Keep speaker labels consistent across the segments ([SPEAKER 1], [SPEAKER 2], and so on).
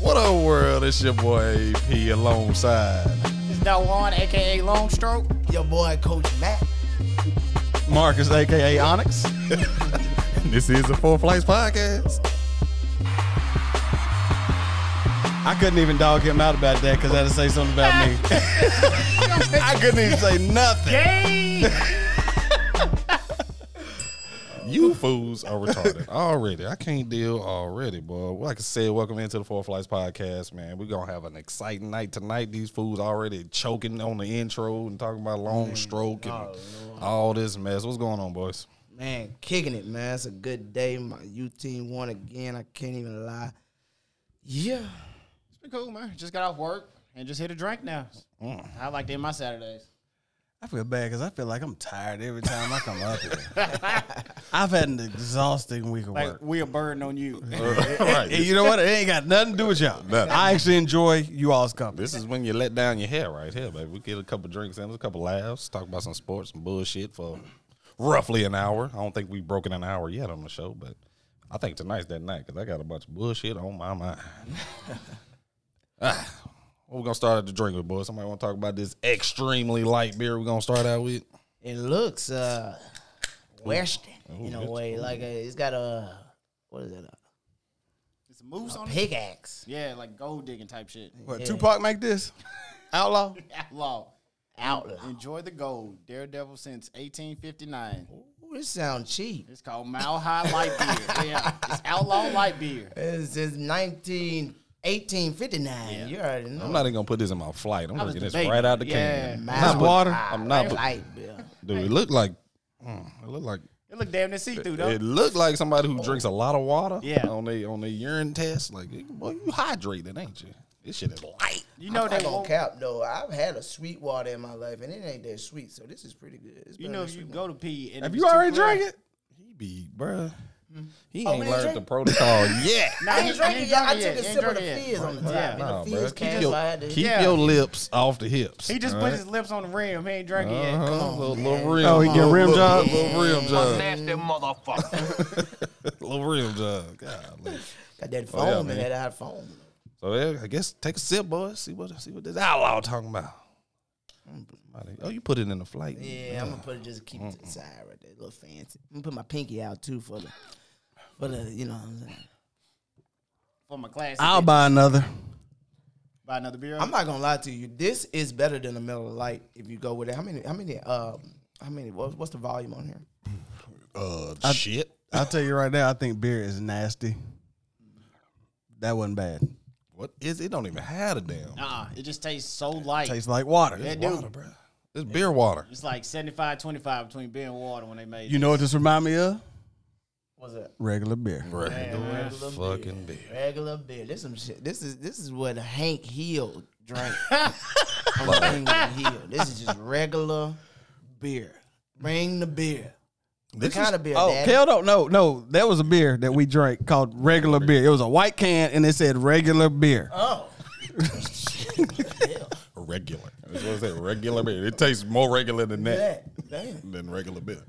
[SPEAKER 1] What up, world? It's your boy AP alongside
[SPEAKER 2] It's Dawan, aka Long Stroke.
[SPEAKER 3] Your boy, Coach Matt.
[SPEAKER 1] Marcus, aka Onyx. this is the Four Flights Podcast.
[SPEAKER 4] I couldn't even dog him out about that because I had to say something about me.
[SPEAKER 1] I couldn't even say nothing.
[SPEAKER 2] Hey!
[SPEAKER 1] You fools are retarded already. I can't deal already, boy. Like I said, welcome into the Four Flights Podcast, man. We're gonna have an exciting night tonight. These fools already choking on the intro and talking about
[SPEAKER 4] Mm.
[SPEAKER 1] long stroke
[SPEAKER 4] Oh,
[SPEAKER 1] and all this mess. What's going on, boys?
[SPEAKER 3] Man, kicking it, man. It's a good day. My U team won again. I can't even lie. Yeah.
[SPEAKER 2] It's been cool, man. Just got off work and just hit a drink now.
[SPEAKER 3] Mm.
[SPEAKER 2] I like doing my Saturdays.
[SPEAKER 4] I feel bad because I feel like I'm tired every time I come up here. I've had an exhausting week of
[SPEAKER 2] Like,
[SPEAKER 4] work.
[SPEAKER 2] we a burden on you.
[SPEAKER 1] right.
[SPEAKER 4] And you know what? It ain't got nothing to do with y'all.
[SPEAKER 1] Nothing.
[SPEAKER 4] I actually enjoy you all's company.
[SPEAKER 1] This is when you let down your hair right here, baby. We get a couple drinks in, a couple laughs, talk about some sports and bullshit for roughly an hour. I don't think we've broken an hour yet on the show, but I think tonight's that night because I got a bunch of bullshit on my mind. ah, what we gonna start at the drink with, boy? Somebody want to talk about this extremely light beer we're gonna start out with?
[SPEAKER 3] It looks uh Western in
[SPEAKER 1] Ooh,
[SPEAKER 3] a
[SPEAKER 1] it's-
[SPEAKER 3] way. Like uh it's got a what is it?
[SPEAKER 2] It's moose
[SPEAKER 3] A
[SPEAKER 2] on it.
[SPEAKER 3] pickaxe.
[SPEAKER 2] Yeah, like gold digging type shit.
[SPEAKER 4] What, Tupac make this? Outlaw?
[SPEAKER 2] Outlaw.
[SPEAKER 3] Outlaw.
[SPEAKER 2] Enjoy the gold. Daredevil since 1859.
[SPEAKER 3] Ooh, this sound cheap.
[SPEAKER 2] It's called Mile High Light Beer. yeah, it's Outlaw Light Beer.
[SPEAKER 3] It's since 19 1859. You already know.
[SPEAKER 1] I'm not even gonna put this in my flight. I'm
[SPEAKER 2] was
[SPEAKER 1] drinking this
[SPEAKER 2] debating.
[SPEAKER 1] right out the
[SPEAKER 2] Yeah,
[SPEAKER 1] can.
[SPEAKER 3] Miles
[SPEAKER 1] I'm not,
[SPEAKER 4] water.
[SPEAKER 1] I'm not. put-
[SPEAKER 3] light bill.
[SPEAKER 1] dude, it looked like. mm, it looked like
[SPEAKER 2] It look damn near see through though.
[SPEAKER 1] It looked like somebody who drinks a lot of water.
[SPEAKER 2] Yeah.
[SPEAKER 1] On the on the urine test, like, boy, you hydrated, ain't you? This shit is light.
[SPEAKER 2] you know
[SPEAKER 3] I
[SPEAKER 2] that
[SPEAKER 3] don't
[SPEAKER 2] won't,
[SPEAKER 3] cap though. I've had a sweet water in my life, and it ain't that sweet. So this is pretty good. It's
[SPEAKER 2] You
[SPEAKER 3] better
[SPEAKER 2] know
[SPEAKER 3] than
[SPEAKER 2] if you
[SPEAKER 3] sweet
[SPEAKER 2] go to pee and
[SPEAKER 4] Have
[SPEAKER 2] it's
[SPEAKER 4] you
[SPEAKER 2] too
[SPEAKER 4] already
[SPEAKER 2] clear-
[SPEAKER 4] drank it?
[SPEAKER 1] He be, bruh. He
[SPEAKER 3] we
[SPEAKER 1] ain't
[SPEAKER 3] didn't
[SPEAKER 1] learned
[SPEAKER 3] drink?
[SPEAKER 1] the protocol yet.
[SPEAKER 2] Nah,
[SPEAKER 3] I
[SPEAKER 2] you-
[SPEAKER 3] ain't
[SPEAKER 2] you
[SPEAKER 3] drinking
[SPEAKER 2] ain't
[SPEAKER 3] yet. I
[SPEAKER 2] drunk yet. You ain't
[SPEAKER 3] took a sip of
[SPEAKER 2] drunk
[SPEAKER 3] the
[SPEAKER 2] yet.
[SPEAKER 3] fizz on the top.
[SPEAKER 2] Yeah.
[SPEAKER 3] and
[SPEAKER 1] Nah,
[SPEAKER 3] the
[SPEAKER 1] bruh.
[SPEAKER 3] fizz
[SPEAKER 1] Keep,
[SPEAKER 3] came, so I
[SPEAKER 1] your,
[SPEAKER 3] had to.
[SPEAKER 1] keep
[SPEAKER 2] Yeah.
[SPEAKER 1] your lips off the hips.
[SPEAKER 2] He just Oh, put his lips on the rim. He ain't drank it yet.
[SPEAKER 1] uh-huh. little, little rim.
[SPEAKER 4] Oh, he get
[SPEAKER 1] little-
[SPEAKER 4] rim
[SPEAKER 1] little-
[SPEAKER 4] job?
[SPEAKER 1] Little rim job.
[SPEAKER 5] Nasty motherfucker.
[SPEAKER 1] Little rim job. Golly.
[SPEAKER 3] Got that foam
[SPEAKER 1] Oh, yeah, man.
[SPEAKER 3] and that hot foam.
[SPEAKER 1] So yeah, I guess take a sip, boy. See what see what this outlaw talking about.
[SPEAKER 2] Mm.
[SPEAKER 1] Somebody- Oh, you put it in the flight.
[SPEAKER 3] Yeah, I'm gonna put it just keep it to the side right there. Look fancy. I'm gonna put my pinky out too for the for the you know what I'm saying.
[SPEAKER 2] For my class,
[SPEAKER 4] I'll buy another.
[SPEAKER 2] buy another beer.
[SPEAKER 3] I'm not gonna lie to you. This is better than a Miller Lite if you go with it. How many how many uh how many what, what's the volume on here?
[SPEAKER 1] Uh, shit.
[SPEAKER 4] I'll tell you right now, I think beer is nasty. That wasn't bad.
[SPEAKER 1] What is it? Don't even have a damn.
[SPEAKER 2] uh it just tastes so light.
[SPEAKER 4] Tastes like water.
[SPEAKER 2] Yeah, dude.
[SPEAKER 1] water, bro. It's beer water.
[SPEAKER 2] It's like 75 25 between beer and water when they made
[SPEAKER 4] You know what this remind me of?
[SPEAKER 3] What's that?
[SPEAKER 4] Regular beer.
[SPEAKER 1] Regular fucking beer.
[SPEAKER 3] Regular beer. This some shit. This is this is what Hank Hill drank. I'm drinking Hill. This is just regular beer. Bring the beer. What
[SPEAKER 1] This
[SPEAKER 3] kind
[SPEAKER 1] is-
[SPEAKER 3] of beer?
[SPEAKER 4] Oh,
[SPEAKER 3] Daddy?
[SPEAKER 4] Kel don't no no. There was a beer that we drank called regular beer. It was a white can and it said regular beer.
[SPEAKER 3] Oh,
[SPEAKER 1] Regular. That's what I said. Regular beer. It tastes more regular than that
[SPEAKER 3] that. Damn.
[SPEAKER 1] than regular beer.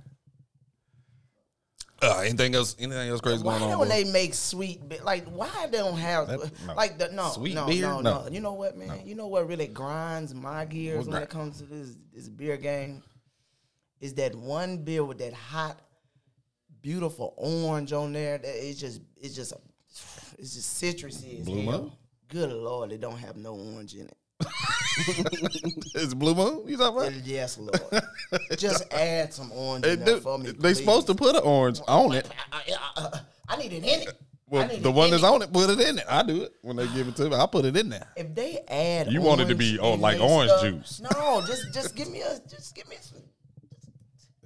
[SPEAKER 1] Uh, anything else? Anything else crazy
[SPEAKER 3] Why
[SPEAKER 1] going on? boy?
[SPEAKER 3] don't they make sweet beer? Like, why they don't have
[SPEAKER 1] That- no.
[SPEAKER 3] like the no
[SPEAKER 1] Sweet
[SPEAKER 3] no,
[SPEAKER 1] beer?
[SPEAKER 3] No,
[SPEAKER 1] No.
[SPEAKER 3] no, You know what, man? You know what really grinds my gears
[SPEAKER 1] What
[SPEAKER 3] when
[SPEAKER 1] grind-
[SPEAKER 3] it comes to this this beer game is that one beer with that hot, beautiful orange on there. That it's just it's just a, it's just citrusy. As
[SPEAKER 1] Blue
[SPEAKER 3] hell.
[SPEAKER 1] Moon?
[SPEAKER 3] Good lord, it don't have no orange in it.
[SPEAKER 1] it's Blue Moon. You talking about?
[SPEAKER 3] And yes, lord. just add some orange in
[SPEAKER 1] It
[SPEAKER 3] there
[SPEAKER 1] do-
[SPEAKER 3] for me.
[SPEAKER 1] they supposed to put an orange on it.
[SPEAKER 3] I, I, I, I need it in it. I
[SPEAKER 1] Well,
[SPEAKER 3] need
[SPEAKER 1] the
[SPEAKER 3] it
[SPEAKER 1] one
[SPEAKER 3] in
[SPEAKER 1] that's
[SPEAKER 3] it.
[SPEAKER 1] on it, put it in it. I do it when they give it to me. I put it in there.
[SPEAKER 3] If they add,
[SPEAKER 1] You want it to
[SPEAKER 3] orange
[SPEAKER 1] be, oh,
[SPEAKER 3] in
[SPEAKER 1] like
[SPEAKER 3] their
[SPEAKER 1] orange juice.
[SPEAKER 3] No, just just give me a just give me some.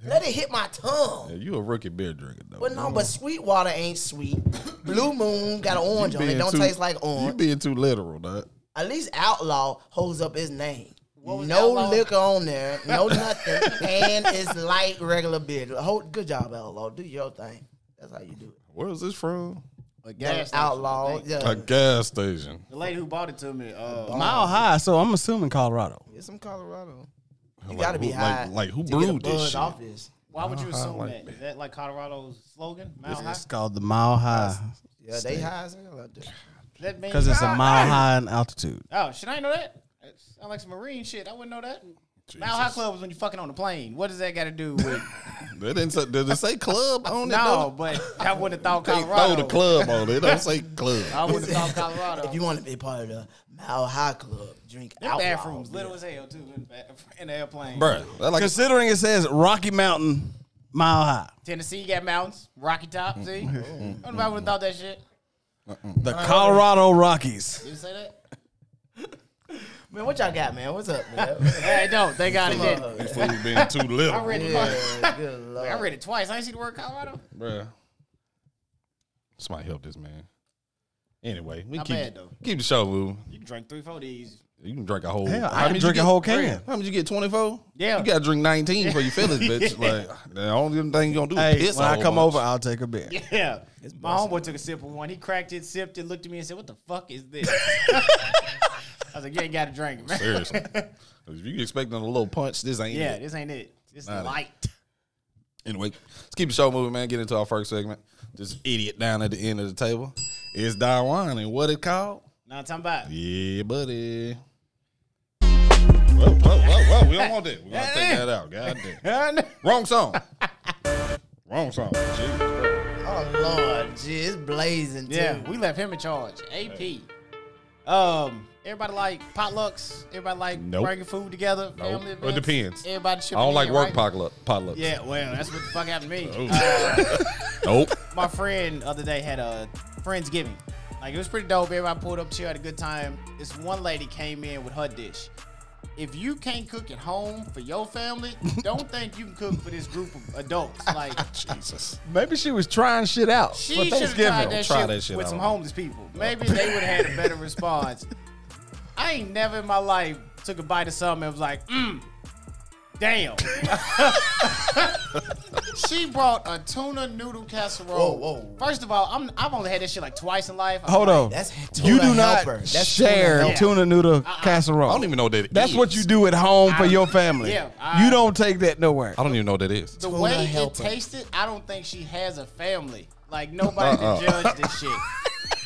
[SPEAKER 3] Let it hit my tongue.
[SPEAKER 1] Yeah, you a rookie beer drinker though.
[SPEAKER 3] But no, but sweet water ain't sweet. Blue Moon got an orange on it.
[SPEAKER 1] Being
[SPEAKER 3] Don't
[SPEAKER 1] too-
[SPEAKER 3] taste like
[SPEAKER 1] You
[SPEAKER 3] orange.
[SPEAKER 1] being too literal, dog.
[SPEAKER 3] At least Outlaw holds up his name.
[SPEAKER 2] was
[SPEAKER 3] No
[SPEAKER 2] Outlaw?
[SPEAKER 3] liquor on there, no nothing, and it's light regular beer. Hold, good job, Outlaw. Do your thing. That's how you do it.
[SPEAKER 1] Where is this from?
[SPEAKER 2] a gas station, I
[SPEAKER 3] Outlaw,
[SPEAKER 2] think.
[SPEAKER 3] yeah.
[SPEAKER 1] A gas station.
[SPEAKER 2] The lady who bought it to me, uh,
[SPEAKER 4] Mile high, so I'm assuming Colorado.
[SPEAKER 3] It's from Colorado. You
[SPEAKER 1] Like
[SPEAKER 3] gotta be
[SPEAKER 1] who- like-
[SPEAKER 3] high.
[SPEAKER 1] like who
[SPEAKER 3] to get a
[SPEAKER 1] brewed this
[SPEAKER 3] buzz
[SPEAKER 1] shit?
[SPEAKER 3] Off this.
[SPEAKER 2] why would you assume
[SPEAKER 1] like
[SPEAKER 2] that? Is that like Colorado's slogan? Mile High?
[SPEAKER 4] It's called the Mile High.
[SPEAKER 3] Yeah, they high as hell out there.
[SPEAKER 2] That means
[SPEAKER 4] Because it's a
[SPEAKER 2] Ah,
[SPEAKER 4] mile
[SPEAKER 2] ah.
[SPEAKER 4] high in altitude.
[SPEAKER 2] Oh shit! I didn't know that. That sound like some marine shit. I wouldn't know that. Mile high club is when you fucking on the plane. What does that got to do with?
[SPEAKER 1] They didn't say, did it say club on it?
[SPEAKER 2] no, but I wouldn't have thought
[SPEAKER 1] though? they throw
[SPEAKER 2] Colorado.
[SPEAKER 1] the club on it. It Don't say club.
[SPEAKER 2] I wouldn't have thought Colorado.
[SPEAKER 3] If you want to be part of the Mile High Club, drink
[SPEAKER 2] Them
[SPEAKER 3] out
[SPEAKER 2] bathrooms little as hell too in, the bath- in the airplane.
[SPEAKER 1] Bruh, that like
[SPEAKER 4] Considering it says Rocky Mountain, mile high.
[SPEAKER 2] Tennessee got mountains, Rocky
[SPEAKER 1] Mm.
[SPEAKER 2] Top. See, nobody would have thought that shit.
[SPEAKER 4] The Colorado Rockies.
[SPEAKER 2] Did you say that?
[SPEAKER 3] Man, what y'all got, man? What's up, man?
[SPEAKER 2] Hey, don't. Thank God it did.
[SPEAKER 1] this food being too little.
[SPEAKER 2] I read it. twice.
[SPEAKER 3] yeah, good lord.
[SPEAKER 2] I read it twice. I ain't see the word Colorado.
[SPEAKER 1] Bruh. Somebody help this man. Anyway, we
[SPEAKER 2] Not
[SPEAKER 1] keep,
[SPEAKER 2] bad, though.
[SPEAKER 1] keep the show moving.
[SPEAKER 2] You can drink three, four of these.
[SPEAKER 1] You can drink a whole.
[SPEAKER 4] Hell, I
[SPEAKER 1] how
[SPEAKER 4] can
[SPEAKER 1] many you
[SPEAKER 4] drink a
[SPEAKER 1] get?
[SPEAKER 4] whole can.
[SPEAKER 1] How much you get? Twenty four.
[SPEAKER 2] Yeah.
[SPEAKER 1] you gotta drink nineteen before you finish, bitch. Like the only thing you gonna do is
[SPEAKER 4] Hey,
[SPEAKER 1] piss.
[SPEAKER 4] when
[SPEAKER 1] a
[SPEAKER 4] I
[SPEAKER 1] whole
[SPEAKER 4] come
[SPEAKER 1] bunch.
[SPEAKER 4] over, I'll take a beer.
[SPEAKER 2] Yeah. My homeboy took a sip of one. He cracked it, sipped it, looked at me and said, What the fuck is this? I was like, You ain't got to drink it, man.
[SPEAKER 1] seriously, if you expecting a little punch, this ain't
[SPEAKER 2] Yeah,
[SPEAKER 1] it.
[SPEAKER 2] this ain't it. It's
[SPEAKER 1] Not it.
[SPEAKER 2] light.
[SPEAKER 1] Anyway, let's keep the show moving, man. Get into our first segment. This idiot down at the end of the table is Darwin, and what it called?
[SPEAKER 2] Now I'm talking about.
[SPEAKER 1] Yeah, buddy. Whoa, whoa, whoa, whoa! We don't want that. We're gonna take that out. God damn. Wrong song. Wrong song. Jeez.
[SPEAKER 3] Oh Lord, gee, it's blazing too.
[SPEAKER 2] Yeah, we left him in charge. AP. Um, everybody like potlucks. Everybody like
[SPEAKER 1] Nope.
[SPEAKER 2] bringing food together.
[SPEAKER 1] Nope.
[SPEAKER 2] Family
[SPEAKER 1] It
[SPEAKER 2] events.
[SPEAKER 1] depends.
[SPEAKER 2] Everybody.
[SPEAKER 1] I don't
[SPEAKER 2] chipping
[SPEAKER 1] like
[SPEAKER 2] in,
[SPEAKER 1] work Oh.
[SPEAKER 2] right?
[SPEAKER 1] potluck. Potluck.
[SPEAKER 2] Yeah, well, that's what the fuck happened to me.
[SPEAKER 1] Ooh.
[SPEAKER 2] Uh,
[SPEAKER 1] Nope.
[SPEAKER 2] my friend the other day had a friendsgiving. Like it was pretty dope. Everybody pulled up, chill, had a good time. This one lady came in with her dish. If you can't cook at home for your family, don't think you can cook for this group of adults. Like
[SPEAKER 1] Jesus.
[SPEAKER 4] Maybe she was trying shit out
[SPEAKER 2] she should have tried that,
[SPEAKER 1] Try
[SPEAKER 2] shit
[SPEAKER 1] that shit
[SPEAKER 2] with
[SPEAKER 1] out.
[SPEAKER 2] some homeless people. Maybe they would have had a better response. I ain't never in my life took a bite of something and was like, mm, damn. she brought a tuna noodle casserole.
[SPEAKER 3] Whoa, whoa.
[SPEAKER 2] First of all, I'm, I've only had that shit like twice in life. I'm
[SPEAKER 4] Hold
[SPEAKER 2] like,
[SPEAKER 4] on.
[SPEAKER 3] That's tuna
[SPEAKER 4] you do not
[SPEAKER 3] helper. That's
[SPEAKER 4] share
[SPEAKER 2] helper.
[SPEAKER 4] tuna noodle
[SPEAKER 1] I
[SPEAKER 4] casserole.
[SPEAKER 1] don't even know what that.
[SPEAKER 4] That's
[SPEAKER 1] is.
[SPEAKER 4] what you do at home for
[SPEAKER 2] I-
[SPEAKER 4] your family.
[SPEAKER 2] Yeah, I-
[SPEAKER 4] you don't take that nowhere.
[SPEAKER 1] I don't even know what that is.
[SPEAKER 2] The
[SPEAKER 3] Tuna
[SPEAKER 2] way it
[SPEAKER 3] helper.
[SPEAKER 2] tasted, I don't think she has a family. Like nobody
[SPEAKER 1] Uh-uh.
[SPEAKER 2] can judge this shit.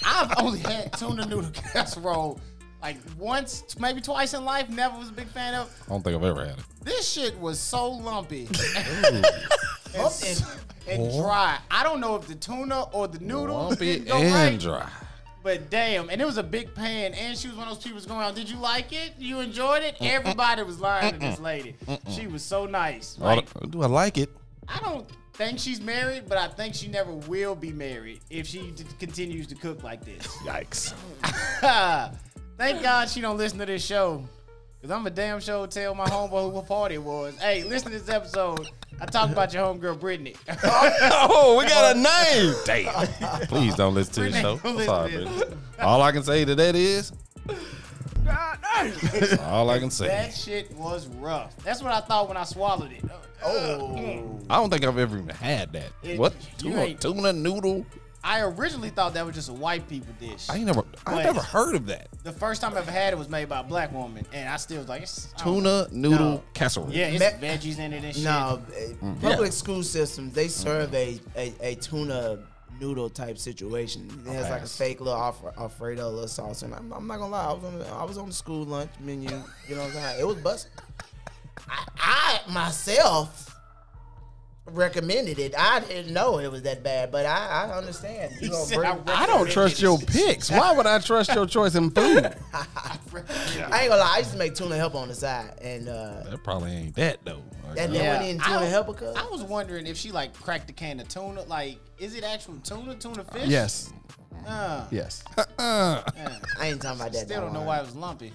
[SPEAKER 2] I've only had tuna noodle casserole like once, maybe twice in life. Never was a big fan of.
[SPEAKER 1] I don't think I've ever had it.
[SPEAKER 2] This shit was so lumpy and,
[SPEAKER 3] Humped and-
[SPEAKER 2] and dry. I don't know if the tuna or the noodles
[SPEAKER 1] Lumpy
[SPEAKER 2] didn't go
[SPEAKER 1] and
[SPEAKER 2] right,
[SPEAKER 1] dry.
[SPEAKER 2] but damn. And it was a big pan, and she was one of those people that's going around. Did you like it? You enjoyed it? Everybody was lying to this lady. She was so nice.
[SPEAKER 1] I
[SPEAKER 2] Like,
[SPEAKER 1] don't- do I like it?
[SPEAKER 2] I don't think she's married, but I think she never will be married if she d- continues to cook like this.
[SPEAKER 1] Yikes.
[SPEAKER 2] Thank God she don't listen to this show. Cause I'm a damn sure tell my homeboy who a party it was. Hey, listen to this episode. I talked about your homegirl Brittany.
[SPEAKER 1] oh, we got a name. Damn. Please don't listen to this
[SPEAKER 2] Renee,
[SPEAKER 1] show.
[SPEAKER 2] don't
[SPEAKER 1] I'm
[SPEAKER 2] listen
[SPEAKER 1] sorry,
[SPEAKER 2] to
[SPEAKER 1] bitch. All I can say to that is. All I can say.
[SPEAKER 2] that shit was rough. That's what I thought when I swallowed it. Mm.
[SPEAKER 3] Oh,
[SPEAKER 1] I don't think I've ever even had that.
[SPEAKER 2] It-
[SPEAKER 1] what
[SPEAKER 2] you
[SPEAKER 1] tuna,
[SPEAKER 2] ain't-
[SPEAKER 1] tuna noodle?
[SPEAKER 2] I originally thought that was just a white people dish.
[SPEAKER 1] I ain't never. I've
[SPEAKER 2] Wait.
[SPEAKER 1] never heard of that.
[SPEAKER 2] The first time I ever had it was made by a black woman, and I still was like, it's, I don't know.
[SPEAKER 1] Tuna noodle
[SPEAKER 2] Oh, No.
[SPEAKER 1] casserole.
[SPEAKER 2] Yeah, it's
[SPEAKER 3] Me-
[SPEAKER 2] veggies in it and shit.
[SPEAKER 3] no. eh, Public school systems they serve a, a a tuna noodle type situation. It has like a
[SPEAKER 1] Pass.
[SPEAKER 3] fake little Alf- Alfredo little sauce, and I'm, I'm not gonna lie, I was on the, I was on the school lunch menu. You know what I'm saying? It was busted. I, I myself recommended it. I didn't know it was that bad, but I, I understand. You gonna
[SPEAKER 2] said,
[SPEAKER 3] bring-
[SPEAKER 2] "I
[SPEAKER 4] I don't trust your picks. Why would I trust your choice in food?
[SPEAKER 3] I ain't gonna lie, I used to make tuna helper on the side, and uh,
[SPEAKER 1] That probably ain't that though. Like,
[SPEAKER 3] that, that
[SPEAKER 2] Yeah.
[SPEAKER 3] went in tuna
[SPEAKER 2] I-
[SPEAKER 3] helper. Cause
[SPEAKER 2] I was wondering if she like cracked a can of tuna. Like, is it actual tuna, tuna fish?
[SPEAKER 4] Yes,
[SPEAKER 2] Uh,
[SPEAKER 4] yes.
[SPEAKER 3] I ain't talking about that.
[SPEAKER 2] still
[SPEAKER 3] now,
[SPEAKER 2] don't know
[SPEAKER 3] huh?
[SPEAKER 2] why it was lumpy.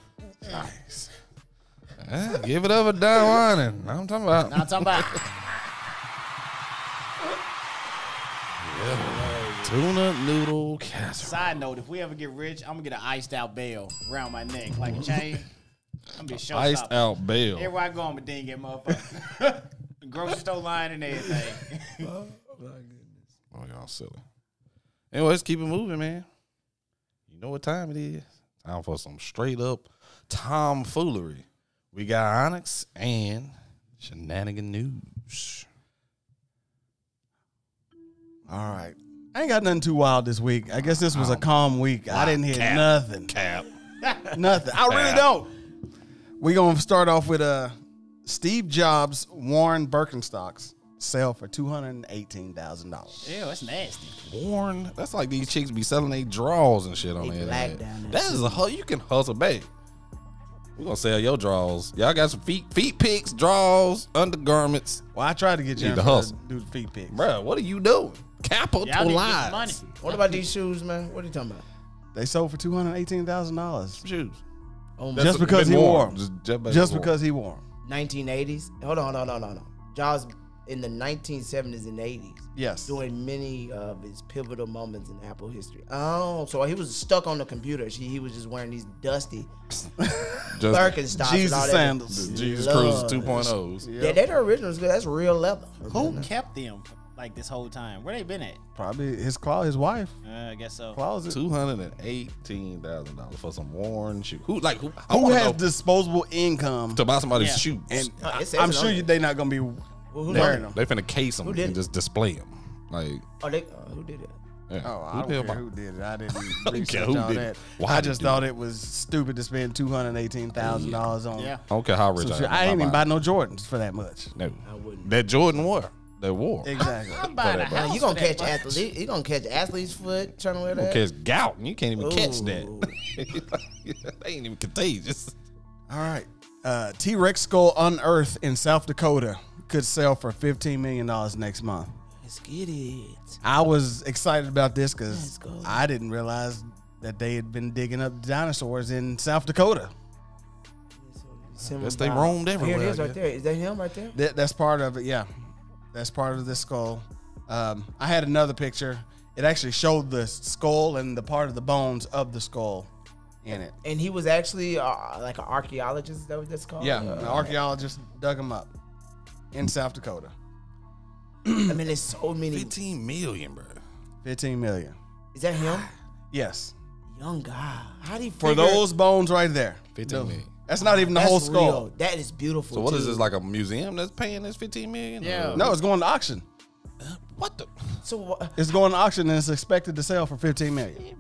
[SPEAKER 1] eh, give it up a down and I'm talking about.
[SPEAKER 2] Now I'm talking about
[SPEAKER 1] Tuna noodle casserole.
[SPEAKER 2] side note. If we ever get rich, I'm gonna get an iced out bell around my neck like a chain. I'm gonna be show
[SPEAKER 1] Iced out bail.
[SPEAKER 2] Everywhere I go, I'm a ding that motherfucker. the grocery store line and everything.
[SPEAKER 1] Oh, y'all silly. Anyway, let's keep it moving, man. You know what time it is. Time for some straight up tomfoolery. We got Onyx and Shenanigan News.
[SPEAKER 4] All right. I ain't got nothing too wild this week. I guess this was a calm week. I didn't hear
[SPEAKER 1] Um, Cap.
[SPEAKER 4] nothing.
[SPEAKER 1] Cap.
[SPEAKER 4] Nothing. I really
[SPEAKER 1] Cap.
[SPEAKER 4] don't. We're going to start off with uh, Steve Jobs worn Birkenstocks sell for $218,000.
[SPEAKER 2] Ew, that's nasty.
[SPEAKER 1] Born. That's like these chicks be selling their draws and shit on
[SPEAKER 3] They
[SPEAKER 1] the
[SPEAKER 3] black
[SPEAKER 1] internet.
[SPEAKER 3] down there.
[SPEAKER 1] That is a hustle. You can hustle back. We're gonna sell your draws. Y'all got some feet feet pics, draws, undergarments.
[SPEAKER 4] Well, I tried to get
[SPEAKER 1] Need to
[SPEAKER 4] Jennifer to
[SPEAKER 1] hustle.
[SPEAKER 4] do the feet pics.
[SPEAKER 1] Bruh, what are you doing?
[SPEAKER 2] Y'all need to get some money.
[SPEAKER 1] Capitalize.
[SPEAKER 3] What about these shoes, man? What are you talking about?
[SPEAKER 4] They sold for $218,000
[SPEAKER 1] Shoes.
[SPEAKER 3] Oh my.
[SPEAKER 1] That's
[SPEAKER 4] just because
[SPEAKER 1] been
[SPEAKER 4] he wore
[SPEAKER 1] worn.
[SPEAKER 4] them.
[SPEAKER 1] Just-
[SPEAKER 4] Just,
[SPEAKER 1] just because he wore
[SPEAKER 4] because he wore them.
[SPEAKER 3] 1980s. Hold on, no, no, no, no. Jaws in the 1970s and 80s.
[SPEAKER 4] Yes.
[SPEAKER 3] During many of his pivotal moments in Apple history. Oh, so he was stuck on the computer. He, he was just wearing these dusty
[SPEAKER 1] Just
[SPEAKER 3] Birkenstocks. and all
[SPEAKER 4] Jesus
[SPEAKER 3] that.
[SPEAKER 4] sandals.
[SPEAKER 1] the Jesus
[SPEAKER 3] Lord.
[SPEAKER 1] Cruise 2.0s.
[SPEAKER 3] Yeah, they're the originals. 'cause That's real leather.
[SPEAKER 2] Who kept them like this whole time? Where they been at?
[SPEAKER 4] Probably his closet, his wife
[SPEAKER 2] Uh, I guess so.
[SPEAKER 4] closet.
[SPEAKER 1] Two hundred and eighteen thousand dollars for some worn shoe. Who like who? I
[SPEAKER 4] Who
[SPEAKER 1] wanna
[SPEAKER 4] has
[SPEAKER 1] know
[SPEAKER 4] disposable income?
[SPEAKER 1] to buy somebody's
[SPEAKER 2] Yeah.
[SPEAKER 1] shoes?
[SPEAKER 4] And
[SPEAKER 3] Uh, it
[SPEAKER 4] I,
[SPEAKER 3] says
[SPEAKER 4] I'm
[SPEAKER 3] it on
[SPEAKER 4] sure
[SPEAKER 3] it.
[SPEAKER 4] you, they not gonna be
[SPEAKER 3] Well, who
[SPEAKER 4] wearing
[SPEAKER 3] done it?
[SPEAKER 4] them.
[SPEAKER 1] they finna case them
[SPEAKER 3] did
[SPEAKER 1] and
[SPEAKER 3] it?
[SPEAKER 1] just display them. Like,
[SPEAKER 3] Oh, they, uh, who did it?
[SPEAKER 1] yeah.
[SPEAKER 4] Oh, I
[SPEAKER 1] the hell
[SPEAKER 4] don't care
[SPEAKER 1] buy-
[SPEAKER 4] who did it. I didn't
[SPEAKER 1] don't care
[SPEAKER 4] research
[SPEAKER 1] who
[SPEAKER 4] all
[SPEAKER 1] did it.
[SPEAKER 4] that.
[SPEAKER 1] Why
[SPEAKER 4] I
[SPEAKER 1] they
[SPEAKER 4] just
[SPEAKER 1] do
[SPEAKER 4] thought it was stupid to spend two hundred eighteen thousand dollars on.
[SPEAKER 2] Yeah.
[SPEAKER 1] I don't care how rich
[SPEAKER 4] some
[SPEAKER 1] I
[SPEAKER 4] shit.
[SPEAKER 1] am.
[SPEAKER 4] I
[SPEAKER 1] I'm
[SPEAKER 4] ain't even
[SPEAKER 1] buying-
[SPEAKER 4] buy no Jordans for that much.
[SPEAKER 1] No.
[SPEAKER 3] I wouldn't.
[SPEAKER 1] That Jordan wore. That wore.
[SPEAKER 4] Exactly.
[SPEAKER 2] I'm buying a
[SPEAKER 1] Whatever.
[SPEAKER 2] house.
[SPEAKER 3] you gonna
[SPEAKER 2] for that
[SPEAKER 3] catch
[SPEAKER 2] money.
[SPEAKER 3] athlete? You gonna catch athlete's foot trying to wear that?
[SPEAKER 1] Because gout, and you can't even catch
[SPEAKER 3] Ooh.
[SPEAKER 1] that. they ain't even contagious.
[SPEAKER 4] all right. Uh, T Rex skull unearthed in South Dakota could sell for fifteen million dollars next month.
[SPEAKER 3] Let's get it.
[SPEAKER 4] I was excited about this because
[SPEAKER 3] Let's go.
[SPEAKER 4] I didn't realize that they had been digging up dinosaurs in South Dakota.
[SPEAKER 1] Guess they roamed everywhere,
[SPEAKER 3] Here it is
[SPEAKER 1] I
[SPEAKER 3] right
[SPEAKER 1] guess.
[SPEAKER 3] there. Is that him right there?
[SPEAKER 4] That, that's part of it. Yeah, that's part of the skull. Um, I had another picture. It actually showed the skull and the part of the bones of the skull in it.
[SPEAKER 3] And he was actually uh, like an archaeologist. Is that what that's called?
[SPEAKER 4] Yeah,
[SPEAKER 1] Uh,
[SPEAKER 4] an archaeologist dug them up in South Dakota.
[SPEAKER 3] I mean, there's so many.
[SPEAKER 1] 15 million, bro.
[SPEAKER 4] Fifteen million.
[SPEAKER 3] Is that him?
[SPEAKER 4] Yes,
[SPEAKER 3] Young guy. How do you
[SPEAKER 4] for
[SPEAKER 3] figure-
[SPEAKER 4] those bones right there.
[SPEAKER 1] 15 million.
[SPEAKER 4] That's not even the
[SPEAKER 3] That's
[SPEAKER 4] whole skull.
[SPEAKER 3] real. That is beautiful.
[SPEAKER 1] So what is
[SPEAKER 3] too.
[SPEAKER 1] this like a museum that's paying this 15 million?
[SPEAKER 2] Yeah.
[SPEAKER 1] Or-
[SPEAKER 4] No, it's going to auction.
[SPEAKER 1] What the?
[SPEAKER 3] So, wha-
[SPEAKER 4] It's going to auction and it's expected to sell for fifteen million.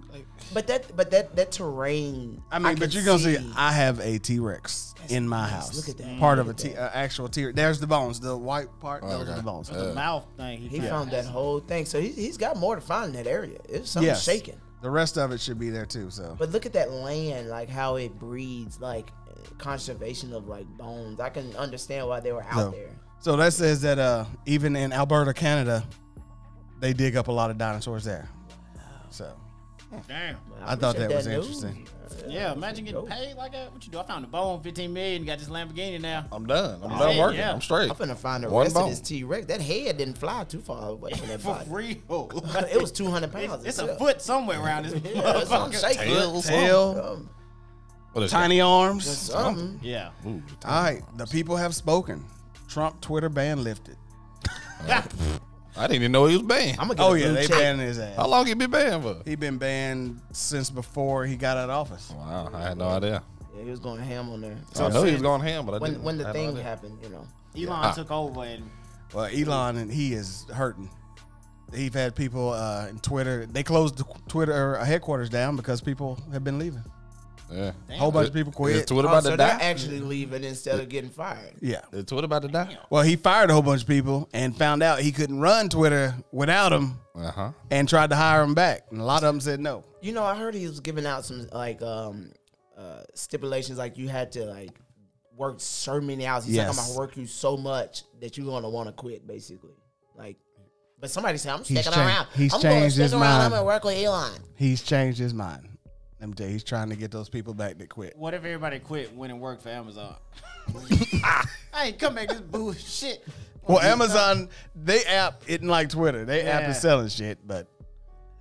[SPEAKER 3] but that, but that, that terrain.
[SPEAKER 4] I mean,
[SPEAKER 3] can
[SPEAKER 4] but you're gonna see. I have a T Rex in my house.
[SPEAKER 3] look at that.
[SPEAKER 4] Part of a T, uh, actual T. There's the bones, the white part. those
[SPEAKER 1] okay.
[SPEAKER 4] are the bones.
[SPEAKER 2] The mouth thing.
[SPEAKER 3] he found that whole thing. So he, he's got more to find in that area. It's something
[SPEAKER 4] Yes.
[SPEAKER 3] shaking.
[SPEAKER 4] The rest of it should be there too. So
[SPEAKER 3] But look at that land, like how it breeds, like conservation of like bones. I can understand why they were out
[SPEAKER 4] so,
[SPEAKER 3] there.
[SPEAKER 4] so that says that uh, even in Alberta, Canada, they dig up a lot of dinosaurs there. So
[SPEAKER 2] Damn.
[SPEAKER 4] I thought
[SPEAKER 3] wish
[SPEAKER 4] that was
[SPEAKER 3] knew.
[SPEAKER 4] interesting.
[SPEAKER 2] Yeah, imagine getting paid like that. What you do? I found a bone, 15 million, got this Lamborghini now.
[SPEAKER 1] I'm done. I'm
[SPEAKER 2] Oh,
[SPEAKER 1] done working.
[SPEAKER 2] yeah.
[SPEAKER 1] I'm straight.
[SPEAKER 3] I'm finna find the
[SPEAKER 1] One
[SPEAKER 3] rest
[SPEAKER 1] bone.
[SPEAKER 3] of this T Rex. That head didn't fly too far away from that
[SPEAKER 2] For
[SPEAKER 3] body.
[SPEAKER 2] real.
[SPEAKER 3] It was 200 pounds.
[SPEAKER 2] It's, it's a
[SPEAKER 3] itself.
[SPEAKER 2] foot somewhere around this
[SPEAKER 3] Yeah, it's something
[SPEAKER 2] motherfucker.
[SPEAKER 3] shaking.
[SPEAKER 1] Tail,
[SPEAKER 4] Tail,
[SPEAKER 3] Um,
[SPEAKER 1] What is
[SPEAKER 4] tiny arms.
[SPEAKER 3] something.
[SPEAKER 2] Yeah.
[SPEAKER 1] that? Ooh,
[SPEAKER 4] All right, the people have spoken. Trump Twitter ban lifted.
[SPEAKER 1] I didn't even know he was banned.
[SPEAKER 3] I'm gonna get
[SPEAKER 4] Oh
[SPEAKER 3] a
[SPEAKER 4] yeah,
[SPEAKER 3] blue
[SPEAKER 4] they
[SPEAKER 3] check.
[SPEAKER 4] banned his ass.
[SPEAKER 1] How long he been banned for?
[SPEAKER 4] He been banned since before he got out of office.
[SPEAKER 1] Wow, I had no idea.
[SPEAKER 3] Yeah, he was going ham on there.
[SPEAKER 1] I know he was going ham, but I
[SPEAKER 3] when
[SPEAKER 1] didn't.
[SPEAKER 3] when
[SPEAKER 1] I
[SPEAKER 3] the
[SPEAKER 1] had no
[SPEAKER 3] thing
[SPEAKER 1] idea.
[SPEAKER 3] happened, you know.
[SPEAKER 2] Elon
[SPEAKER 3] Ah.
[SPEAKER 2] took over and
[SPEAKER 4] Well, Elon and he is hurting. He's had people uh, in Twitter. They closed the Twitter uh, headquarters down because people have been leaving.
[SPEAKER 1] yeah.
[SPEAKER 4] A whole bunch of people
[SPEAKER 1] Is
[SPEAKER 4] quit.
[SPEAKER 1] Twitter
[SPEAKER 3] Oh,
[SPEAKER 1] about
[SPEAKER 3] so
[SPEAKER 1] to
[SPEAKER 3] they're
[SPEAKER 1] die?
[SPEAKER 3] actually leaving instead of getting fired.
[SPEAKER 4] yeah.
[SPEAKER 1] Is Twitter about to die?
[SPEAKER 4] Well, he fired a whole bunch of people and found out he couldn't run Twitter without him,
[SPEAKER 1] Uh huh.
[SPEAKER 4] and tried to hire him back. And a lot of them said no.
[SPEAKER 3] You know, I heard he was giving out some like um uh stipulations like you had to like work so many hours. He's like, I'm
[SPEAKER 4] Yes.
[SPEAKER 3] gonna work you so much that you're gonna wanna quit, basically. Like but somebody said, I'm
[SPEAKER 4] He's
[SPEAKER 3] sticking
[SPEAKER 4] changed-
[SPEAKER 3] around.
[SPEAKER 4] he's
[SPEAKER 3] I'm gonna
[SPEAKER 4] changed
[SPEAKER 3] stick
[SPEAKER 4] his
[SPEAKER 3] around. I'm
[SPEAKER 4] mind.
[SPEAKER 3] gonna work with Elon.
[SPEAKER 4] He's changed his mind. Let me tell you, he's trying to get those people back that quit.
[SPEAKER 2] what if everybody quit went and worked for Amazon?
[SPEAKER 3] Ah.
[SPEAKER 2] I ain't come back this bullshit.
[SPEAKER 4] Well, Amazon, they app isn't like Twitter. They app
[SPEAKER 2] Yeah.
[SPEAKER 4] is selling shit, but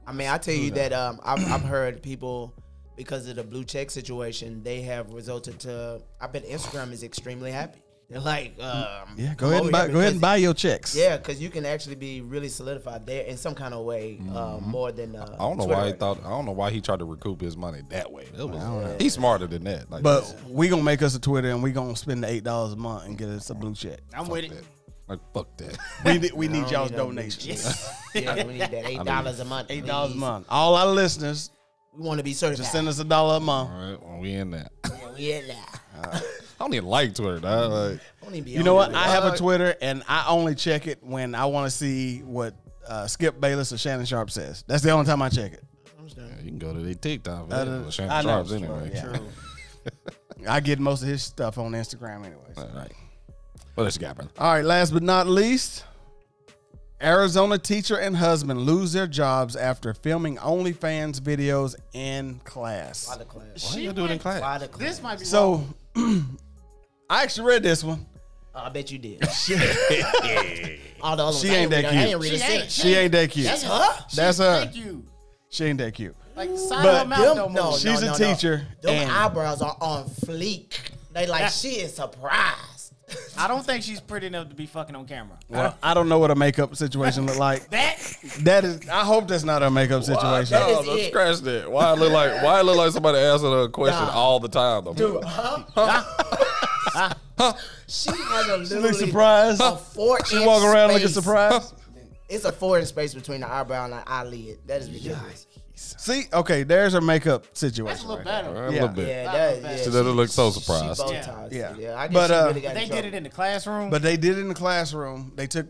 [SPEAKER 3] I mean, I tell you that um, I've, I've heard people because of the blue check situation, they have resulted to. I bet Instagram is extremely happy. They're like, um,
[SPEAKER 4] yeah,
[SPEAKER 3] come
[SPEAKER 4] go ahead
[SPEAKER 3] over
[SPEAKER 4] and buy,
[SPEAKER 3] here
[SPEAKER 4] go ahead and
[SPEAKER 3] because-
[SPEAKER 4] buy your checks.
[SPEAKER 3] Yeah, because you can actually be really solidified there in some kind of way, uh, more than. Uh,
[SPEAKER 1] Mm-hmm. I don't know why he thought. I don't know why he tried to recoup his money that way. That was, he's smarter than that. Like,
[SPEAKER 4] But we gonna make us a Twitter and we gonna spend the eight dollars a month and get us a blue check.
[SPEAKER 2] I'm with it.
[SPEAKER 1] Like fuck that.
[SPEAKER 4] We need, we need
[SPEAKER 3] don't
[SPEAKER 4] y'all's
[SPEAKER 3] need no
[SPEAKER 4] donations.
[SPEAKER 3] Yeah, we need that eight dollars a month.
[SPEAKER 4] Eight dollars a
[SPEAKER 3] please.
[SPEAKER 4] month. All our listeners,
[SPEAKER 3] We want to be
[SPEAKER 4] just
[SPEAKER 3] certified.
[SPEAKER 4] send us a dollar a
[SPEAKER 1] All
[SPEAKER 4] month.
[SPEAKER 1] right, well, we in that. I
[SPEAKER 3] Yeah, nah.
[SPEAKER 1] don't even like Twitter. Dog. Like,
[SPEAKER 3] Don't even be
[SPEAKER 4] You
[SPEAKER 3] on
[SPEAKER 4] know what?
[SPEAKER 3] it.
[SPEAKER 4] I have a Twitter, and I only check it when I want to see what uh, Skip Bayless or Shannon Sharp says. That's the only time I check it.
[SPEAKER 1] you can go to their TikTok.
[SPEAKER 4] Other-
[SPEAKER 1] Uh,
[SPEAKER 4] I
[SPEAKER 1] Shannon
[SPEAKER 4] know,
[SPEAKER 1] Sharps
[SPEAKER 4] true,
[SPEAKER 1] anyway.
[SPEAKER 4] yeah. I get most of his stuff on Instagram, anyways.
[SPEAKER 1] All right. What else you got, brother?
[SPEAKER 4] All right, last but not least, Arizona teacher and husband lose their jobs after filming OnlyFans videos in class.
[SPEAKER 3] Why the class?
[SPEAKER 1] Why
[SPEAKER 2] She
[SPEAKER 1] you do it in
[SPEAKER 2] went-
[SPEAKER 1] class?
[SPEAKER 3] Why the class?
[SPEAKER 2] This might be so.
[SPEAKER 4] So, I actually read this one.
[SPEAKER 3] Oh, I bet you did. All the other ones,
[SPEAKER 4] She
[SPEAKER 3] I
[SPEAKER 4] ain't that
[SPEAKER 3] read- I
[SPEAKER 4] cute.
[SPEAKER 3] ain't read a
[SPEAKER 2] She
[SPEAKER 3] sentence.
[SPEAKER 4] She ain't that cute.
[SPEAKER 3] That's her.
[SPEAKER 4] That's her.
[SPEAKER 2] Thank you.
[SPEAKER 4] She ain't that cute.
[SPEAKER 2] Like sign
[SPEAKER 4] But
[SPEAKER 2] them out no
[SPEAKER 3] them-
[SPEAKER 2] more.
[SPEAKER 3] no,
[SPEAKER 4] She's a
[SPEAKER 3] no, no.
[SPEAKER 4] teacher.
[SPEAKER 3] Them
[SPEAKER 4] and
[SPEAKER 3] eyebrows are on fleek. They like she is surprised.
[SPEAKER 2] I don't think she's pretty enough to be fucking on camera.
[SPEAKER 4] well, I don't know what a makeup situation look like.
[SPEAKER 2] That
[SPEAKER 4] That is, I hope that's not a makeup situation.
[SPEAKER 3] that is
[SPEAKER 1] let's
[SPEAKER 3] it.
[SPEAKER 1] Oh, scratch that. Why it look like why it look like somebody asking her a question
[SPEAKER 3] Nah.
[SPEAKER 1] all the time though?
[SPEAKER 3] Dude, huh? she has a
[SPEAKER 4] Look
[SPEAKER 3] literally
[SPEAKER 4] surprised.
[SPEAKER 3] a four.
[SPEAKER 4] She walk around looking surprised.
[SPEAKER 3] It's a four in space between the eyebrow and the eyelid. That is ridiculous.
[SPEAKER 4] See, okay, there's her makeup
[SPEAKER 2] that's a
[SPEAKER 4] situation.
[SPEAKER 2] little
[SPEAKER 4] right
[SPEAKER 1] All
[SPEAKER 2] better.
[SPEAKER 1] right, A
[SPEAKER 4] Yeah.
[SPEAKER 1] little bit.
[SPEAKER 3] Yeah,
[SPEAKER 2] Not bad.
[SPEAKER 3] that, yeah,
[SPEAKER 2] She
[SPEAKER 1] She doesn't look so
[SPEAKER 3] she
[SPEAKER 1] surprised.
[SPEAKER 3] bow
[SPEAKER 2] Yeah.
[SPEAKER 3] ties.
[SPEAKER 4] Yeah.
[SPEAKER 3] Yeah, I guess
[SPEAKER 4] But,
[SPEAKER 3] she
[SPEAKER 4] uh,
[SPEAKER 3] really got
[SPEAKER 2] They did it in the classroom.
[SPEAKER 4] But they did it in the classroom. They took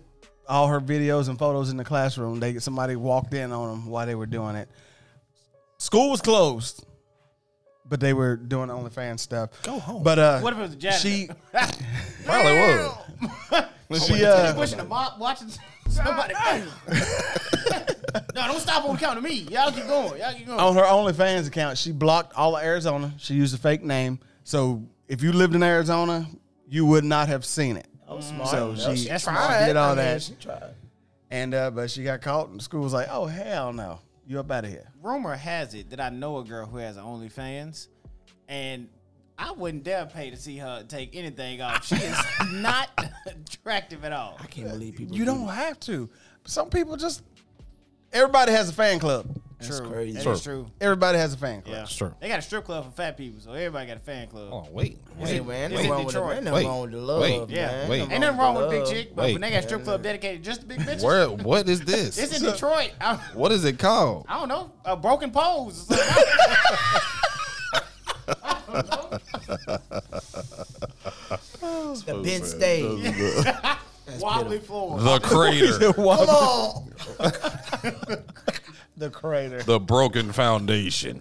[SPEAKER 4] all her videos and photos in the classroom. They somebody walked in on them while they were doing it. School was closed, but they were doing OnlyFans stuff. Go home. But uh,
[SPEAKER 2] what if it was a janitor?
[SPEAKER 4] She
[SPEAKER 1] Probably would.
[SPEAKER 4] she
[SPEAKER 2] They
[SPEAKER 4] uh,
[SPEAKER 2] pushing a mop, watching somebody. no, don't stop on account of me. Y'all keep going. Y'all keep going.
[SPEAKER 4] on her OnlyFans account, she blocked all of Arizona. She used a fake name. So if you lived in Arizona, you would not have seen it.
[SPEAKER 3] Oh, smart.
[SPEAKER 4] So
[SPEAKER 3] Well,
[SPEAKER 4] she
[SPEAKER 3] tried.
[SPEAKER 4] did all
[SPEAKER 3] I mean,
[SPEAKER 4] that.
[SPEAKER 3] She tried.
[SPEAKER 4] And uh, but she got caught, and the school was like, "Oh hell no, you up out of here."
[SPEAKER 2] Rumor has it that I know a girl who has an OnlyFans, and I wouldn't dare pay to see her take anything off. She is not attractive at all.
[SPEAKER 3] I can't believe people.
[SPEAKER 4] You
[SPEAKER 3] do
[SPEAKER 4] don't have to. Some people just. Everybody has a fan club.
[SPEAKER 2] That's true.
[SPEAKER 3] crazy.
[SPEAKER 2] That
[SPEAKER 1] True.
[SPEAKER 2] is true.
[SPEAKER 4] Everybody has a fan club.
[SPEAKER 2] Yeah.
[SPEAKER 1] That's true.
[SPEAKER 2] They got a strip club for fat people, so everybody got a fan club.
[SPEAKER 1] Oh wait.
[SPEAKER 3] that. Hey, man,
[SPEAKER 2] It's
[SPEAKER 3] ain't
[SPEAKER 2] in
[SPEAKER 3] no wrong with the-
[SPEAKER 2] Detroit.
[SPEAKER 3] ain't no
[SPEAKER 1] Wait,
[SPEAKER 3] wrong with the love.
[SPEAKER 1] wait,
[SPEAKER 2] Yeah.
[SPEAKER 3] man.
[SPEAKER 1] wait.
[SPEAKER 2] Ain't nothing wrong with big
[SPEAKER 3] love.
[SPEAKER 2] chick, but
[SPEAKER 1] Wait.
[SPEAKER 2] when they got strip club dedicated just to big bitches,
[SPEAKER 1] Where what is this?
[SPEAKER 2] it's in Detroit. I,
[SPEAKER 1] what is it called?
[SPEAKER 2] I don't know. A broken pose.
[SPEAKER 3] The Ben stage.
[SPEAKER 2] Wobbly floor.
[SPEAKER 1] The crater.
[SPEAKER 3] Come on.
[SPEAKER 4] the crater.
[SPEAKER 1] the broken foundation.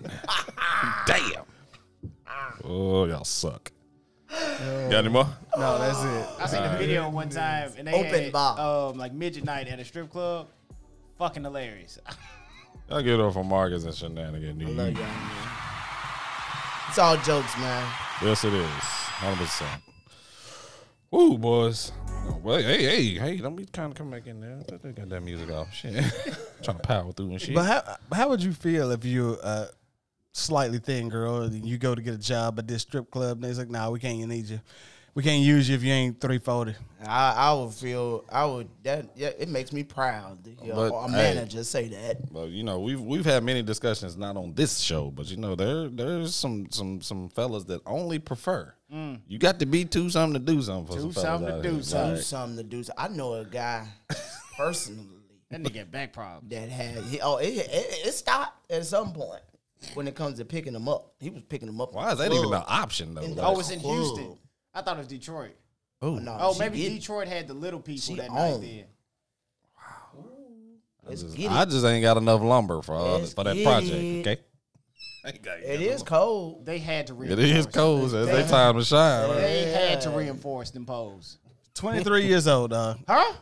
[SPEAKER 1] Damn. Oh, y'all suck. Got any more?
[SPEAKER 4] No, that's it.
[SPEAKER 2] I seen a video one time and they
[SPEAKER 3] Open
[SPEAKER 2] had,
[SPEAKER 3] bar.
[SPEAKER 2] um like midget night at a strip club. Fucking hilarious.
[SPEAKER 1] I'll get it off for Marcus and Shenanigan.
[SPEAKER 3] I love y'all, man. It's all jokes, man.
[SPEAKER 1] Yes, it is. 100%. Woo, boys. Oh, well, hey, hey, hey, don't be trying to come back in there. I thought they got that music off. Shit. trying to power through and shit.
[SPEAKER 4] But how how would you feel if you uh slightly thin girl and you go to get a job at this strip club and they's like, nah, we can't need you. We can't use you if you ain't three forty.
[SPEAKER 3] I, I would feel I would that yeah, it makes me proud. to hear
[SPEAKER 1] But,
[SPEAKER 3] a
[SPEAKER 1] hey.
[SPEAKER 3] manager say that.
[SPEAKER 1] Well, you know, we've we've had many discussions, not on this show, but you know, there there's some some some fellas that only prefer.
[SPEAKER 3] Mm.
[SPEAKER 1] You got to be two something to do something for some
[SPEAKER 2] Do
[SPEAKER 1] fellas
[SPEAKER 2] something to
[SPEAKER 1] out
[SPEAKER 2] do
[SPEAKER 1] here.
[SPEAKER 2] something.
[SPEAKER 3] Do something to do. so- I know a guy personally
[SPEAKER 2] That nigga got back problems.
[SPEAKER 3] that had he, oh it, it, it stopped at some point when it comes to picking them up. He was picking them up.
[SPEAKER 1] Why is that even an option though?
[SPEAKER 3] And-
[SPEAKER 1] Like,
[SPEAKER 2] Oh, it's in
[SPEAKER 3] Whoa.
[SPEAKER 2] Houston. I thought it was Detroit.
[SPEAKER 3] Oh, no,
[SPEAKER 2] Oh,
[SPEAKER 3] she
[SPEAKER 2] maybe
[SPEAKER 3] did.
[SPEAKER 2] Detroit had the little people
[SPEAKER 3] She
[SPEAKER 2] that
[SPEAKER 3] owned.
[SPEAKER 2] night then.
[SPEAKER 3] Let's
[SPEAKER 1] just-
[SPEAKER 3] get it.
[SPEAKER 1] I just ain't got enough lumber for all
[SPEAKER 3] Let's
[SPEAKER 1] for that
[SPEAKER 3] get
[SPEAKER 1] project.
[SPEAKER 3] it.
[SPEAKER 1] Okay,
[SPEAKER 3] it is cold.
[SPEAKER 2] They had to
[SPEAKER 1] it
[SPEAKER 2] reinforce.
[SPEAKER 1] is cold. It's their time to shine. right?
[SPEAKER 2] They had to reinforce them poles.
[SPEAKER 4] Twenty three years old, dog.
[SPEAKER 2] Huh?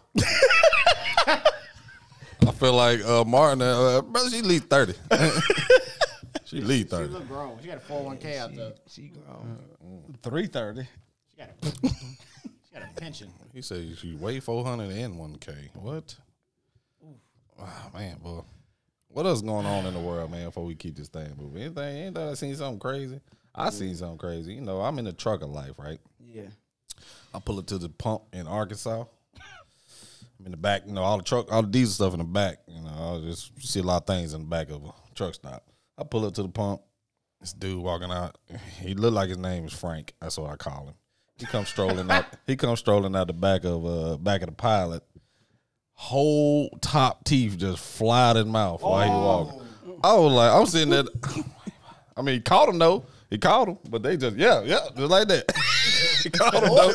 [SPEAKER 1] I feel like uh, Martin, uh, bro, she at least thirty. she at least
[SPEAKER 2] She
[SPEAKER 1] thirty.
[SPEAKER 2] look grown. She got a 401k out there.
[SPEAKER 3] She grown.
[SPEAKER 4] Three thirty.
[SPEAKER 2] She got a, she got a pension.
[SPEAKER 1] He says she weigh four hundred and one k. What? Oh, man, boy. What else going on in the world, man? Before we keep this thing moving, anything? Anything? I seen something crazy. I seen something crazy. You know, I'm in the truck of life, right?
[SPEAKER 3] Yeah.
[SPEAKER 1] I pull it to the pump in Arkansas. I'm in the back, you know, all the truck, all the diesel stuff in the back. You know, I just see a lot of things in the back of a truck stop. I pull up to the pump. This dude walking out. He looked like his name is Frank. That's what I call him. He comes strolling out. He comes strolling out the back of uh back of the pilot. Whole top teeth just fly out his mouth while he walking. I was like, I'm sitting there. I mean, he caught him though. He caught him, but they just yeah, yeah, just like that. he caught him though.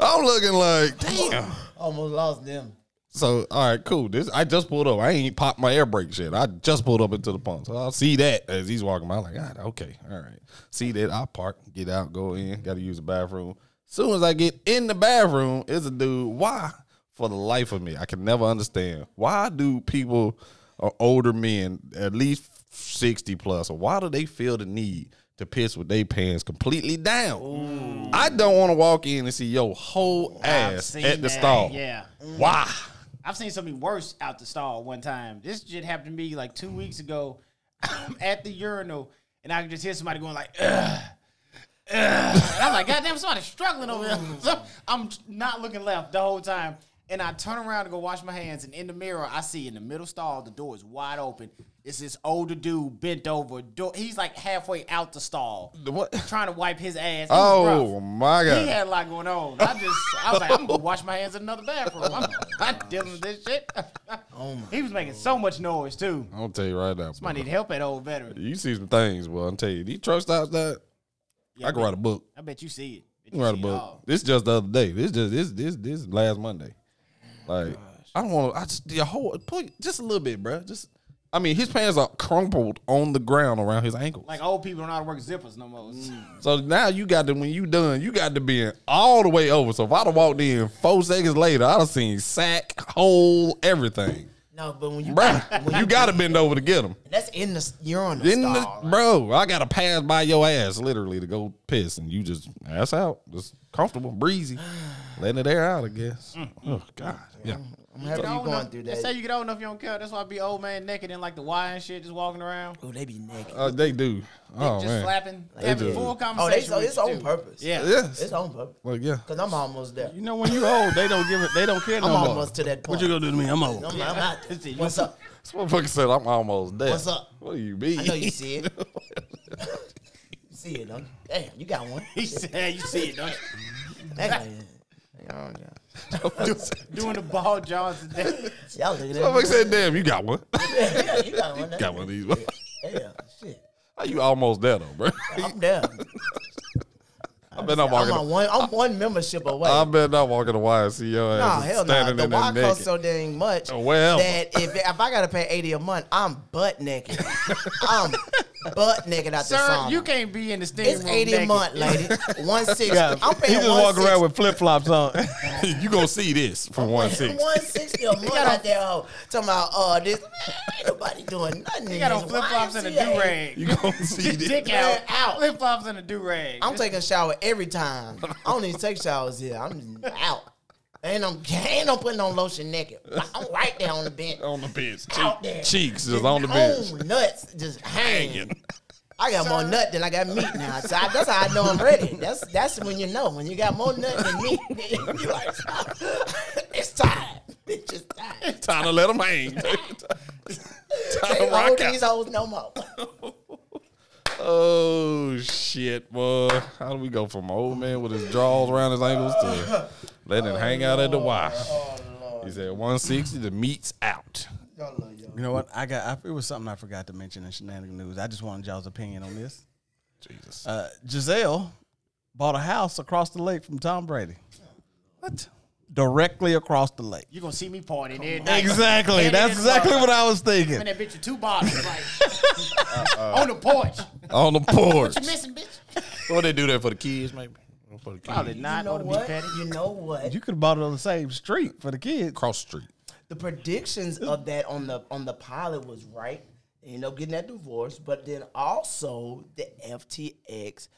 [SPEAKER 1] I'm looking like damn.
[SPEAKER 5] Almost lost them.
[SPEAKER 1] So all right, cool. This I just pulled up. I ain't popped my air brake shit. I just pulled up into the pump. So I'll see that as he's walking by. I'm like, God, okay, all right. See that I park, get out, go in, gotta use the bathroom. Soon as I get in the bathroom, it's a dude. Why? For the life of me, I can never understand. Why do people or older men, at least 60 plus, or why do they feel the need to piss with their pants completely down? I don't want to walk in and see your whole ass
[SPEAKER 2] seen
[SPEAKER 1] at the
[SPEAKER 2] that,
[SPEAKER 1] stall.
[SPEAKER 2] Yeah.
[SPEAKER 1] Why?
[SPEAKER 2] I've seen something worse out the stall one time. This shit happened to me like two weeks ago. I'm at the urinal and I can just hear somebody going like, ugh. ugh." And I'm like, God damn, somebody's struggling over there. So I'm not looking left the whole time. And I turn around to go wash my hands. And in the mirror, I see in the middle stall, the door is wide open. It's this older dude bent over. Door. He's like halfway out the stall
[SPEAKER 1] What?
[SPEAKER 2] trying to wipe his ass. It was rough.
[SPEAKER 1] Oh my
[SPEAKER 2] He
[SPEAKER 1] god!
[SPEAKER 2] had a lot going on. I just, I was like, I'm gonna wash my hands in another bathroom. I'm not dealing with this shit.
[SPEAKER 3] Oh,
[SPEAKER 2] he was making so much noise too.
[SPEAKER 1] I'm gonna tell you right now.
[SPEAKER 2] Might
[SPEAKER 1] bro.
[SPEAKER 2] need help that old veteran.
[SPEAKER 1] You see some things, but I'm telling you, these truck stops that
[SPEAKER 2] Yeah,
[SPEAKER 1] I can
[SPEAKER 2] bet-
[SPEAKER 1] write a book.
[SPEAKER 2] I bet you see it.
[SPEAKER 1] I
[SPEAKER 2] Bet you
[SPEAKER 1] can write a
[SPEAKER 2] see it
[SPEAKER 1] book.
[SPEAKER 2] all.
[SPEAKER 1] This just the other day. This just this this this last Monday. Like I don't want to. I just the whole put just a little bit, bro. Just I mean, his pants are crumpled on the ground around his ankles.
[SPEAKER 2] Like old people don't know how to work zippers no more.
[SPEAKER 3] Mm,
[SPEAKER 1] So now you got to when you done, you got to be in all the way over. So if I'd have walked in four seconds later, I'd have seen sack, hole, everything.
[SPEAKER 3] No, but when you
[SPEAKER 1] Bruh,
[SPEAKER 3] when
[SPEAKER 1] you
[SPEAKER 3] you
[SPEAKER 1] got to bend over to get them.
[SPEAKER 3] that's in the urinal
[SPEAKER 1] Then the,
[SPEAKER 3] stall. like,
[SPEAKER 1] bro, I gotta pass by your ass literally to go piss, and you just ass out, just comfortable, breezy, letting it air out. I guess.
[SPEAKER 3] Mm.
[SPEAKER 1] Oh God, yeah.
[SPEAKER 3] I'm happy
[SPEAKER 2] Get
[SPEAKER 3] you
[SPEAKER 2] old
[SPEAKER 3] going
[SPEAKER 2] enough-
[SPEAKER 3] through
[SPEAKER 2] they
[SPEAKER 3] that.
[SPEAKER 2] say you get old enough, you don't care. That's why I be old man naked in like the Y and shit, just walking around,
[SPEAKER 3] oh, they be naked.
[SPEAKER 1] Uh, they do. Oh
[SPEAKER 2] just
[SPEAKER 1] man.
[SPEAKER 2] slapping, having
[SPEAKER 1] do.
[SPEAKER 2] full
[SPEAKER 3] oh, they
[SPEAKER 2] conversation.
[SPEAKER 3] so
[SPEAKER 2] with
[SPEAKER 3] it's
[SPEAKER 2] you,
[SPEAKER 3] on
[SPEAKER 2] too.
[SPEAKER 3] purpose.
[SPEAKER 2] Yeah.
[SPEAKER 1] yes.
[SPEAKER 3] it's on purpose.
[SPEAKER 1] Like yeah.
[SPEAKER 3] Cause I'm almost there.
[SPEAKER 4] You know, when you old, they don't give it. They don't care no
[SPEAKER 3] I'm
[SPEAKER 4] more.
[SPEAKER 3] almost to that point.
[SPEAKER 4] What you gonna do to me? I'm old.
[SPEAKER 3] I'm, I'm out. there.
[SPEAKER 2] You-
[SPEAKER 3] What's up?
[SPEAKER 1] This motherfucker said I'm almost dead.
[SPEAKER 3] What's up?
[SPEAKER 1] What do you mean?
[SPEAKER 3] I know you see it. You see it, don't you? Damn, you got one.
[SPEAKER 2] He said, "You see it, don't you?"
[SPEAKER 3] Damn. Oh, yeah.
[SPEAKER 2] Doing the ball jaws today.
[SPEAKER 3] Y'all look at
[SPEAKER 1] motherfucker
[SPEAKER 3] that.
[SPEAKER 1] said, "Damn, you got one.
[SPEAKER 3] Yeah, you got one.
[SPEAKER 1] got one of these. How
[SPEAKER 3] Damn, shit.
[SPEAKER 1] you almost dead, though, bro?
[SPEAKER 3] I'm down.
[SPEAKER 1] I bet I'm
[SPEAKER 3] I'm on
[SPEAKER 1] walking.
[SPEAKER 3] one. I'm one membership away.
[SPEAKER 1] I bet not walking the wire. See your
[SPEAKER 3] No,
[SPEAKER 1] ass
[SPEAKER 3] hell no.
[SPEAKER 1] standing
[SPEAKER 3] The
[SPEAKER 1] in there
[SPEAKER 3] wine
[SPEAKER 1] naked.
[SPEAKER 3] costs so dang much
[SPEAKER 1] Oh, wherever.
[SPEAKER 3] that if if I gotta pay eighty a month, I'm butt naked. I'm butt naked out
[SPEAKER 2] Sir,
[SPEAKER 3] the sauna.
[SPEAKER 2] you can't be in the steam
[SPEAKER 3] it's
[SPEAKER 2] room
[SPEAKER 3] eighty a
[SPEAKER 2] naked.
[SPEAKER 3] month, lady. One sixty. I'm
[SPEAKER 4] he
[SPEAKER 3] paying
[SPEAKER 4] just
[SPEAKER 3] one
[SPEAKER 4] walk
[SPEAKER 3] sixty.
[SPEAKER 4] around with flip flops on.
[SPEAKER 1] you gonna see this from one six.
[SPEAKER 3] One sixty a month out there, oh, talking about oh this man, ain't nobody doing nothing.
[SPEAKER 2] You got on flip flops and a do rag.
[SPEAKER 1] You gonna see this.
[SPEAKER 2] Dick
[SPEAKER 3] Man,
[SPEAKER 2] out.
[SPEAKER 3] out.
[SPEAKER 2] Flip flops and a do rag.
[SPEAKER 3] I'm taking a shower every time. I don't even take showers here. I'm out. And I'm and I'm putting on lotion naked. I'm right there on the bench.
[SPEAKER 1] on the bench.
[SPEAKER 3] Out there.
[SPEAKER 1] Cheeks just on the bench.
[SPEAKER 3] Oh, nuts just hanging.
[SPEAKER 1] Hanging.
[SPEAKER 3] I got more nut than I got meat now. So I, that's how I know I'm ready. That's that's when you know when you got more nut than meat. then You like "Stop. it's time. It's just time.
[SPEAKER 1] Time to let them hang. Time to
[SPEAKER 3] Can't hold
[SPEAKER 1] rock
[SPEAKER 3] these
[SPEAKER 1] out.
[SPEAKER 3] hoes no more.
[SPEAKER 1] Oh shit, boy! How do we go from old man with his drawers around his ankles to letting it hang out at the Y? He said 160. The meat's out.
[SPEAKER 4] you know what? I got. I, it was something I forgot to mention in Shenanigan News. I just wanted y'all's opinion on this.
[SPEAKER 1] Jesus.
[SPEAKER 4] Uh, Giselle bought a house across the lake from Tom Brady. What? Directly across the lake.
[SPEAKER 2] You're gonna see me partying every night.
[SPEAKER 4] Exactly.
[SPEAKER 2] Man,
[SPEAKER 4] That's
[SPEAKER 2] it is
[SPEAKER 4] exactly
[SPEAKER 2] rough.
[SPEAKER 4] what I was
[SPEAKER 2] Man,
[SPEAKER 4] thinking.
[SPEAKER 2] that bitch with two bottles, like on the porch.
[SPEAKER 1] on the porch.
[SPEAKER 2] You missing, bitch?
[SPEAKER 1] what they do that for the kids, maybe? For the kids.
[SPEAKER 2] Probably not.
[SPEAKER 3] You know
[SPEAKER 2] on the
[SPEAKER 3] what?
[SPEAKER 2] Big patty.
[SPEAKER 3] You know what?
[SPEAKER 4] You could have bought it on the same street for the kids.
[SPEAKER 1] Cross street.
[SPEAKER 3] the predictions of that on the on the pilot was right. They end up getting that divorce, but then also the FTX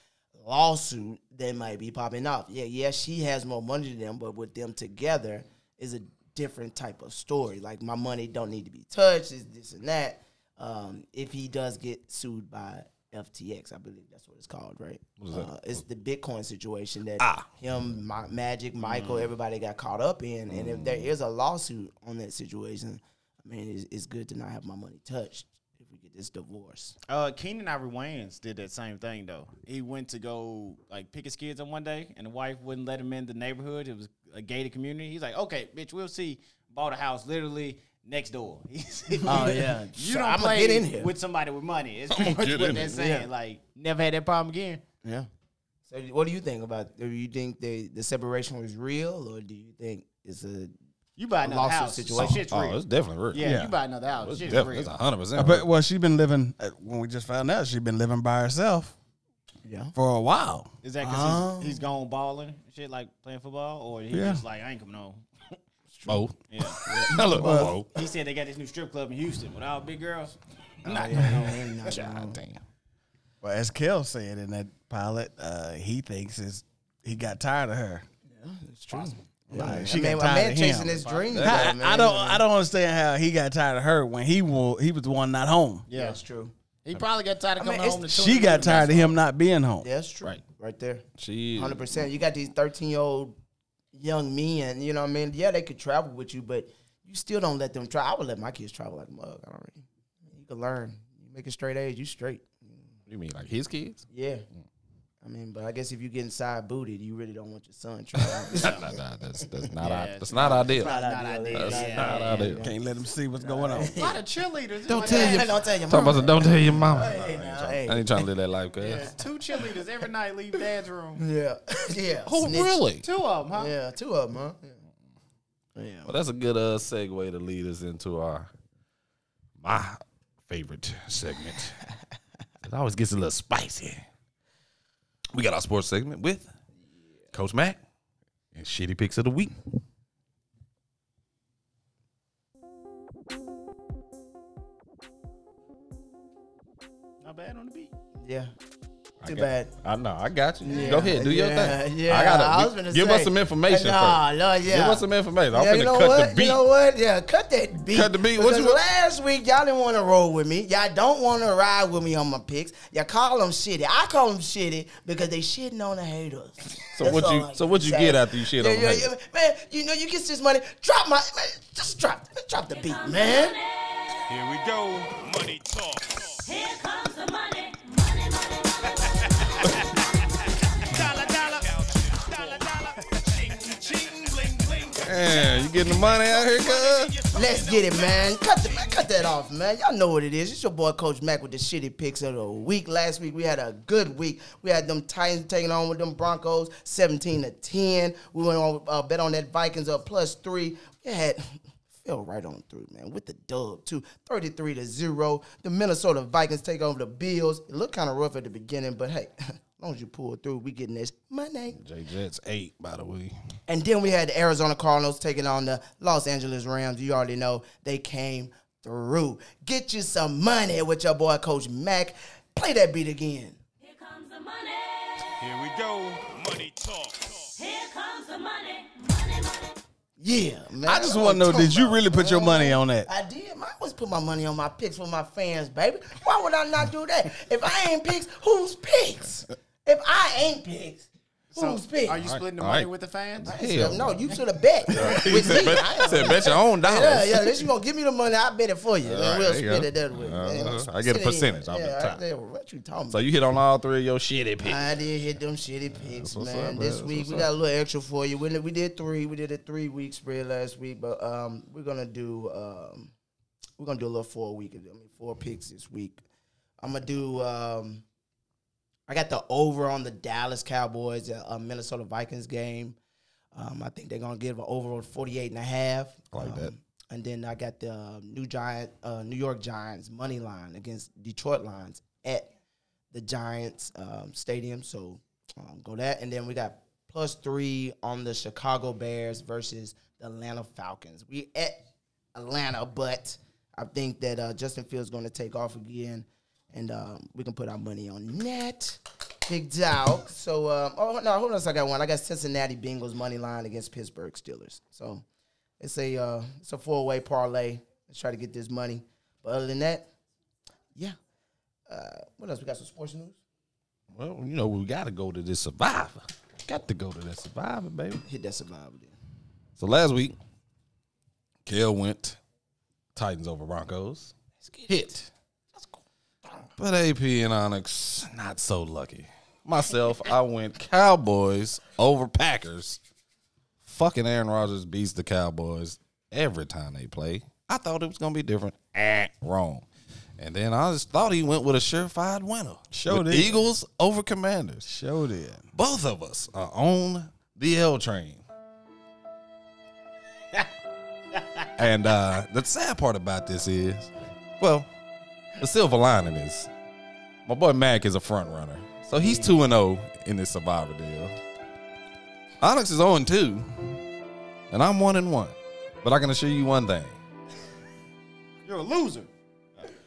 [SPEAKER 3] lawsuit that might be popping off. Yeah, yeah, she has more money than them, but with them together is a different type of story. Like my money don't need to be touched. Is this and that? Um, if he does get sued by FTX, I believe that's what it's called, right? Uh, it's the Bitcoin situation that him, Ma- Magic, Michael,
[SPEAKER 4] Mm.
[SPEAKER 3] everybody got caught up in. And if there is a lawsuit on that situation, I mean, it's, it's good to not have my money touched if we get is divorce.
[SPEAKER 2] Uh, Keenan Ivory Wayans did that same thing though. He went to go like pick his kids on one day, and the wife wouldn't let him in the neighborhood. It was a gated community. He's like, "Okay, bitch, we'll see." Bought a house literally next door.
[SPEAKER 3] Oh, yeah.
[SPEAKER 2] you
[SPEAKER 3] So
[SPEAKER 2] don't
[SPEAKER 3] I'ma
[SPEAKER 2] play
[SPEAKER 3] get in here.
[SPEAKER 2] with somebody with money. It's pretty much
[SPEAKER 1] get
[SPEAKER 2] what
[SPEAKER 1] in
[SPEAKER 2] they're
[SPEAKER 1] here.
[SPEAKER 2] saying. Like, never had that problem again.
[SPEAKER 3] Yeah. So what do you think about? Do you think the the separation was real, or do you think it's a
[SPEAKER 2] You buy another
[SPEAKER 3] lawsuit
[SPEAKER 2] house,
[SPEAKER 3] situation.
[SPEAKER 2] situation. shit's
[SPEAKER 1] Oh,
[SPEAKER 2] real.
[SPEAKER 1] it's definitely real.
[SPEAKER 2] yeah,
[SPEAKER 4] Yeah.
[SPEAKER 2] you buy another house,
[SPEAKER 1] it's
[SPEAKER 2] shit's
[SPEAKER 1] definitely
[SPEAKER 2] real.
[SPEAKER 1] it's hundred
[SPEAKER 4] Uh,
[SPEAKER 1] percent.
[SPEAKER 4] But well, she's been living. uh, When we just found out, she's been living by herself
[SPEAKER 3] yeah?
[SPEAKER 4] for a while.
[SPEAKER 2] Is that because
[SPEAKER 3] Um.
[SPEAKER 2] he's, he's gone balling, and shit like playing football, or he's
[SPEAKER 4] Yeah.
[SPEAKER 2] just like, I ain't coming home.
[SPEAKER 1] Both.
[SPEAKER 2] Yeah.
[SPEAKER 1] Look, both.
[SPEAKER 2] he said they got this new strip club in Houston with all big girls.
[SPEAKER 3] Not yeah, not
[SPEAKER 1] God damn.
[SPEAKER 4] Well, as Kel said in that pilot, uh, he thinks is he got tired of her.
[SPEAKER 3] It's true.
[SPEAKER 4] Like,
[SPEAKER 3] I
[SPEAKER 4] she got
[SPEAKER 3] mean, a
[SPEAKER 4] tired
[SPEAKER 3] man
[SPEAKER 4] of
[SPEAKER 3] chasing
[SPEAKER 4] him.
[SPEAKER 3] his dream. though,
[SPEAKER 4] I,
[SPEAKER 3] man.
[SPEAKER 4] I don't. I don't understand how he got tired of her when he wa- he was the one not home.
[SPEAKER 2] Yeah.
[SPEAKER 3] That's true.
[SPEAKER 2] He probably got tired of
[SPEAKER 3] mean,
[SPEAKER 2] coming
[SPEAKER 3] it's-
[SPEAKER 2] home. To
[SPEAKER 4] She got tired of him not being home.
[SPEAKER 3] Yeah, That's true.
[SPEAKER 1] Right.
[SPEAKER 3] Right there.
[SPEAKER 1] She
[SPEAKER 3] Hundred percent. You got these thirteen year old young men. You know what I mean? Yeah, they could travel with you, but you still don't let them travel. I would let my kids travel like a mug. I don't really. You can learn. You make a straight A's. You straight.
[SPEAKER 1] You mean like his kids?
[SPEAKER 3] Yeah. I mean, but I guess if you get inside booted, you really don't want your son traveling.
[SPEAKER 1] Nah, nah, that's that's not our,
[SPEAKER 2] it's
[SPEAKER 1] that's not ideal.
[SPEAKER 3] not
[SPEAKER 2] Not
[SPEAKER 3] ideal.
[SPEAKER 2] ideal.
[SPEAKER 1] That's
[SPEAKER 2] Yeah,
[SPEAKER 1] not
[SPEAKER 2] yeah,
[SPEAKER 1] ideal.
[SPEAKER 4] Can't let him see what's going on.
[SPEAKER 2] A lot of cheerleaders.
[SPEAKER 3] don't
[SPEAKER 2] Like,
[SPEAKER 3] tell
[SPEAKER 2] hey,
[SPEAKER 3] your don't tell your
[SPEAKER 1] Talk
[SPEAKER 3] mama.
[SPEAKER 1] about some, don't tell your mama.
[SPEAKER 3] Hey, now, hey.
[SPEAKER 1] I ain't trying to live that life, cuz.
[SPEAKER 2] there's Two cheerleaders every night leave dad's room.
[SPEAKER 3] Yeah, yeah.
[SPEAKER 1] Oh,
[SPEAKER 3] Snitch.
[SPEAKER 1] really?
[SPEAKER 2] Two of them, huh?
[SPEAKER 3] Yeah, two of them, huh? Yeah.
[SPEAKER 1] Well, that's a good uh, segue to lead us into our my favorite segment. it always gets a little spicy. We got our sports segment with Coach Mac and Shitty Picks of the Week.
[SPEAKER 2] Not bad on the beat.
[SPEAKER 3] Yeah.
[SPEAKER 1] I
[SPEAKER 3] Too
[SPEAKER 1] got-
[SPEAKER 3] bad.
[SPEAKER 1] I know. I got you. Go ahead, do
[SPEAKER 3] yeah,
[SPEAKER 1] your thing.
[SPEAKER 3] Yeah,
[SPEAKER 1] I
[SPEAKER 3] was
[SPEAKER 1] gotta
[SPEAKER 3] gonna
[SPEAKER 1] give
[SPEAKER 3] say-
[SPEAKER 1] us some information
[SPEAKER 3] Nah,
[SPEAKER 1] first.
[SPEAKER 3] no, yeah.
[SPEAKER 1] Give us some information. I'm
[SPEAKER 3] yeah,
[SPEAKER 1] finna
[SPEAKER 3] you know
[SPEAKER 1] cut
[SPEAKER 3] what?
[SPEAKER 1] the beat.
[SPEAKER 3] You know what? Yeah, cut that beat.
[SPEAKER 1] Cut the beat. What
[SPEAKER 3] Because
[SPEAKER 1] you-
[SPEAKER 3] last week y'all didn't want to roll with me. Y'all don't want to ride with me on my picks. Y'all call them shitty. I call them shitty because they shitting on the haters.
[SPEAKER 1] So
[SPEAKER 3] That's
[SPEAKER 1] what
[SPEAKER 3] all
[SPEAKER 1] you-
[SPEAKER 3] I
[SPEAKER 1] so
[SPEAKER 3] can
[SPEAKER 1] what you
[SPEAKER 3] say.
[SPEAKER 1] get after you shit on the haters?
[SPEAKER 3] Man, you know you get this money. Drop my man, just drop, drop the beat, man.
[SPEAKER 5] Here we go. Money talk.
[SPEAKER 6] Here comes the money. Money, money, money, money.
[SPEAKER 5] Dollar, dollar. Dollar, dollar. Ching, ching, bling, bling.
[SPEAKER 1] Man, you getting the money out here, cuz?
[SPEAKER 3] Let's get it, man. Cut the, man, cut that off, man. Y'all know what it is. It's your boy Coach Mack with the shitty picks of the week. Last week we had a good week. We had them Titans taking on with them Broncos, seventeen to ten. We went on uh, bet on that Vikings up plus three. We had fell right on through, man, with the dub too, thirty-three to zero. The Minnesota Vikings take over the Bills. It looked kind of rough at the beginning, but hey, as long as you pull through, we getting this money.
[SPEAKER 1] J Jets eight, by the way.
[SPEAKER 3] And then we had the Arizona Cardinals taking on the Los Angeles Rams. You already know they came through. Get you some money with your boy Coach Mack. Play that beat again.
[SPEAKER 6] Here comes the money.
[SPEAKER 5] Here we go. Money talk.
[SPEAKER 6] Here comes the money. Money, money.
[SPEAKER 3] Yeah, man.
[SPEAKER 4] I just
[SPEAKER 3] That's what
[SPEAKER 4] want to
[SPEAKER 3] I'm
[SPEAKER 4] know:
[SPEAKER 3] talking
[SPEAKER 4] Did you
[SPEAKER 3] about.
[SPEAKER 4] really put your money on that?
[SPEAKER 3] I did. I always put my money on my picks for my fans, baby. Why would I not do that? If I ain't picks, who's picks? If I ain't picks, who's picks?
[SPEAKER 2] Are you splitting the
[SPEAKER 1] all
[SPEAKER 2] money
[SPEAKER 1] right.
[SPEAKER 2] with the fans?
[SPEAKER 1] Hell
[SPEAKER 3] no, you should have bet
[SPEAKER 1] He
[SPEAKER 3] with me.
[SPEAKER 1] said, bet,
[SPEAKER 3] I ain't-
[SPEAKER 1] said, bet your own dollars.
[SPEAKER 3] Yeah, yeah. Unless you gonna give me the money, I bet it for you.
[SPEAKER 1] right,
[SPEAKER 3] Then we'll
[SPEAKER 1] there you
[SPEAKER 3] split
[SPEAKER 1] go.
[SPEAKER 3] it that way. Man,
[SPEAKER 1] Uh-huh.
[SPEAKER 3] I'm
[SPEAKER 1] I get a
[SPEAKER 3] sitting
[SPEAKER 1] percentage
[SPEAKER 3] here.
[SPEAKER 1] off the
[SPEAKER 3] Yeah,
[SPEAKER 1] top.
[SPEAKER 3] I- yeah, what you talking
[SPEAKER 1] So
[SPEAKER 3] about?
[SPEAKER 1] you hit on all three of your shitty picks.
[SPEAKER 3] I did hit them shitty picks,
[SPEAKER 1] what's
[SPEAKER 3] man.
[SPEAKER 1] up, man.
[SPEAKER 3] This
[SPEAKER 1] That's
[SPEAKER 3] week
[SPEAKER 1] what's
[SPEAKER 3] we
[SPEAKER 1] up.
[SPEAKER 3] got a little extra for you. We, we did three. We did a three week spread last week, but um, we're gonna do um, we're gonna do a little four week. I mean, four picks this week. I'm gonna do um, I got the over on the Dallas Cowboys, uh, uh, Minnesota Vikings game. Um, I think they're gonna give an over of 48 and a half.
[SPEAKER 1] I like
[SPEAKER 3] Um,
[SPEAKER 1] that.
[SPEAKER 3] And then I got the uh, new giant, uh, New York Giants money line against Detroit Lions at the Giants um, stadium. So um, go that, and then we got plus three on the Chicago Bears versus the Atlanta Falcons. We at Atlanta, but I think that uh, Justin Fields going to take off again, and um, we can put our money on that. Big doubt. So, um, oh no, who else I got one? I got Cincinnati Bengals money line against Pittsburgh Steelers. So it's a uh, it's a four way parlay. Let's try to get this money. But other than that, yeah. Uh, what else? We got some sports news.
[SPEAKER 1] Well, you know, we got to go to this survivor. Got to go to that survivor, baby.
[SPEAKER 3] Hit that survivor. Then.
[SPEAKER 1] So last week, Kale went Titans over Broncos.
[SPEAKER 3] Let's get
[SPEAKER 1] Hit. But AP and Onyx, not so lucky. Myself, I went Cowboys over Packers. Fucking Aaron Rodgers beats the Cowboys every time they play. I thought it was gonna be different. Eh, wrong. And then I just thought he went with a surefire winner.
[SPEAKER 4] Sure
[SPEAKER 1] with
[SPEAKER 4] did.
[SPEAKER 1] Eagles over Commanders.
[SPEAKER 4] Showed it.
[SPEAKER 1] Both of us are on the L train. and uh, the sad part about this is, well, the silver lining is my boy Mac is a front runner. So he's 2 and 0 in this survivor deal. Onyx is 0 and 2, and I'm 1 and 1. But I can assure you one thing
[SPEAKER 2] You're a loser.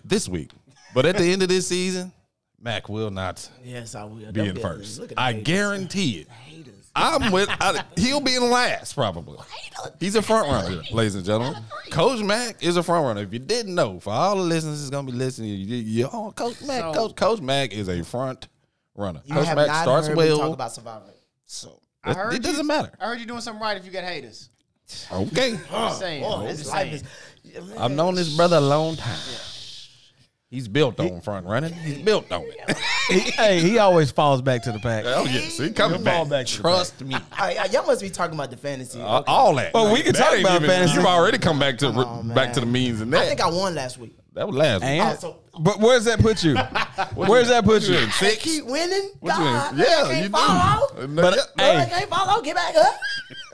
[SPEAKER 1] this week, but at the end of this season, Mac will not
[SPEAKER 3] Yes, I will.
[SPEAKER 1] be
[SPEAKER 3] Don't
[SPEAKER 1] in
[SPEAKER 3] be
[SPEAKER 1] first.
[SPEAKER 3] Look at the
[SPEAKER 1] I
[SPEAKER 3] haters.
[SPEAKER 1] guarantee it.
[SPEAKER 3] Haters.
[SPEAKER 1] I'm with. I, he'll be in last probably. He's a front runner, ladies and gentlemen. Coach Mack is a front runner. If you didn't know, for all the listeners that's gonna be listening, you, you, you- oh, Coach Mack,
[SPEAKER 2] So-
[SPEAKER 1] Coach Coach Mack is a front runner.
[SPEAKER 3] You
[SPEAKER 1] Coach
[SPEAKER 3] have
[SPEAKER 1] Mack
[SPEAKER 3] not
[SPEAKER 1] starts
[SPEAKER 3] heard
[SPEAKER 1] well.
[SPEAKER 3] me talk about Survivor. So
[SPEAKER 2] I
[SPEAKER 1] It-
[SPEAKER 2] heard
[SPEAKER 1] it
[SPEAKER 2] you-
[SPEAKER 1] doesn't matter.
[SPEAKER 2] I heard you doing something right if you got haters.
[SPEAKER 1] Okay,
[SPEAKER 2] I'm saying.
[SPEAKER 3] Oh,
[SPEAKER 2] I'm
[SPEAKER 3] this
[SPEAKER 2] just
[SPEAKER 3] life
[SPEAKER 2] saying.
[SPEAKER 3] is.
[SPEAKER 1] I've known this brother a long time. He's built on front running. He's built on it.
[SPEAKER 4] hey, he always falls back to the pack.
[SPEAKER 1] oh yes, he coming
[SPEAKER 4] He'll fall
[SPEAKER 1] back.
[SPEAKER 4] back to the
[SPEAKER 1] Trust me.
[SPEAKER 3] All right, y'all must be talking about the fantasy.
[SPEAKER 1] Uh,
[SPEAKER 3] Okay.
[SPEAKER 1] All that.
[SPEAKER 4] Well, we can
[SPEAKER 1] That
[SPEAKER 4] talk
[SPEAKER 1] ain't
[SPEAKER 4] about fantasy.
[SPEAKER 1] You've already come back to
[SPEAKER 3] on,
[SPEAKER 1] back to the
[SPEAKER 3] man.
[SPEAKER 1] means and that.
[SPEAKER 3] I think I won last week. Oh,
[SPEAKER 1] that was last. week.
[SPEAKER 4] And,
[SPEAKER 3] so-
[SPEAKER 4] but where does that put you? where does that put
[SPEAKER 1] What you
[SPEAKER 4] you?
[SPEAKER 1] in,
[SPEAKER 3] They
[SPEAKER 1] six?
[SPEAKER 3] keep winning.
[SPEAKER 1] What you in?
[SPEAKER 3] God,
[SPEAKER 1] Yeah,
[SPEAKER 3] I can't
[SPEAKER 1] you do.
[SPEAKER 3] follow.
[SPEAKER 1] No,
[SPEAKER 4] But
[SPEAKER 1] yeah.
[SPEAKER 3] Hey.
[SPEAKER 4] hey,
[SPEAKER 3] I can't follow. Get back up.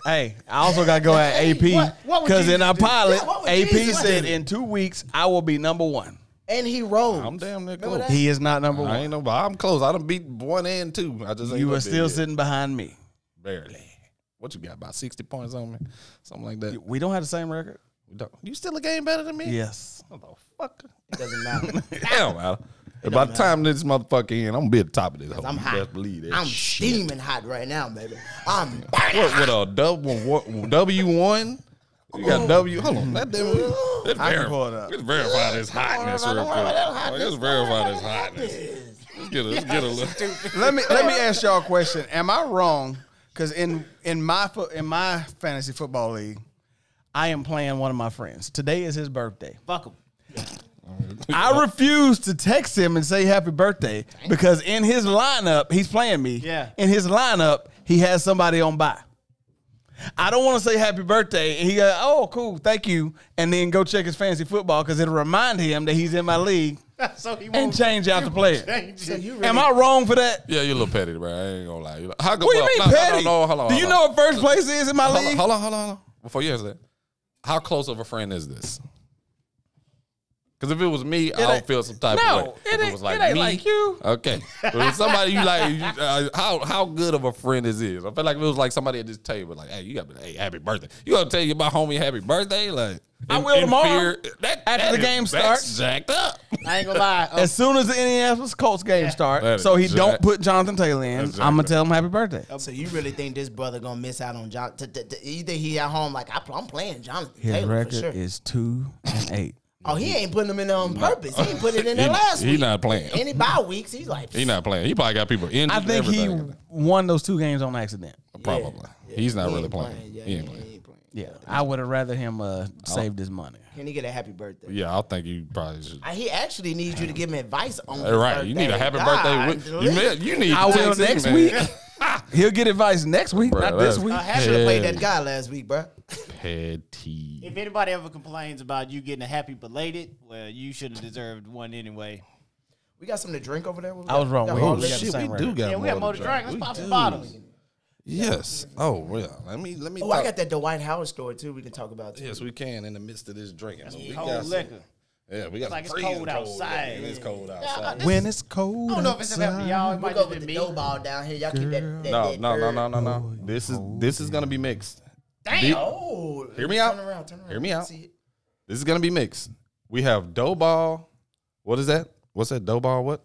[SPEAKER 4] Hey, I also got to go at AP
[SPEAKER 2] what- what would
[SPEAKER 4] because
[SPEAKER 2] Jesus
[SPEAKER 4] in our
[SPEAKER 2] do?
[SPEAKER 4] pilot,
[SPEAKER 3] Yeah, what would
[SPEAKER 4] AP
[SPEAKER 3] Jesus
[SPEAKER 4] said
[SPEAKER 3] do?
[SPEAKER 4] in two weeks I will be number one.
[SPEAKER 3] And he rolled.
[SPEAKER 1] I'm damn near
[SPEAKER 3] Remember
[SPEAKER 1] close.
[SPEAKER 3] that?
[SPEAKER 4] He is not number
[SPEAKER 1] I
[SPEAKER 4] one.
[SPEAKER 1] ain't no, but I'm close. I done beat one and two. I just ain't
[SPEAKER 4] You
[SPEAKER 1] up
[SPEAKER 4] are
[SPEAKER 1] there
[SPEAKER 4] still
[SPEAKER 1] yet.
[SPEAKER 4] sitting behind me.
[SPEAKER 1] barely. What you got? About sixty points on me, something like that. You,
[SPEAKER 4] We don't have the same record.
[SPEAKER 1] don't- you still a game better than me?
[SPEAKER 4] Yes.
[SPEAKER 1] Motherfucker.
[SPEAKER 3] It doesn't matter.
[SPEAKER 1] Damn, man. By the time this motherfucker in, I'm gonna be at the top of this hole.
[SPEAKER 3] I'm
[SPEAKER 1] You
[SPEAKER 3] hot.
[SPEAKER 1] best believe that.
[SPEAKER 3] I'm
[SPEAKER 1] shit.
[SPEAKER 3] steaming hot right now, baby. I'm burning.
[SPEAKER 1] What with a double W one? You got W. Hold on, that damn. Let's
[SPEAKER 4] Oh. I can pull it up.
[SPEAKER 1] verify, let's verify this hotness real quick. Let's verify this hotness. Let's get a, let's get a little.
[SPEAKER 4] let me let me ask y'all a question. Am I wrong? Because in in my fo- in my fantasy football league, I am playing one of my friends. Today is his birthday.
[SPEAKER 2] Fuck him.
[SPEAKER 4] I refuse to text him and say happy birthday because in his lineup, he's playing me.
[SPEAKER 2] Yeah.
[SPEAKER 4] In his lineup, he has somebody on by. I don't want to say happy birthday and he go, oh, cool, thank you, and then go check his fantasy football because it'll remind him that he's in my league.
[SPEAKER 2] so he
[SPEAKER 4] And
[SPEAKER 2] won't
[SPEAKER 4] change out the player.
[SPEAKER 2] change
[SPEAKER 3] So
[SPEAKER 2] it.
[SPEAKER 3] you really,
[SPEAKER 4] Am I wrong for that?
[SPEAKER 1] Yeah, you're a little petty, bro. I ain't gonna lie. You like- How go,
[SPEAKER 4] What do you
[SPEAKER 1] well,
[SPEAKER 4] mean
[SPEAKER 1] no, no,
[SPEAKER 4] petty?
[SPEAKER 1] No, no, hold on.
[SPEAKER 4] Do
[SPEAKER 1] hold
[SPEAKER 4] you
[SPEAKER 1] on.
[SPEAKER 4] know what first place is in my
[SPEAKER 1] Hold on,
[SPEAKER 4] league?
[SPEAKER 1] hold on, hold on, hold on. Before you answer that, how close of a friend is this? Because if it was me, I don't
[SPEAKER 4] ain't-
[SPEAKER 1] feel some type
[SPEAKER 4] No,
[SPEAKER 1] of way.
[SPEAKER 4] it
[SPEAKER 1] if
[SPEAKER 4] ain't- it ain't like you.
[SPEAKER 1] okay. But if somebody you like, you, uh, how how good of a friend is this? I feel like if it was like somebody at this table, like, hey, you got, hey, happy birthday. You gonna tell your my homie happy birthday? Like,
[SPEAKER 4] I will tomorrow,
[SPEAKER 1] that,
[SPEAKER 4] after
[SPEAKER 1] that
[SPEAKER 4] the
[SPEAKER 1] is-
[SPEAKER 4] game
[SPEAKER 1] that's
[SPEAKER 4] starts.
[SPEAKER 1] jacked up.
[SPEAKER 2] I ain't gonna lie.
[SPEAKER 3] Um,
[SPEAKER 2] Oh,
[SPEAKER 4] As soon as the Indianapolis Colts game
[SPEAKER 1] That
[SPEAKER 4] starts, so he
[SPEAKER 1] is
[SPEAKER 4] don't
[SPEAKER 1] jack-
[SPEAKER 4] put Jonathan Taylor in,
[SPEAKER 1] That's
[SPEAKER 4] I'm
[SPEAKER 1] jacked
[SPEAKER 4] gonna
[SPEAKER 1] up.
[SPEAKER 4] tell him happy birthday.
[SPEAKER 3] um, so you really think this brother gonna miss out on John? T- t- t- you think he at home like I, pl- I'm playing Jonathan
[SPEAKER 4] His
[SPEAKER 3] Taylor
[SPEAKER 4] record
[SPEAKER 3] for sure?
[SPEAKER 4] is two and eight.
[SPEAKER 3] oh, he ain't putting them in there on purpose. He ain't putting it in there
[SPEAKER 1] He-
[SPEAKER 3] last
[SPEAKER 1] he
[SPEAKER 3] week.
[SPEAKER 1] not playing.
[SPEAKER 3] Any bye weeks, he's like
[SPEAKER 1] He not playing. He probably got people injured.
[SPEAKER 4] I think he
[SPEAKER 1] everything.
[SPEAKER 4] won those two games on accident.
[SPEAKER 1] probably. He's not
[SPEAKER 3] he
[SPEAKER 1] really
[SPEAKER 3] ain't
[SPEAKER 1] playing.
[SPEAKER 3] Yeah,
[SPEAKER 1] he ain't
[SPEAKER 3] yeah,
[SPEAKER 1] playing.
[SPEAKER 3] he ain't playing.
[SPEAKER 4] Yeah, I would have rather him uh, saved his money.
[SPEAKER 3] Can he get a happy birthday?
[SPEAKER 1] Yeah, I think you probably should.
[SPEAKER 3] I- He actually needs you to give him advice on.
[SPEAKER 1] All
[SPEAKER 3] his
[SPEAKER 1] right, you need a
[SPEAKER 3] birthday.
[SPEAKER 1] happy
[SPEAKER 3] God,
[SPEAKER 1] birthday. With, you,
[SPEAKER 3] delicious.
[SPEAKER 1] may- you need.
[SPEAKER 4] I
[SPEAKER 1] to
[SPEAKER 4] will
[SPEAKER 1] text him,
[SPEAKER 4] next
[SPEAKER 1] man.
[SPEAKER 4] week. He'll get advice next week,
[SPEAKER 1] Bruh,
[SPEAKER 4] not this
[SPEAKER 1] that's-
[SPEAKER 4] week.
[SPEAKER 2] I
[SPEAKER 3] I should have played that
[SPEAKER 1] Hey.
[SPEAKER 3] guy last week, bro.
[SPEAKER 1] Petty.
[SPEAKER 2] If anybody ever complains about you getting a happy belated, well, you should have deserved one anyway.
[SPEAKER 3] We got something to drink over there. What we
[SPEAKER 4] I
[SPEAKER 3] got?
[SPEAKER 4] was wrong.
[SPEAKER 3] Got
[SPEAKER 4] We-
[SPEAKER 3] all
[SPEAKER 4] we
[SPEAKER 3] this
[SPEAKER 4] got
[SPEAKER 3] shit?
[SPEAKER 4] the same record.
[SPEAKER 2] Yeah, we got more to drink. Let's
[SPEAKER 1] We
[SPEAKER 2] pop some
[SPEAKER 1] do.
[SPEAKER 2] bottles.
[SPEAKER 1] Yes. Oh, well. Let me. Let me.
[SPEAKER 3] Oh, I
[SPEAKER 1] talk-
[SPEAKER 3] got that Dwight Howard story too. We can talk about too.
[SPEAKER 1] Yes, we can in the midst of this drinking. but we got
[SPEAKER 2] Cold
[SPEAKER 1] some-
[SPEAKER 2] liquor.
[SPEAKER 1] Yeah, we got.
[SPEAKER 2] like
[SPEAKER 1] some
[SPEAKER 2] it's
[SPEAKER 1] freezing
[SPEAKER 2] cold outside.
[SPEAKER 1] yeah, It is cold
[SPEAKER 2] uh,
[SPEAKER 1] outside.
[SPEAKER 2] this-
[SPEAKER 4] When it's cold,
[SPEAKER 2] I don't know if it's about y'all. It
[SPEAKER 3] We'll
[SPEAKER 2] might
[SPEAKER 3] go
[SPEAKER 2] just
[SPEAKER 3] with
[SPEAKER 2] be
[SPEAKER 3] the
[SPEAKER 2] me.
[SPEAKER 3] dough ball down here. Y'all keep that. that
[SPEAKER 1] No,
[SPEAKER 3] that
[SPEAKER 1] no, no,
[SPEAKER 3] herb.
[SPEAKER 1] no, no, no. This is this is gonna be mixed.
[SPEAKER 2] Damn.
[SPEAKER 3] Oh,
[SPEAKER 1] Hear me out.
[SPEAKER 3] Turn around. Turn around.
[SPEAKER 1] Hear me out.
[SPEAKER 3] See it?
[SPEAKER 1] This is gonna be mixed. We have dough ball. What is that? What's that dough ball? What?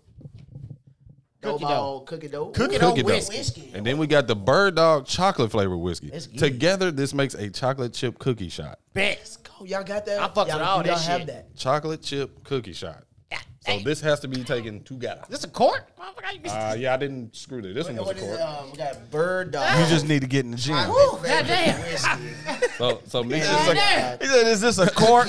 [SPEAKER 3] Dough
[SPEAKER 2] Cookie
[SPEAKER 3] ball, cookie dough.
[SPEAKER 2] Cookie dough
[SPEAKER 1] Cookie dough.
[SPEAKER 2] whiskey.
[SPEAKER 1] And then we got the bird dog chocolate flavored whiskey.
[SPEAKER 3] That's good.
[SPEAKER 1] Together, this makes a chocolate chip cookie shot.
[SPEAKER 2] Best.
[SPEAKER 3] Oh, y'all got that?
[SPEAKER 2] I fucks with
[SPEAKER 3] y'all,
[SPEAKER 2] all
[SPEAKER 3] you
[SPEAKER 2] that
[SPEAKER 3] don't have
[SPEAKER 2] shit.
[SPEAKER 3] that.
[SPEAKER 1] chocolate chip cookie shot. So this has to be taken together.
[SPEAKER 2] This a court? Motherfucker, how you get-
[SPEAKER 1] Uh, yeah, I didn't screw it. This one was a
[SPEAKER 3] What is it?
[SPEAKER 1] court.
[SPEAKER 3] Um, we got bird dog.
[SPEAKER 4] you just need to get in the gym.
[SPEAKER 3] Chocolate
[SPEAKER 2] Goddamn.
[SPEAKER 3] whiskey.
[SPEAKER 1] So, so mix
[SPEAKER 3] Yeah.
[SPEAKER 1] this.
[SPEAKER 2] Damn.
[SPEAKER 4] He said, "Is this a court?"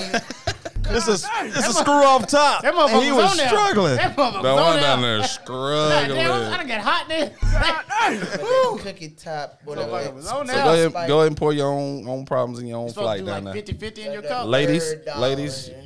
[SPEAKER 4] It's a it's a screw off top.
[SPEAKER 2] That motherfucker
[SPEAKER 4] and he was
[SPEAKER 2] on there.
[SPEAKER 4] struggling.
[SPEAKER 2] That
[SPEAKER 1] That
[SPEAKER 2] motherfucker was
[SPEAKER 1] one
[SPEAKER 2] on
[SPEAKER 1] down
[SPEAKER 2] there.
[SPEAKER 1] there
[SPEAKER 2] God
[SPEAKER 1] struggling.
[SPEAKER 2] damn, I done got hot there.
[SPEAKER 3] Ooh. Cookie top, whatever.
[SPEAKER 2] Motherfucker was on
[SPEAKER 1] So
[SPEAKER 2] there.
[SPEAKER 1] go ahead,
[SPEAKER 3] Like-
[SPEAKER 1] go ahead and pour your own own problems in your own
[SPEAKER 2] supposed to
[SPEAKER 1] flight
[SPEAKER 2] do
[SPEAKER 1] down
[SPEAKER 2] like
[SPEAKER 1] there.
[SPEAKER 2] 50 50 in your cup.
[SPEAKER 1] Late. Ladies,
[SPEAKER 3] Third dollar,
[SPEAKER 1] ladies.
[SPEAKER 3] yeah.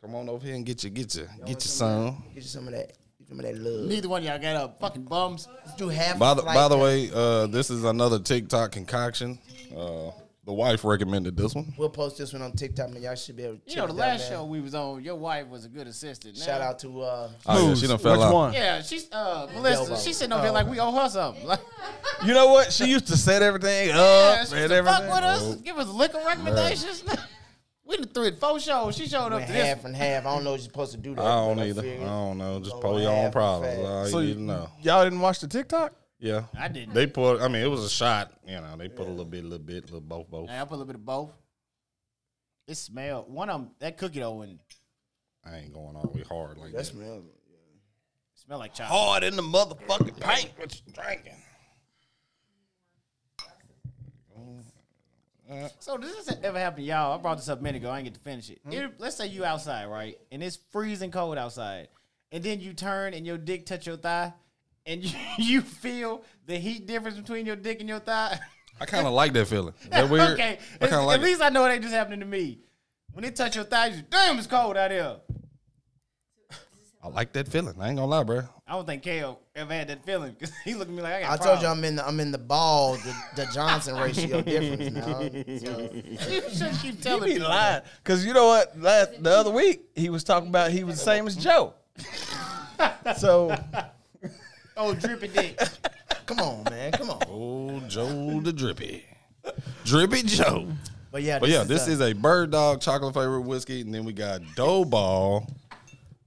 [SPEAKER 1] Come on over here and get you, get you, get you
[SPEAKER 3] Get
[SPEAKER 1] some.
[SPEAKER 3] Get you some of that. Get some of that love.
[SPEAKER 2] Neither one of y'all got up. Fucking bums.
[SPEAKER 3] Let's do half.
[SPEAKER 1] By
[SPEAKER 3] a
[SPEAKER 1] the,
[SPEAKER 3] flight
[SPEAKER 1] by the
[SPEAKER 3] now.
[SPEAKER 1] way, uh, this is another TikTok concoction. Uh, the wife recommended this one.
[SPEAKER 3] we'll post this one on TikTok, and y'all should be able to.
[SPEAKER 2] You
[SPEAKER 3] check
[SPEAKER 2] know, the
[SPEAKER 3] it out,
[SPEAKER 2] last
[SPEAKER 3] man.
[SPEAKER 2] show we was on, your wife was a good assistant. Now-
[SPEAKER 3] Shout out to uh,
[SPEAKER 1] Oh, yeah,
[SPEAKER 4] Who's-
[SPEAKER 1] she done
[SPEAKER 4] Which
[SPEAKER 1] fell out.
[SPEAKER 4] one?
[SPEAKER 2] Yeah, she's uh Melissa.
[SPEAKER 3] Elbow.
[SPEAKER 2] She's sitting over here like we owe her something. Like,
[SPEAKER 4] You know what? She used to set everything up
[SPEAKER 2] yeah, she used
[SPEAKER 4] and
[SPEAKER 2] to fuck
[SPEAKER 4] everything.
[SPEAKER 2] with us, give us liquor recommendations. we done threw it four shows. She showed up to this.
[SPEAKER 3] half and half. I don't know what you're supposed to do that.
[SPEAKER 1] I don't
[SPEAKER 3] but
[SPEAKER 1] either. I
[SPEAKER 3] feel you.
[SPEAKER 1] don't know. Just
[SPEAKER 3] Go
[SPEAKER 1] pull your
[SPEAKER 3] half
[SPEAKER 1] own
[SPEAKER 3] and
[SPEAKER 1] problems.
[SPEAKER 3] fast.
[SPEAKER 1] All
[SPEAKER 4] So
[SPEAKER 1] you need
[SPEAKER 4] Oh, you
[SPEAKER 1] to know.
[SPEAKER 4] y'all didn't watch the TikTok?
[SPEAKER 1] Yeah,
[SPEAKER 2] I didn't.
[SPEAKER 1] They put. I mean, it was a shot. You know, they put a little bit, little bit, little both, both.
[SPEAKER 2] Now, I put a little bit of both. It smelled one of them. That cookie though, and
[SPEAKER 1] I ain't going all the way hard like
[SPEAKER 3] That's
[SPEAKER 1] that.
[SPEAKER 3] real.
[SPEAKER 2] smell like chocolate.
[SPEAKER 4] Hard in the motherfucking paint.
[SPEAKER 1] What you drinking?
[SPEAKER 2] So does this ever happen to y'all? I brought this up a minute ago. I didn't get to finish
[SPEAKER 1] Hmm?
[SPEAKER 2] it. If- let's say you outside, right? And it's freezing cold outside. And then you turn and your dick touch your thigh and you, you feel the heat difference between your dick and your thigh.
[SPEAKER 1] I kind of like that feeling. Is that weird?
[SPEAKER 2] okay.
[SPEAKER 1] I
[SPEAKER 2] At,
[SPEAKER 1] kind of like.
[SPEAKER 2] at
[SPEAKER 1] it.
[SPEAKER 2] least I know it ain't just happening to me. When it touch your thigh, you damn it's cold out here.
[SPEAKER 1] I like that feeling. I ain't gonna lie, bro.
[SPEAKER 2] I don't think Kale ever had that feeling because he looked at me like I got.
[SPEAKER 3] I told you I'm in the I'm in the ball the, the Johnson ratio difference now. So,
[SPEAKER 2] you should keep
[SPEAKER 4] He
[SPEAKER 2] telling
[SPEAKER 4] be
[SPEAKER 2] me.
[SPEAKER 4] lying. Cause you know what? Last the other week he was talking about he was the same as Joe. so
[SPEAKER 2] Oh, drippy dick.
[SPEAKER 3] come on, man, come on.
[SPEAKER 1] Old Joe the Drippy, Drippy Joe.
[SPEAKER 3] But yeah,
[SPEAKER 1] But yeah, this is a bird dog chocolate flavored whiskey, and then we got dough ball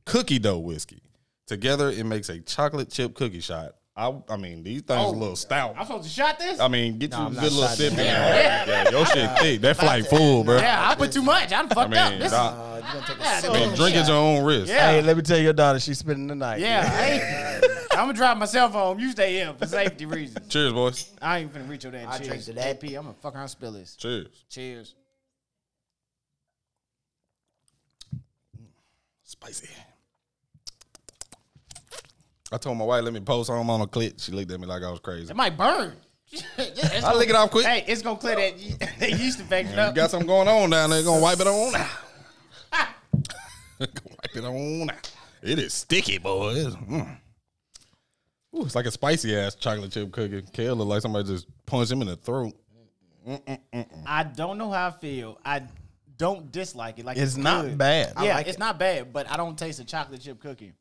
[SPEAKER 1] cookie dough whiskey. Together, it makes a chocolate chip cookie shot. I, I mean, these things
[SPEAKER 2] Oh,
[SPEAKER 1] a little stout.
[SPEAKER 2] I'm supposed to shot this?
[SPEAKER 1] I mean, get you
[SPEAKER 3] I'm
[SPEAKER 1] a
[SPEAKER 3] not
[SPEAKER 1] good little
[SPEAKER 3] shotting
[SPEAKER 1] sip in
[SPEAKER 3] it.
[SPEAKER 1] there. Yeah, your shit thick. That flight full, bro.
[SPEAKER 2] yeah, I put too much. I'm fucked
[SPEAKER 1] I
[SPEAKER 2] up.
[SPEAKER 1] mean,
[SPEAKER 2] This is
[SPEAKER 1] dog,
[SPEAKER 3] Uh, you gonna take
[SPEAKER 2] Yeah,
[SPEAKER 3] a
[SPEAKER 1] I
[SPEAKER 3] sip?
[SPEAKER 1] mean, drink at your own risk.
[SPEAKER 2] Yeah.
[SPEAKER 4] hey, let me tell your daughter she's spending the night.
[SPEAKER 2] Yeah, I'm gonna drive myself home. You stay here for safety reasons.
[SPEAKER 1] Cheers, boys.
[SPEAKER 2] I ain't finna reach your damn
[SPEAKER 3] I
[SPEAKER 2] cheers.
[SPEAKER 3] drink to
[SPEAKER 2] AP,
[SPEAKER 3] that.
[SPEAKER 2] I'm gonna fuck around spill this.
[SPEAKER 1] Cheers.
[SPEAKER 2] Cheers.
[SPEAKER 1] Spicy. I told my wife, let me post home on a clip. She looked at me like I was crazy.
[SPEAKER 2] It might burn. Yeah, it's
[SPEAKER 1] I
[SPEAKER 2] gonna-
[SPEAKER 1] lick it off quick.
[SPEAKER 2] Hey, it's gonna clear that ye- that yeast infection
[SPEAKER 1] You
[SPEAKER 2] up.
[SPEAKER 1] got something going on down there. Gonna wipe it on. Gonna wipe it on. It is sticky, boy. It's, mm. Ooh, it's like a spicy ass chocolate chip cookie. Kale look like somebody just punched him in the throat.
[SPEAKER 2] I don't know how I feel. I don't dislike it. Like
[SPEAKER 4] It's not
[SPEAKER 2] good.
[SPEAKER 4] bad.
[SPEAKER 2] Yeah, it's not bad, but I don't taste a chocolate chip cookie.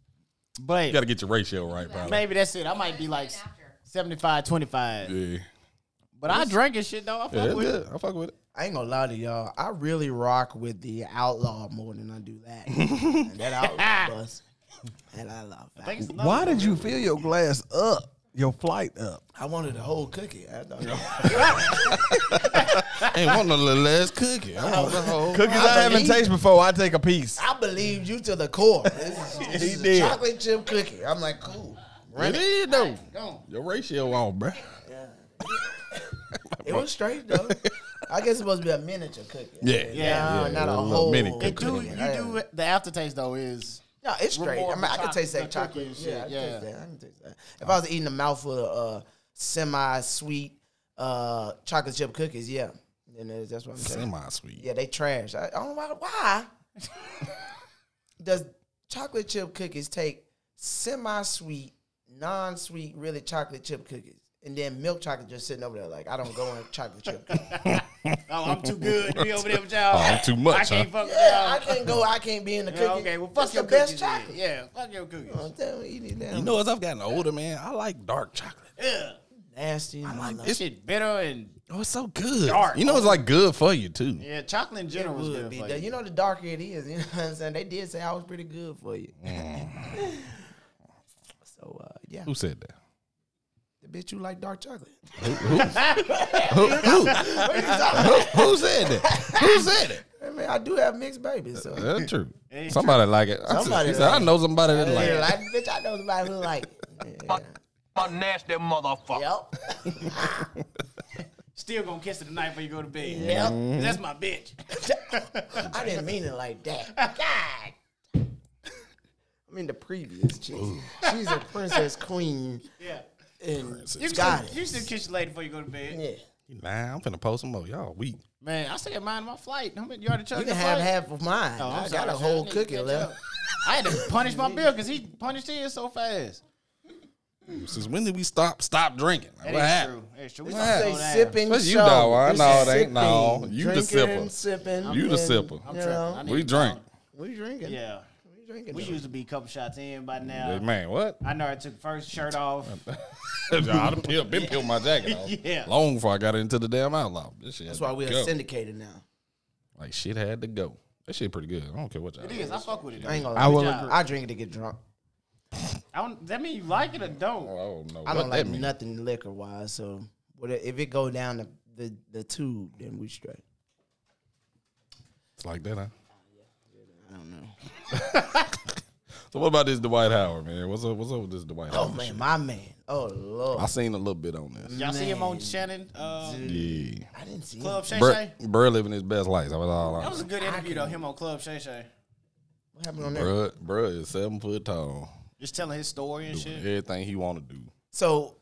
[SPEAKER 2] But
[SPEAKER 1] You gotta get your ratio right, bro.
[SPEAKER 2] maybe that's it. I might be like 75, 25.
[SPEAKER 1] Yeah.
[SPEAKER 2] But I drink it shit though. I fuck
[SPEAKER 1] Yeah, it's
[SPEAKER 2] with it.
[SPEAKER 1] good. I fuck with it.
[SPEAKER 3] I ain't gonna lie to y'all. I really rock with the outlaw more than I do that. And that outlaw bus. And I love.
[SPEAKER 2] I think
[SPEAKER 3] That.
[SPEAKER 2] it's another
[SPEAKER 4] Why
[SPEAKER 2] one.
[SPEAKER 4] did you fill your glass up? Your flight up.
[SPEAKER 3] I wanted a whole cookie. I don't know.
[SPEAKER 1] Ain't want no little ass cookie. I want the whole.
[SPEAKER 4] Cookies I, haven't
[SPEAKER 3] believe-
[SPEAKER 4] tasted before, I take a piece.
[SPEAKER 3] I believed you to the core. This is, this
[SPEAKER 4] He
[SPEAKER 3] is
[SPEAKER 4] did.
[SPEAKER 3] a chocolate chip cookie. I'm like, cool.
[SPEAKER 1] It is though.
[SPEAKER 2] Go
[SPEAKER 1] Your ratio on, bro.
[SPEAKER 3] It was straight though. I guess it's supposed to be a miniature cookie.
[SPEAKER 1] Yeah.
[SPEAKER 2] Yeah,
[SPEAKER 3] not a
[SPEAKER 1] little
[SPEAKER 3] whole-
[SPEAKER 1] mini
[SPEAKER 3] It
[SPEAKER 2] It
[SPEAKER 1] cookie.
[SPEAKER 2] do you do the aftertaste though is
[SPEAKER 3] No, it's straight.
[SPEAKER 2] Remove
[SPEAKER 3] I mean, I can
[SPEAKER 2] choc-
[SPEAKER 3] taste
[SPEAKER 2] the
[SPEAKER 3] that
[SPEAKER 2] cookie
[SPEAKER 3] chocolate.
[SPEAKER 2] and
[SPEAKER 3] Yeah,
[SPEAKER 2] shit,
[SPEAKER 3] I
[SPEAKER 2] yeah.
[SPEAKER 3] can taste that. I can taste that. If I was eating a mouthful of uh, semi-sweet uh, chocolate chip cookies, yeah, then that- that's what I'm saying.
[SPEAKER 1] Semi sweet.
[SPEAKER 3] Yeah, they trash. I, I don't know why. Why does chocolate chip cookies take semi-sweet, non-sweet, really chocolate chip cookies, and then milk chocolate just sitting over there? Like I don't go in chocolate chip. Cookies.
[SPEAKER 2] oh I'm too good to be over there with y'all.
[SPEAKER 1] Oh, I'm too
[SPEAKER 2] I
[SPEAKER 1] much,
[SPEAKER 2] can't
[SPEAKER 1] huh?
[SPEAKER 2] fuck with
[SPEAKER 3] yeah, I
[SPEAKER 2] y'all.
[SPEAKER 3] can't go. I can't be in the cookie.
[SPEAKER 2] Yeah, okay, well fuck
[SPEAKER 3] That's
[SPEAKER 2] your
[SPEAKER 3] the best
[SPEAKER 2] cookies. then.
[SPEAKER 3] chocolate. Uh,
[SPEAKER 2] Yeah, fuck your cookies.
[SPEAKER 3] I'm telling you, eat it now.
[SPEAKER 1] You know, as I've gotten older, man, I like dark chocolate.
[SPEAKER 2] Yeah,
[SPEAKER 3] nasty. I
[SPEAKER 1] like
[SPEAKER 3] like
[SPEAKER 1] this
[SPEAKER 3] it.
[SPEAKER 2] shit bitter and
[SPEAKER 1] Oh, it's so good.
[SPEAKER 2] Dark.
[SPEAKER 1] You know, it's like good for you too.
[SPEAKER 2] yeah, chocolate in general is
[SPEAKER 3] would
[SPEAKER 2] good
[SPEAKER 3] be.
[SPEAKER 2] for
[SPEAKER 3] the-
[SPEAKER 2] you.
[SPEAKER 3] You know, the darker it is, you know what I'm saying? They did say I was pretty good for you. Mm. so, uh, yeah.
[SPEAKER 1] Who said that?
[SPEAKER 3] The bitch, you like dark chocolate.
[SPEAKER 1] Who, who- who said that? Who said it?
[SPEAKER 3] I mean, I do have mixed babies, so.
[SPEAKER 1] That's true.
[SPEAKER 2] It's
[SPEAKER 1] Somebody like it. I,
[SPEAKER 3] Somebody
[SPEAKER 1] said,
[SPEAKER 3] like
[SPEAKER 1] I know somebody that like
[SPEAKER 3] Yeah,
[SPEAKER 1] it.
[SPEAKER 3] like, bitch, I know somebody who like it. Yeah.
[SPEAKER 5] A nasty motherfucker.
[SPEAKER 3] Yep.
[SPEAKER 2] Still gonna kiss her tonight before you go to bed.
[SPEAKER 3] Yep.
[SPEAKER 1] Mm-hmm.
[SPEAKER 2] That's my bitch.
[SPEAKER 3] I didn't mean it like that. God. I mean the previous chick. She's a princess queen
[SPEAKER 2] Yeah.
[SPEAKER 3] and
[SPEAKER 2] You can
[SPEAKER 3] got it.
[SPEAKER 2] still, you still kiss your lady before you go to bed.
[SPEAKER 3] Yeah.
[SPEAKER 1] Nah, I'm finna post some more. Y'all weak.
[SPEAKER 2] Man, I still got mine on my flight. How many- You already chose
[SPEAKER 3] You
[SPEAKER 2] your
[SPEAKER 3] can have
[SPEAKER 2] flight?
[SPEAKER 3] half of mine.
[SPEAKER 2] Oh, I'm
[SPEAKER 3] I got
[SPEAKER 2] sorry,
[SPEAKER 3] a whole
[SPEAKER 2] man. I need to
[SPEAKER 3] cookie
[SPEAKER 2] catch
[SPEAKER 3] left.
[SPEAKER 2] up. I had to punish my bill because he punished his so fast.
[SPEAKER 1] Since when did we stop stop drinking? Like,
[SPEAKER 2] That
[SPEAKER 1] what
[SPEAKER 2] is
[SPEAKER 1] happened?
[SPEAKER 2] true. That's true. We
[SPEAKER 1] What
[SPEAKER 2] gonna
[SPEAKER 1] happened?
[SPEAKER 3] Say
[SPEAKER 2] slow down.
[SPEAKER 3] sipping
[SPEAKER 1] That's you,
[SPEAKER 3] show.
[SPEAKER 1] dawg.
[SPEAKER 3] This
[SPEAKER 1] No,
[SPEAKER 3] is
[SPEAKER 1] it ain't. No,
[SPEAKER 3] sipping.
[SPEAKER 1] you the
[SPEAKER 3] Drinking and
[SPEAKER 1] sipper.
[SPEAKER 3] Sipping.
[SPEAKER 1] You the
[SPEAKER 3] and-
[SPEAKER 1] sipper.
[SPEAKER 2] I'm
[SPEAKER 3] you
[SPEAKER 2] tripping.
[SPEAKER 3] know,
[SPEAKER 2] I need
[SPEAKER 1] We
[SPEAKER 2] to
[SPEAKER 1] drink.
[SPEAKER 2] talk.
[SPEAKER 3] we drinking.
[SPEAKER 2] Yeah.
[SPEAKER 3] We drinking.
[SPEAKER 2] We used to be a couple shots in by now.
[SPEAKER 1] Man, what?
[SPEAKER 2] I know I took the first shirt off.
[SPEAKER 1] I'd have peel- been peeled my jacket off
[SPEAKER 2] Yeah.
[SPEAKER 1] long before I got into the damn outlaw. This shit
[SPEAKER 3] That's why we are
[SPEAKER 1] go.
[SPEAKER 3] syndicated now.
[SPEAKER 1] Like shit had to go. That shit pretty good. I don't care what y'all.
[SPEAKER 2] It is. I fuck with it.
[SPEAKER 3] I ain't gonna
[SPEAKER 4] I will
[SPEAKER 3] lie.
[SPEAKER 2] agree.
[SPEAKER 3] I drink it to get drunk.
[SPEAKER 2] I don't, that mean you like it
[SPEAKER 1] Oh,
[SPEAKER 2] or
[SPEAKER 1] I
[SPEAKER 2] don't?
[SPEAKER 1] don't know.
[SPEAKER 3] I
[SPEAKER 1] what
[SPEAKER 3] don't
[SPEAKER 1] that
[SPEAKER 3] like
[SPEAKER 1] mean.
[SPEAKER 3] nothing liquor wise. So what if it go down the, the, the tube, then we straight.
[SPEAKER 1] It's like that, huh?
[SPEAKER 3] I don't know.
[SPEAKER 1] So what about this Dwight Howard, man? What's up? What's up with this Dwight
[SPEAKER 3] Oh
[SPEAKER 1] Howard?
[SPEAKER 3] man,
[SPEAKER 1] shit?
[SPEAKER 3] my man. Oh lord.
[SPEAKER 1] I seen a little bit on this.
[SPEAKER 2] Y'all see him on Shannon uh,
[SPEAKER 1] Yeah,
[SPEAKER 3] I didn't see
[SPEAKER 2] Club Shay
[SPEAKER 1] Bur,
[SPEAKER 2] Shay?
[SPEAKER 1] Bur living his best life. That was all.
[SPEAKER 2] That
[SPEAKER 1] I
[SPEAKER 2] was a good interview though. Him on Club Shay Shay,
[SPEAKER 3] what happened on there.
[SPEAKER 1] Bruh, bruh is seven foot tall.
[SPEAKER 2] just telling his story and shit.
[SPEAKER 1] Everything he want to do.
[SPEAKER 3] So,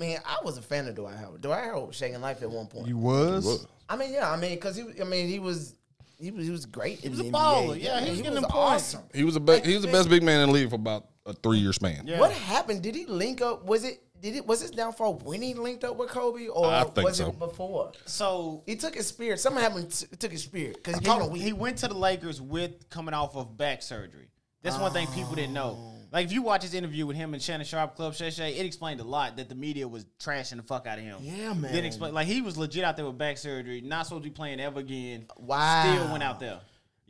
[SPEAKER 3] man, I was a fan of Dwight Howard. Dwight Howard was shaking life at one point.
[SPEAKER 4] You was?
[SPEAKER 1] Look,
[SPEAKER 3] I mean, yeah, I mean, cause he, I mean, he was, he was, he was great. He
[SPEAKER 2] was a baller. Yeah, he was getting them points.
[SPEAKER 1] He was the best. He was the best big man in the league for about a three year span.
[SPEAKER 2] Yeah.
[SPEAKER 3] What happened? Did he link up? Was it? Did it? Was his downfall when he linked up with Kobe, or
[SPEAKER 1] I think
[SPEAKER 3] was
[SPEAKER 1] so.
[SPEAKER 3] it before?
[SPEAKER 2] So
[SPEAKER 3] He took his spirit. Something happened. T- took his spirit because he
[SPEAKER 2] he,
[SPEAKER 3] caught a week.
[SPEAKER 2] he went to the Lakers with coming off of back surgery. That's one thing people didn't know. Like if you watch his interview with him and Shannon Sharp, Club Shay Shay, it explained a lot that the media was trashing the fuck out of him.
[SPEAKER 3] Yeah, man.
[SPEAKER 2] Didn't explain like he was legit out there with back surgery, not supposed to be playing ever again.
[SPEAKER 3] Wow.
[SPEAKER 2] Still went out there.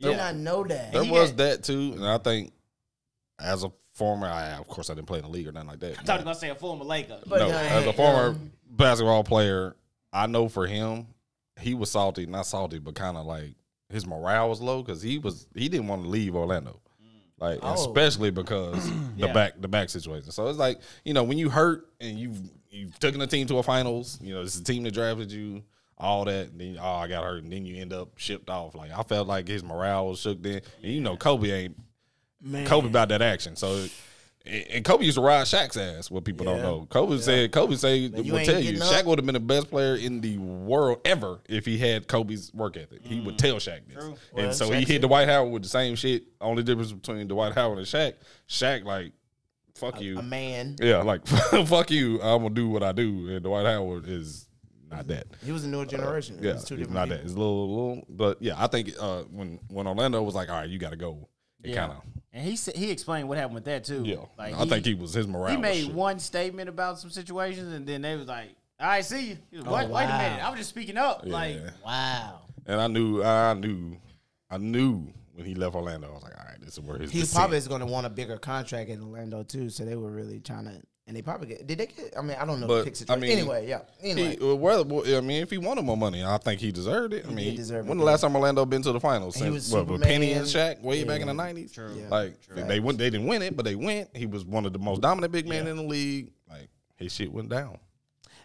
[SPEAKER 3] Did
[SPEAKER 2] Yeah.
[SPEAKER 3] not know that.
[SPEAKER 1] There
[SPEAKER 2] He
[SPEAKER 1] was
[SPEAKER 2] got-
[SPEAKER 1] that too, and I think as a former, I of course I didn't play in the league or nothing like that.
[SPEAKER 2] I thought he was gonna say a former Laker.
[SPEAKER 3] But um,
[SPEAKER 1] no,
[SPEAKER 3] nah,
[SPEAKER 1] as a
[SPEAKER 3] heck,
[SPEAKER 1] former
[SPEAKER 3] no.
[SPEAKER 1] basketball player, I know for him, he was salty, not salty, but kind of like his morale was low because he was he didn't want to leave Orlando, like
[SPEAKER 3] Oh.
[SPEAKER 1] especially because the
[SPEAKER 2] Yeah.
[SPEAKER 1] back the back situation. So it's like you know when you hurt and you've you've taken a team to a finals, you know it's the team that drafted you. All that, and then oh, I got hurt, and then you end up shipped off. Like I felt like his morale was shook. Then and you know Kobe ain't Kobe about that action. So, and and Kobe used to ride Shaq's ass. What people don't
[SPEAKER 3] Yeah.
[SPEAKER 1] know, Kobe said, Kobe say,
[SPEAKER 3] you
[SPEAKER 1] will
[SPEAKER 3] ain't
[SPEAKER 1] tell you,
[SPEAKER 3] getting
[SPEAKER 1] Shaq
[SPEAKER 3] up.
[SPEAKER 1] would have been the best player in the world ever if he had Kobe's work ethic. He would tell Shaq this,
[SPEAKER 2] True.
[SPEAKER 1] and
[SPEAKER 3] Mm. Well,
[SPEAKER 1] so
[SPEAKER 3] Shaq
[SPEAKER 1] he hit
[SPEAKER 3] said-
[SPEAKER 1] Dwight Howard with the same shit. Only difference between Dwight Howard and Shaq, Shaq like, fuck you,
[SPEAKER 3] a man.
[SPEAKER 1] yeah, like fuck you. I'm gonna do what I do, and Dwight Howard is not that.
[SPEAKER 3] He was a newer generation.
[SPEAKER 1] Uh, Yeah,
[SPEAKER 3] it was two
[SPEAKER 1] it's
[SPEAKER 3] different.
[SPEAKER 1] not
[SPEAKER 3] people.
[SPEAKER 1] that. It's a little, little, but yeah, I think uh, when when Orlando was like, all right, you got to go, it
[SPEAKER 2] Yeah.
[SPEAKER 1] kind of
[SPEAKER 2] And he said he explained what happened with that too.
[SPEAKER 1] yeah,
[SPEAKER 2] Like
[SPEAKER 1] I think he was his morale.
[SPEAKER 2] he
[SPEAKER 1] was
[SPEAKER 2] made
[SPEAKER 1] shit.
[SPEAKER 2] one statement about some situations, and then they was like, "All right, see you." He was, what? Wait a
[SPEAKER 3] Oh, wow.
[SPEAKER 2] minute, I was just speaking up. Like,
[SPEAKER 1] Yeah.
[SPEAKER 3] Wow.
[SPEAKER 1] and I knew, I knew, I knew when he left Orlando. I was like, all right, this is where his
[SPEAKER 3] He
[SPEAKER 1] descent-
[SPEAKER 3] probably is going to want a bigger contract in Orlando too. So they were really trying to. And they probably get. Did they get? I mean, I don't know.
[SPEAKER 1] But,
[SPEAKER 3] the pick
[SPEAKER 1] I
[SPEAKER 3] situation.
[SPEAKER 1] mean,
[SPEAKER 3] anyway, yeah. Anyway,
[SPEAKER 1] He, well, whether- I mean, if he wanted more money, I think he deserved it. I mean,
[SPEAKER 3] deserve
[SPEAKER 1] when
[SPEAKER 3] it,
[SPEAKER 1] the
[SPEAKER 3] yeah.
[SPEAKER 1] last time Orlando been to the finals? Since,
[SPEAKER 3] was
[SPEAKER 1] what, with Penny and
[SPEAKER 3] Superman.
[SPEAKER 1] Shaq way back in the nineties. Like they went, they didn't win it, but they went. He was one of the most dominant big men in the league. Like his shit went down.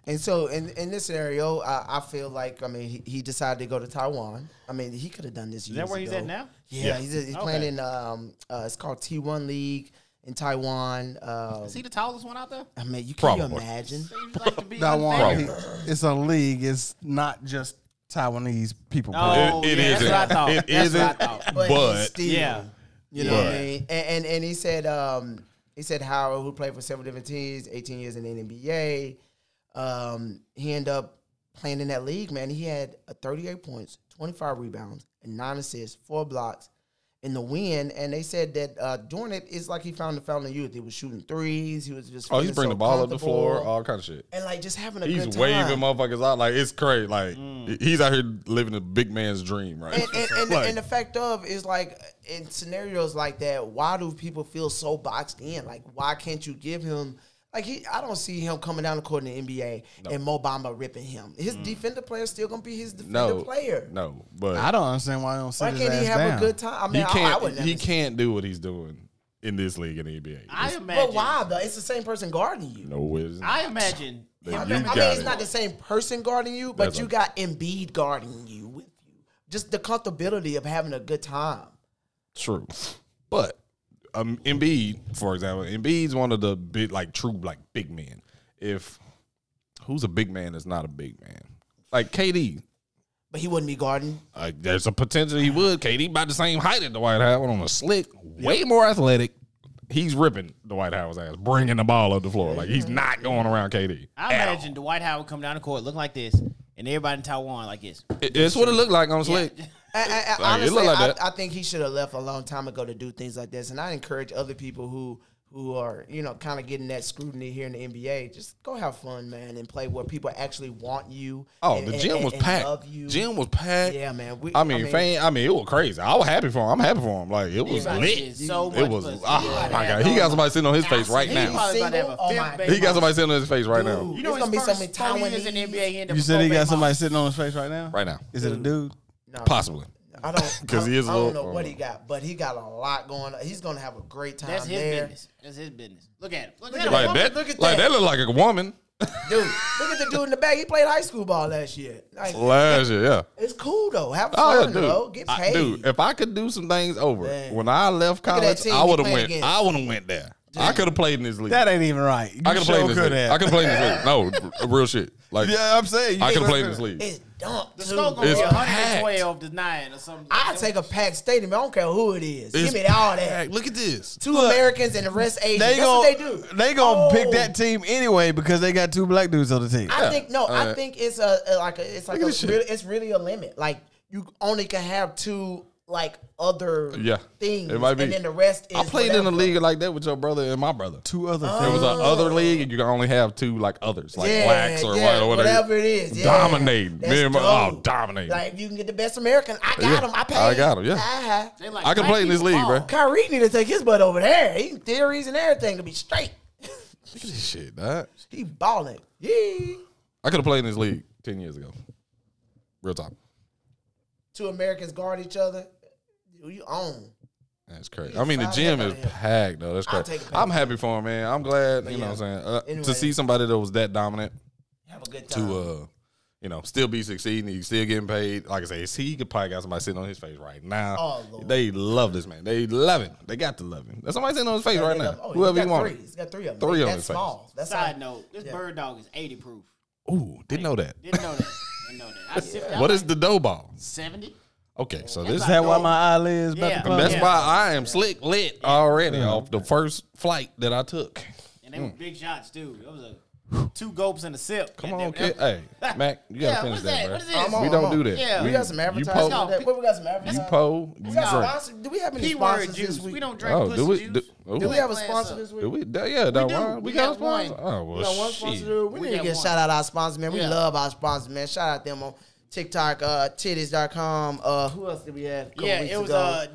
[SPEAKER 3] and so in, in this scenario, I, I feel like I mean he, he decided to go to Taiwan. I mean he could have done this. Is
[SPEAKER 2] that where he's at now?
[SPEAKER 3] Yeah,
[SPEAKER 1] Yeah.
[SPEAKER 3] he's, he's playing in um uh, it's called T One League in Taiwan. Um,
[SPEAKER 2] is he the tallest one out there?
[SPEAKER 3] I mean, you can you
[SPEAKER 1] Probably.
[SPEAKER 3] imagine?
[SPEAKER 2] Seems like to be
[SPEAKER 4] That one,
[SPEAKER 2] unfair.
[SPEAKER 1] Probably.
[SPEAKER 4] it's a league. It's not just Taiwanese people. play.
[SPEAKER 2] Oh,
[SPEAKER 1] It- it
[SPEAKER 2] yeah,
[SPEAKER 1] isn't.
[SPEAKER 2] That's what I thought.
[SPEAKER 1] It
[SPEAKER 2] that's
[SPEAKER 1] isn't.
[SPEAKER 2] what I thought.
[SPEAKER 3] But,
[SPEAKER 1] But-
[SPEAKER 3] he still,
[SPEAKER 2] Yeah.
[SPEAKER 3] You know what
[SPEAKER 1] Yeah.
[SPEAKER 3] I mean? And, and and he said um he said Howard who played for several different teams, 18 years in the NBA. Um he ended up playing in that league, man. He had uh, 38 points, 25 rebounds, and nine assists, four blocks in the win. And they said that uh during it, it's like he found the fountain of youth. He was shooting threes, he was just
[SPEAKER 1] Oh, he's
[SPEAKER 3] feeling
[SPEAKER 1] bringing
[SPEAKER 3] so
[SPEAKER 1] the ball up the floor,
[SPEAKER 3] comfortable.
[SPEAKER 1] all kind of shit.
[SPEAKER 3] and like just having a
[SPEAKER 1] He's
[SPEAKER 3] good time.
[SPEAKER 1] waving motherfuckers out like it's crazy. Like he's out here living a big man's dream, right?
[SPEAKER 3] and, and, and,
[SPEAKER 1] Like-
[SPEAKER 3] and the fact of is like in scenarios like that, why do people feel so boxed in? Like, why can't you give him? Like he, I don't see him coming down the court in the NBA and Mo Bamba ripping him. His defender player is still gonna be his defender
[SPEAKER 1] Mm. no
[SPEAKER 3] player.
[SPEAKER 1] No, but
[SPEAKER 4] I don't understand why I don't sit
[SPEAKER 3] why
[SPEAKER 4] his
[SPEAKER 3] can't he
[SPEAKER 4] ass
[SPEAKER 3] have
[SPEAKER 4] down.
[SPEAKER 3] a good time? I mean,
[SPEAKER 1] he
[SPEAKER 3] I- I,
[SPEAKER 1] can't.
[SPEAKER 3] would never.
[SPEAKER 1] he can't do what he's doing in this league in the NBA.
[SPEAKER 2] I
[SPEAKER 1] It's-
[SPEAKER 2] imagine.
[SPEAKER 3] But why though? It's the same person guarding you.
[SPEAKER 1] no it isn't.
[SPEAKER 2] I imagine.
[SPEAKER 1] Then
[SPEAKER 2] him
[SPEAKER 3] I
[SPEAKER 1] you
[SPEAKER 3] mean, I
[SPEAKER 1] got
[SPEAKER 3] mean, it's
[SPEAKER 1] it.
[SPEAKER 3] not the same person guarding you, but
[SPEAKER 1] That's
[SPEAKER 3] you
[SPEAKER 1] a-
[SPEAKER 3] got Embiid guarding you with you. just the comfortability of having a good time.
[SPEAKER 1] True, but um, Embiid, for example, Embiid's one of the big, like true, like big men. If who's a big man is not a big man, like KD,
[SPEAKER 3] But he wouldn't be guarding.
[SPEAKER 1] uh, there's a potential he would. KD about the same height as Dwight Howard on a slick, way more athletic. He's ripping Dwight Howard's ass, bringing the ball up the floor. Like he's not going around KD.
[SPEAKER 2] I
[SPEAKER 1] at all.
[SPEAKER 2] imagine Dwight Howard come down the court looking like this, and everybody in Taiwan like this.
[SPEAKER 1] It- it's what it looked like on slick.
[SPEAKER 3] I, I, I,
[SPEAKER 1] Like, it
[SPEAKER 3] honestly,
[SPEAKER 1] look like
[SPEAKER 3] I-
[SPEAKER 1] that.
[SPEAKER 3] I, think he should have left a long time ago to do things like this. And I encourage other people who who are you know kind of getting that scrutiny here in the NBA, just go have fun, man, and play where people actually want you.
[SPEAKER 1] Oh,
[SPEAKER 3] and-
[SPEAKER 1] the
[SPEAKER 3] and-
[SPEAKER 1] gym
[SPEAKER 3] and-
[SPEAKER 1] was
[SPEAKER 3] and love
[SPEAKER 1] packed.
[SPEAKER 3] you.
[SPEAKER 1] Gym was packed.
[SPEAKER 3] Yeah, man. We,
[SPEAKER 1] I mean, fan, I mean, it was crazy. I was happy for him. I'm happy for him. Like it was
[SPEAKER 2] Everybody
[SPEAKER 1] lit.
[SPEAKER 2] is so
[SPEAKER 1] It
[SPEAKER 2] much
[SPEAKER 1] was.
[SPEAKER 2] pussy.
[SPEAKER 1] Oh my god, he got somebody sitting on his face right
[SPEAKER 2] He
[SPEAKER 1] now.
[SPEAKER 2] probably about to have a
[SPEAKER 3] Single? Oh,
[SPEAKER 2] fifth
[SPEAKER 3] my
[SPEAKER 2] baby
[SPEAKER 1] He got
[SPEAKER 2] mama.
[SPEAKER 1] somebody sitting on his face right now.
[SPEAKER 3] Dude.
[SPEAKER 2] You know,
[SPEAKER 3] There's
[SPEAKER 2] it's
[SPEAKER 3] gonna be so many
[SPEAKER 2] years in the
[SPEAKER 3] Taiwanese-
[SPEAKER 2] NBA. He end up
[SPEAKER 4] You
[SPEAKER 2] a
[SPEAKER 4] said he
[SPEAKER 2] full
[SPEAKER 4] got
[SPEAKER 2] baby
[SPEAKER 4] somebody
[SPEAKER 2] mama.
[SPEAKER 4] sitting on his face right now.
[SPEAKER 1] Right now,
[SPEAKER 4] Is it a dude?
[SPEAKER 3] no,
[SPEAKER 1] possibly.
[SPEAKER 3] I don't
[SPEAKER 1] 'Cause he is a
[SPEAKER 3] I don't
[SPEAKER 1] little- Oh.
[SPEAKER 3] know what he got, but he got a lot going. on. He's gonna have a great time
[SPEAKER 2] That's his
[SPEAKER 3] there,
[SPEAKER 2] business. That's his business. Look at him. Look at him.
[SPEAKER 1] Like
[SPEAKER 2] Look
[SPEAKER 1] that.
[SPEAKER 2] look at
[SPEAKER 1] Like
[SPEAKER 2] that.
[SPEAKER 1] that looked like a woman
[SPEAKER 3] dude. Look at the dude in the back. He played high school ball last year. Like,
[SPEAKER 1] last year. Yeah.
[SPEAKER 3] it's cool though. Have
[SPEAKER 1] Oh,
[SPEAKER 3] fun,
[SPEAKER 1] yeah,
[SPEAKER 3] bro.
[SPEAKER 1] dude.
[SPEAKER 3] Get
[SPEAKER 1] I-
[SPEAKER 3] paid.
[SPEAKER 1] dude, if I could do some things over
[SPEAKER 3] Man.
[SPEAKER 1] when I left
[SPEAKER 3] at that
[SPEAKER 1] college,
[SPEAKER 3] team
[SPEAKER 1] I
[SPEAKER 3] he
[SPEAKER 1] would have
[SPEAKER 3] played
[SPEAKER 1] went.
[SPEAKER 3] against.
[SPEAKER 1] I would have went there. I could have played in this league.
[SPEAKER 4] That ain't even right. You
[SPEAKER 1] I could have played in this
[SPEAKER 4] could
[SPEAKER 1] league. I
[SPEAKER 4] have.
[SPEAKER 1] could have played in this league. No, r- real shit. Like
[SPEAKER 4] Yeah, I'm saying. you
[SPEAKER 1] I could have
[SPEAKER 4] could've
[SPEAKER 1] played in this league.
[SPEAKER 3] it's dumb.
[SPEAKER 2] The
[SPEAKER 3] too.
[SPEAKER 2] score gonna be
[SPEAKER 1] It's
[SPEAKER 2] 112 to nine or something.
[SPEAKER 3] I take a packed stadium. I don't care who it is.
[SPEAKER 1] It's
[SPEAKER 3] Give me all that.
[SPEAKER 1] packed. Look at this.
[SPEAKER 3] Two Americans and the rest Asian.
[SPEAKER 4] They
[SPEAKER 3] That's
[SPEAKER 4] gonna,
[SPEAKER 3] what they do.
[SPEAKER 4] They gonna
[SPEAKER 3] Oh.
[SPEAKER 4] pick that team anyway because they got two black dudes on the team.
[SPEAKER 3] I think no. I
[SPEAKER 1] Alright.
[SPEAKER 3] think it's a, a- like a, it's like
[SPEAKER 1] at
[SPEAKER 3] a,
[SPEAKER 1] this shit.
[SPEAKER 3] really, it's really a limit. Like you only can have two like other
[SPEAKER 1] Yeah.
[SPEAKER 3] things.
[SPEAKER 1] It might be.
[SPEAKER 3] And then the rest is
[SPEAKER 1] I played in a
[SPEAKER 3] whatever. Oh.
[SPEAKER 1] league like that with your brother and my brother.
[SPEAKER 4] two other
[SPEAKER 1] Oh. It
[SPEAKER 4] things.
[SPEAKER 1] was an other league, and you can only have two like others, like
[SPEAKER 3] Yeah,
[SPEAKER 1] blacks or
[SPEAKER 3] yeah,
[SPEAKER 1] white or whatever.
[SPEAKER 3] whatever it is. Yeah.
[SPEAKER 1] Dominating.
[SPEAKER 3] That's
[SPEAKER 1] Me and my-
[SPEAKER 3] dope.
[SPEAKER 1] oh, dominating.
[SPEAKER 3] Like you can get the best American. I got
[SPEAKER 1] Yeah.
[SPEAKER 3] him. I paid.
[SPEAKER 1] I got him, yeah.
[SPEAKER 3] Uh-huh.
[SPEAKER 2] They like
[SPEAKER 1] I could play in this league,
[SPEAKER 2] ball.
[SPEAKER 1] bruh.
[SPEAKER 3] Kyrie need to take his butt over there. He theories and everything to be straight.
[SPEAKER 1] Look at this shit, dog.
[SPEAKER 3] he balling. Yee.
[SPEAKER 1] I could have played in this league ten years ago. Real talk.
[SPEAKER 3] Two Americans guard each other. You- You own.
[SPEAKER 1] That's crazy. I mean, the
[SPEAKER 3] five
[SPEAKER 1] gym
[SPEAKER 3] minutes
[SPEAKER 1] is
[SPEAKER 3] outta here.
[SPEAKER 1] packed though. That's
[SPEAKER 3] I'll
[SPEAKER 1] crazy.
[SPEAKER 3] take it back.
[SPEAKER 1] I'm happy for him, man. I'm glad you know
[SPEAKER 3] yeah.
[SPEAKER 1] what I'm saying uh,
[SPEAKER 3] Anyway.
[SPEAKER 1] to see somebody that was that dominant
[SPEAKER 3] Have a good time.
[SPEAKER 1] to uh you know still be succeeding. He's still getting paid. Like I say, he could probably got somebody sitting on his face right now.
[SPEAKER 3] Oh, Lord.
[SPEAKER 1] They love this man. They love him. They got to love him. There's somebody sitting on his face right now.
[SPEAKER 3] Oh,
[SPEAKER 1] Whoever you
[SPEAKER 3] he's got
[SPEAKER 1] want.
[SPEAKER 3] Three. He's got three of them.
[SPEAKER 1] Three of
[SPEAKER 3] That's
[SPEAKER 1] them is fake.
[SPEAKER 3] small. That's
[SPEAKER 2] Side
[SPEAKER 3] how-
[SPEAKER 2] note: This
[SPEAKER 3] Yeah.
[SPEAKER 2] bird dog is 80 proof.
[SPEAKER 1] Ooh, didn't know that.
[SPEAKER 2] Didn't know that. Didn't know that. I sipped out
[SPEAKER 1] What is the dough ball?
[SPEAKER 2] 70?
[SPEAKER 1] Okay, so this
[SPEAKER 4] Is that why my eyelid is about
[SPEAKER 2] Yeah.
[SPEAKER 4] to pop?
[SPEAKER 1] that's
[SPEAKER 2] Yeah.
[SPEAKER 1] why I am slick lit already off the first flight that I took.
[SPEAKER 2] And they were big shots, too. It was a two gulps and a sip.
[SPEAKER 1] Mm. Come
[SPEAKER 2] Goddamn,
[SPEAKER 1] on, kid.
[SPEAKER 2] that-
[SPEAKER 1] Hey, Mac, you gotta
[SPEAKER 2] Yeah,
[SPEAKER 1] finish
[SPEAKER 2] what's
[SPEAKER 1] that,
[SPEAKER 2] that?
[SPEAKER 1] bro.
[SPEAKER 2] What is this?
[SPEAKER 3] I'm on,
[SPEAKER 1] We
[SPEAKER 3] I'm
[SPEAKER 1] don't
[SPEAKER 3] on.
[SPEAKER 1] do that.
[SPEAKER 2] Yeah.
[SPEAKER 3] We got some
[SPEAKER 1] You
[SPEAKER 3] advertising.
[SPEAKER 1] po,
[SPEAKER 3] today. What we got some
[SPEAKER 1] you
[SPEAKER 3] advertising?
[SPEAKER 1] po, you
[SPEAKER 3] We got
[SPEAKER 1] drink.
[SPEAKER 3] sponsors. Do we have any
[SPEAKER 2] P-word
[SPEAKER 3] sponsors
[SPEAKER 2] juice.
[SPEAKER 3] this week?
[SPEAKER 2] We don't drink
[SPEAKER 1] Oh,
[SPEAKER 2] pussy
[SPEAKER 1] do we?
[SPEAKER 2] juice.
[SPEAKER 1] Do, oh,
[SPEAKER 3] Do we have a
[SPEAKER 2] Class
[SPEAKER 3] sponsor
[SPEAKER 2] up.
[SPEAKER 3] this week?
[SPEAKER 1] Do we? da- Yeah, that
[SPEAKER 2] do.
[SPEAKER 1] one. We,
[SPEAKER 2] We
[SPEAKER 1] got a
[SPEAKER 2] got one.
[SPEAKER 1] sponsor. Oh well,
[SPEAKER 3] We got one
[SPEAKER 1] shit.
[SPEAKER 3] sponsor. dude. We,
[SPEAKER 2] We
[SPEAKER 3] need to
[SPEAKER 2] got
[SPEAKER 3] get
[SPEAKER 2] one.
[SPEAKER 3] shout out our sponsors, man. We
[SPEAKER 2] Yeah.
[SPEAKER 3] love our sponsors, man. Shout out them on TikTok, uh, titties.com. Uh, who else did we have? a couple
[SPEAKER 2] Yeah,
[SPEAKER 3] weeks
[SPEAKER 2] it was
[SPEAKER 3] ago?
[SPEAKER 2] uh,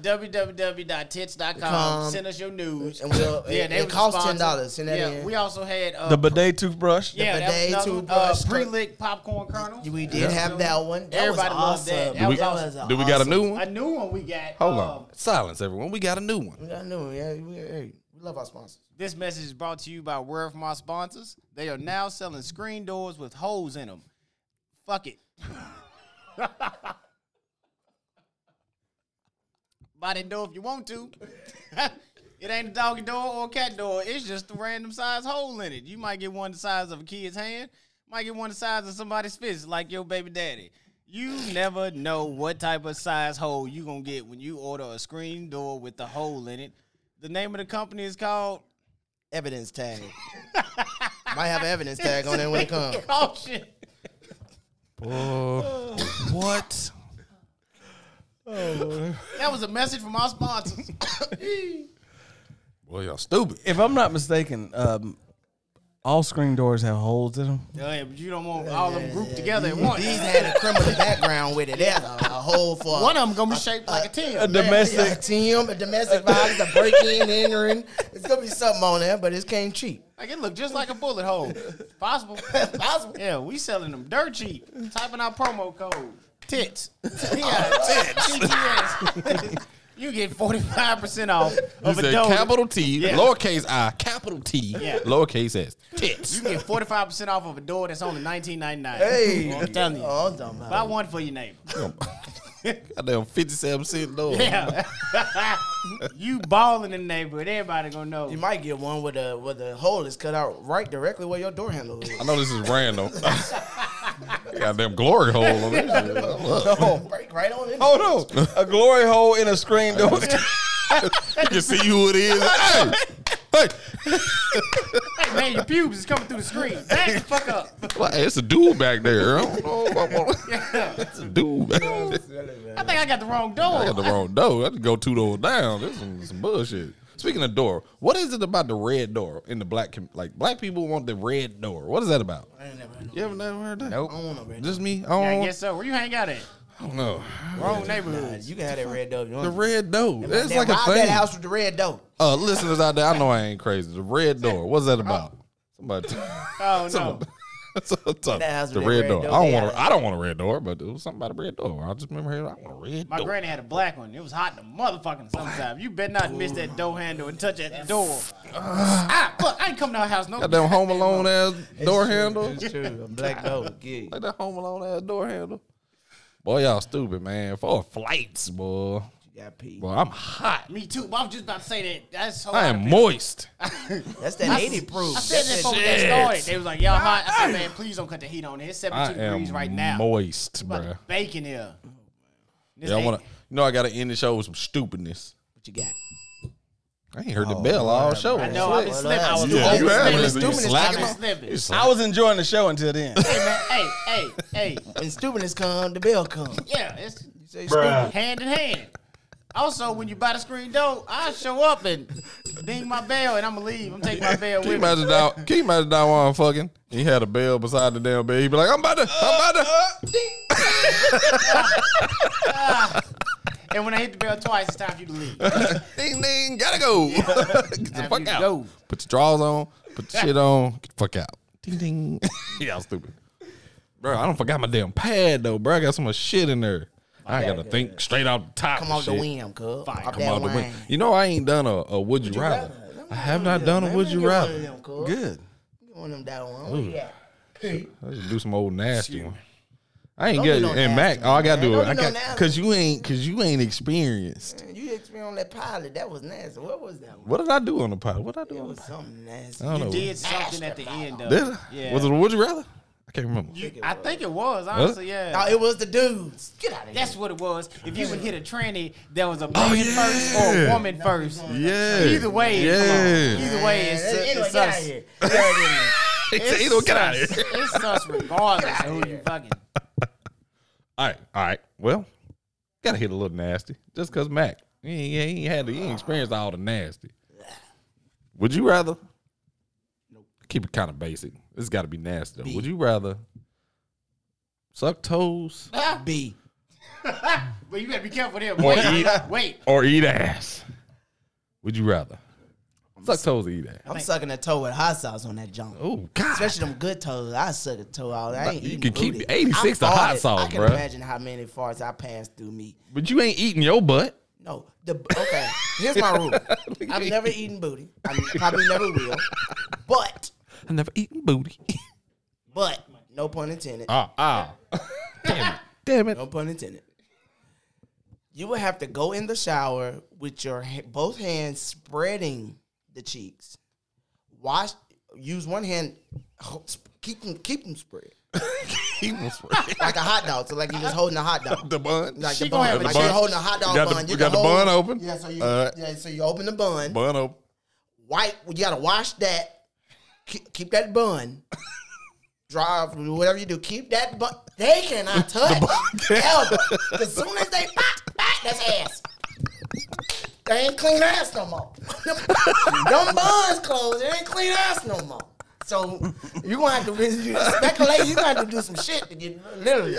[SPEAKER 2] www.tits.com.
[SPEAKER 3] Come.
[SPEAKER 2] Send us your news.
[SPEAKER 3] And we'll- it- it
[SPEAKER 2] was a
[SPEAKER 3] costs
[SPEAKER 2] sponsor.
[SPEAKER 3] $10. Send that
[SPEAKER 2] yeah,
[SPEAKER 3] in.
[SPEAKER 2] we also had uh,
[SPEAKER 4] The bidet toothbrush.
[SPEAKER 2] yeah, that
[SPEAKER 3] bidet,
[SPEAKER 2] was another one. uh,
[SPEAKER 3] toothbrush,
[SPEAKER 2] pre-licked popcorn kernel.
[SPEAKER 3] we did have that one. That
[SPEAKER 2] Everybody
[SPEAKER 3] was
[SPEAKER 2] loved
[SPEAKER 3] awesome.
[SPEAKER 2] that. That
[SPEAKER 1] Do we,
[SPEAKER 2] was awesome.
[SPEAKER 1] do we got a
[SPEAKER 3] awesome.
[SPEAKER 1] new one?
[SPEAKER 2] A new one we got.
[SPEAKER 1] Hold
[SPEAKER 2] um,
[SPEAKER 1] on. Silence, everyone. We got a new one.
[SPEAKER 3] We got a new one. Yeah, we, hey, we love our sponsors.
[SPEAKER 2] This message is brought to you by Word from our sponsors. They are now selling screen doors with holes in them. Fuck it. Buy that door if you want to. it ain't a doggy door or a cat door. It's just a random size hole in it. You might get one the size of a kid's hand, might get one the size of somebody's fist, like your baby daddy. You never know what type of size hole you gonna get when you order a screen door with the hole in it. The name of the company is called
[SPEAKER 3] Evidence tag. Might have an evidence tag on there when it comes.
[SPEAKER 2] Caution.
[SPEAKER 1] What?
[SPEAKER 2] That was a message from our sponsors.
[SPEAKER 1] Well, y'all stupid.
[SPEAKER 4] If I'm not mistaken, um, all screen doors have holes in them.
[SPEAKER 2] yeah, but you don't want all of them grouped together at once.
[SPEAKER 3] These had a criminal background with it. There's a, Uh, a hole for
[SPEAKER 2] One of them gonna be shaped like a ten.
[SPEAKER 4] A domestic.
[SPEAKER 3] Team, a domestic violence, a break in, entering. It's gonna be something on there, but it came cheap.
[SPEAKER 2] Like it looked just like a bullet hole. Possible.
[SPEAKER 3] Possible.
[SPEAKER 2] Yeah, we selling them dirt cheap. Type in our promo code. Tits. Yeah, tits. TTS. you get 45% off
[SPEAKER 1] You
[SPEAKER 2] of a
[SPEAKER 1] said
[SPEAKER 2] dough.
[SPEAKER 1] capital T,
[SPEAKER 2] Yeah.
[SPEAKER 1] lowercase i, capital T,
[SPEAKER 2] Yeah.
[SPEAKER 1] lowercase s.
[SPEAKER 2] You
[SPEAKER 1] Tits.
[SPEAKER 2] can get 45% off of a door that's only 19.99.
[SPEAKER 3] Hey,
[SPEAKER 2] I'm telling you.
[SPEAKER 3] Oh, I'm talking about
[SPEAKER 2] Buy
[SPEAKER 3] it.
[SPEAKER 2] one for your neighbor.
[SPEAKER 1] Goddamn 57 cent dog.
[SPEAKER 2] Yeah. you balling in the neighborhood. Everybody gonna know.
[SPEAKER 3] You might get one with a where the hole is cut out right directly where your door handle is.
[SPEAKER 1] I know this is random. Goddamn glory hole on this shit. Look.
[SPEAKER 3] Break right on in.
[SPEAKER 4] Oh no, a glory hole in a screen door.
[SPEAKER 1] You can see who it is. Hey! Hey!
[SPEAKER 2] Hey, man, your pubes is coming through the screen. Back the fuck up.
[SPEAKER 1] Well, hey, it's a dude back there. I don't know. if I want- It's a dude back there.
[SPEAKER 2] I think I got the wrong
[SPEAKER 1] I got the
[SPEAKER 2] door.
[SPEAKER 1] wrong door. I had to go two doors down. This is some, some bullshit. Speaking of door, what is it about the red door in the black com- like black people want the red door? What is that about?
[SPEAKER 3] I ain't never had no-
[SPEAKER 1] You ever never heard that?
[SPEAKER 4] Nope.
[SPEAKER 3] I don't want no red
[SPEAKER 1] Just me. I
[SPEAKER 2] Yeah,
[SPEAKER 1] don't,
[SPEAKER 2] I guess so. Where you hang out at?
[SPEAKER 1] I don't know.
[SPEAKER 2] Wrong
[SPEAKER 3] Nah,
[SPEAKER 2] neighborhood.
[SPEAKER 3] you can have that red dope.
[SPEAKER 1] The red door. It's like a
[SPEAKER 3] rob
[SPEAKER 1] thing.
[SPEAKER 3] that house with the red dope.
[SPEAKER 1] Uh, listeners out there, I know I ain't crazy. The red door. What's
[SPEAKER 3] Oh.
[SPEAKER 1] that about? Somebody.
[SPEAKER 2] Oh no.
[SPEAKER 1] somebody- somebody-
[SPEAKER 3] That house
[SPEAKER 1] the
[SPEAKER 3] with
[SPEAKER 1] red
[SPEAKER 3] that
[SPEAKER 1] door.
[SPEAKER 3] red
[SPEAKER 1] I don't
[SPEAKER 3] door.
[SPEAKER 1] want. A, I don't want a red door, but it was something about a red door. I just remember hearing, I want a red
[SPEAKER 2] My
[SPEAKER 1] door.
[SPEAKER 2] granny had a black one. It was hot in the motherfucking summertime. You better not miss that door handle and touch that door. ah, fuck! I ain't coming to her house no.
[SPEAKER 1] Goddamn home alone ass door handle.
[SPEAKER 3] It's true. A black dope. Gig.
[SPEAKER 1] Like that Home Alone ass door handle. Boy, y'all stupid, man. For flights, boy.
[SPEAKER 3] You got pee.
[SPEAKER 1] Boy, I'm hot.
[SPEAKER 2] Me too. But I was just about to say that. That's so.
[SPEAKER 1] I
[SPEAKER 2] hot.
[SPEAKER 1] am moist.
[SPEAKER 3] That's that 80 proof.
[SPEAKER 2] I said that before they started. They was like, "Y'all hot." I said, "Man, please don't cut the heat on. It's
[SPEAKER 1] I
[SPEAKER 2] 72
[SPEAKER 1] am
[SPEAKER 2] degrees right now.
[SPEAKER 1] moist,
[SPEAKER 2] About
[SPEAKER 1] bruh.
[SPEAKER 2] to bake in here." This
[SPEAKER 1] Yeah, I
[SPEAKER 2] ain't-
[SPEAKER 1] wanna. You know, I gotta end the show with some stupidness.
[SPEAKER 3] What you got?
[SPEAKER 1] I ain't heard the bell all show.
[SPEAKER 2] Oh, I know. I've been
[SPEAKER 3] Well,
[SPEAKER 2] slipping. I
[SPEAKER 3] that's-
[SPEAKER 2] was
[SPEAKER 3] Yeah,
[SPEAKER 2] always
[SPEAKER 3] you have
[SPEAKER 2] slipping.
[SPEAKER 3] been stupid.
[SPEAKER 2] I've
[SPEAKER 1] slacking.
[SPEAKER 2] been
[SPEAKER 1] on-
[SPEAKER 2] slipping.
[SPEAKER 1] You slack-
[SPEAKER 4] I was enjoying the show until then.
[SPEAKER 2] Hey, man. Hey, hey, hey.
[SPEAKER 3] When stupidness come, the bell come.
[SPEAKER 2] Yeah, it's
[SPEAKER 3] You say stupid.
[SPEAKER 2] hand in hand. Also, when you buy the screen door, I show up and ding my bell, and I'm gonna leave. I'm taking my bell
[SPEAKER 1] Can you
[SPEAKER 2] with me.
[SPEAKER 1] imagine that? Can you imagine that one fucking? He had a bell beside the damn bed. He'd be like, "I'm about to, I'm about
[SPEAKER 2] Uh,
[SPEAKER 1] to."
[SPEAKER 2] And when I hit the bell twice, it's time for you to leave.
[SPEAKER 1] ding ding, gotta go. get the
[SPEAKER 2] Time for you
[SPEAKER 1] fuck
[SPEAKER 2] to
[SPEAKER 1] out.
[SPEAKER 2] go.
[SPEAKER 1] Put your drawers on. Put your shit on. Get the fuck out. Ding ding. yeah, I'm stupid. Bro, I don't forgot my damn pad though, bro. I got so much shit in there. I ain't gotta think straight off the top.
[SPEAKER 3] Come
[SPEAKER 1] and
[SPEAKER 3] off the
[SPEAKER 1] shit.
[SPEAKER 3] whim, cuz. Off
[SPEAKER 1] Come
[SPEAKER 3] that
[SPEAKER 1] on the
[SPEAKER 3] whim.
[SPEAKER 1] wing. You know I ain't done a, a would you, rather. I have not done a
[SPEAKER 3] Man,
[SPEAKER 1] would
[SPEAKER 3] man,
[SPEAKER 1] you
[SPEAKER 3] get one of
[SPEAKER 1] rather.
[SPEAKER 3] them, cuz.
[SPEAKER 4] Good.
[SPEAKER 3] Get one of them down one. What you got?
[SPEAKER 1] Let's do some old nasty one. I ain't
[SPEAKER 3] Don't
[SPEAKER 1] get
[SPEAKER 3] do no
[SPEAKER 1] and Mac.
[SPEAKER 3] nasty
[SPEAKER 1] All I gotta
[SPEAKER 3] one,
[SPEAKER 1] do is I
[SPEAKER 3] man. Don't do
[SPEAKER 1] got
[SPEAKER 3] no nasty
[SPEAKER 1] because you ain't because you ain't experienced.
[SPEAKER 3] Man, You experienced on that pilot. That was nasty. What was that one?
[SPEAKER 1] What did I do on the pod? What did I do
[SPEAKER 3] It
[SPEAKER 1] on the
[SPEAKER 3] was
[SPEAKER 1] pod?
[SPEAKER 3] something nasty.
[SPEAKER 1] I don't
[SPEAKER 2] You
[SPEAKER 1] know.
[SPEAKER 2] did something at the end of
[SPEAKER 1] Did
[SPEAKER 2] it.
[SPEAKER 1] I?
[SPEAKER 2] Yeah.
[SPEAKER 1] Was it a would you rather? I can't remember.
[SPEAKER 2] You- I think it was honestly. Yeah.
[SPEAKER 3] No, it was the dudes. Get out of here.
[SPEAKER 2] That's what it was. If you would hit a tranny, that was a man
[SPEAKER 1] Oh, yeah.
[SPEAKER 2] first or a woman first.
[SPEAKER 1] yeah.
[SPEAKER 2] Either way, come on.
[SPEAKER 1] yeah.
[SPEAKER 2] Either way, it's,
[SPEAKER 3] Man, anyway,
[SPEAKER 2] it's
[SPEAKER 3] get out
[SPEAKER 2] us.
[SPEAKER 3] of here. Get out of here.
[SPEAKER 1] Either, either get out of
[SPEAKER 2] It's
[SPEAKER 1] here.
[SPEAKER 2] us. It's us regardless of who you fucking.
[SPEAKER 1] All right, all right. Well, gotta hit a little nasty just cause Mac. He ain't, he ain't had the, he ain't experienced all the nasty. Would you rather? Nope. Keep it kind of basic. It's got to be nasty. Though. Would you rather suck toes
[SPEAKER 3] B.
[SPEAKER 2] But you better be careful there.
[SPEAKER 1] or
[SPEAKER 2] Wait,
[SPEAKER 1] eat
[SPEAKER 2] wait.
[SPEAKER 1] or eat ass? Would you rather suck toes or eat ass?
[SPEAKER 3] I'm sucking a toe with hot sauce on that junk.
[SPEAKER 1] Oh God!
[SPEAKER 3] Especially them good toes. I suck a toe out. I ain't
[SPEAKER 1] You
[SPEAKER 3] eating
[SPEAKER 1] can keep
[SPEAKER 3] booty.
[SPEAKER 1] 86
[SPEAKER 3] I
[SPEAKER 1] to hot
[SPEAKER 3] farted.
[SPEAKER 1] sauce,
[SPEAKER 3] I can
[SPEAKER 1] bruh.
[SPEAKER 3] imagine how many farts I passed through me.
[SPEAKER 1] But you ain't eating your butt.
[SPEAKER 3] No, the okay. Here's my rule. I've never eaten booty. I probably never will. But
[SPEAKER 1] I never eaten booty.
[SPEAKER 3] but no pun intended.
[SPEAKER 1] Ah ah! Damn it! Damn it!
[SPEAKER 3] No pun intended. You would have to go in the shower with your ha- both hands spreading the cheeks. Wash. Use one hand. ho- sp- Keep them. Keep them spread
[SPEAKER 1] He was right.
[SPEAKER 3] like a hot dog. So like you're just holding a hot dog.
[SPEAKER 1] the bun.
[SPEAKER 3] Like
[SPEAKER 2] She
[SPEAKER 3] the
[SPEAKER 2] gonna
[SPEAKER 3] bun.
[SPEAKER 2] have a
[SPEAKER 3] Like
[SPEAKER 1] bun.
[SPEAKER 3] you're holding a hot dog
[SPEAKER 1] You got the-
[SPEAKER 3] bun.
[SPEAKER 1] you
[SPEAKER 3] can
[SPEAKER 1] got the bun
[SPEAKER 3] hold-
[SPEAKER 1] open?
[SPEAKER 3] Yeah. So you.
[SPEAKER 1] All right.
[SPEAKER 3] Yeah. So you open the bun.
[SPEAKER 1] bun up.
[SPEAKER 3] White. You gotta wash that. Keep, keep that bun. Drive whatever you do. Keep that bun. They cannot touch.
[SPEAKER 1] bun.
[SPEAKER 3] Ever. As soon as they pop, pop, that's ass. They ain't clean ass no more. Them, them buns closed. They ain't clean ass no more. So you gonna have to really you speculate. You gonna have to do some shit to get literally.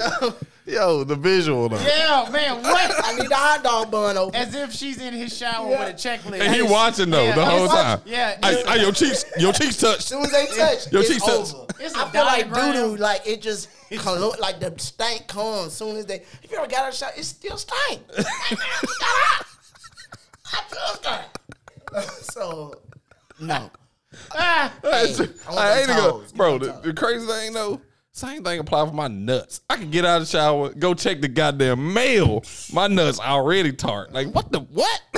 [SPEAKER 1] Yo, the visual though.
[SPEAKER 2] Yeah, man, what?
[SPEAKER 3] I need the hot dog bun open.
[SPEAKER 2] As if she's in his shower
[SPEAKER 3] Yeah.
[SPEAKER 2] with a checklist.
[SPEAKER 1] And he watching though
[SPEAKER 2] Yeah,
[SPEAKER 1] the
[SPEAKER 2] he's
[SPEAKER 1] whole
[SPEAKER 2] watching.
[SPEAKER 1] time.
[SPEAKER 2] Yeah,
[SPEAKER 1] I,
[SPEAKER 2] it's-
[SPEAKER 1] I, your cheeks, your cheeks touched.
[SPEAKER 3] As soon as they touch,
[SPEAKER 1] Yo,
[SPEAKER 3] it's
[SPEAKER 1] cheeks touch.
[SPEAKER 3] over.
[SPEAKER 2] It's
[SPEAKER 3] I
[SPEAKER 2] a
[SPEAKER 3] feel like doo
[SPEAKER 2] diagram.
[SPEAKER 3] doo, like it just collo- like the stank comes. As soon as they, if you ever got a shot, it still stank. Shut up! I feel stank. So no,
[SPEAKER 2] ah,
[SPEAKER 1] That's-
[SPEAKER 3] Hey, I want
[SPEAKER 1] I
[SPEAKER 3] them
[SPEAKER 1] ain't even gonna-
[SPEAKER 3] toes. Give
[SPEAKER 1] bro.
[SPEAKER 3] them
[SPEAKER 1] The, the crazy thing though, Same thing apply for my nuts. I can get out of the shower, go check the goddamn mail. My nuts already tart. Like what the what?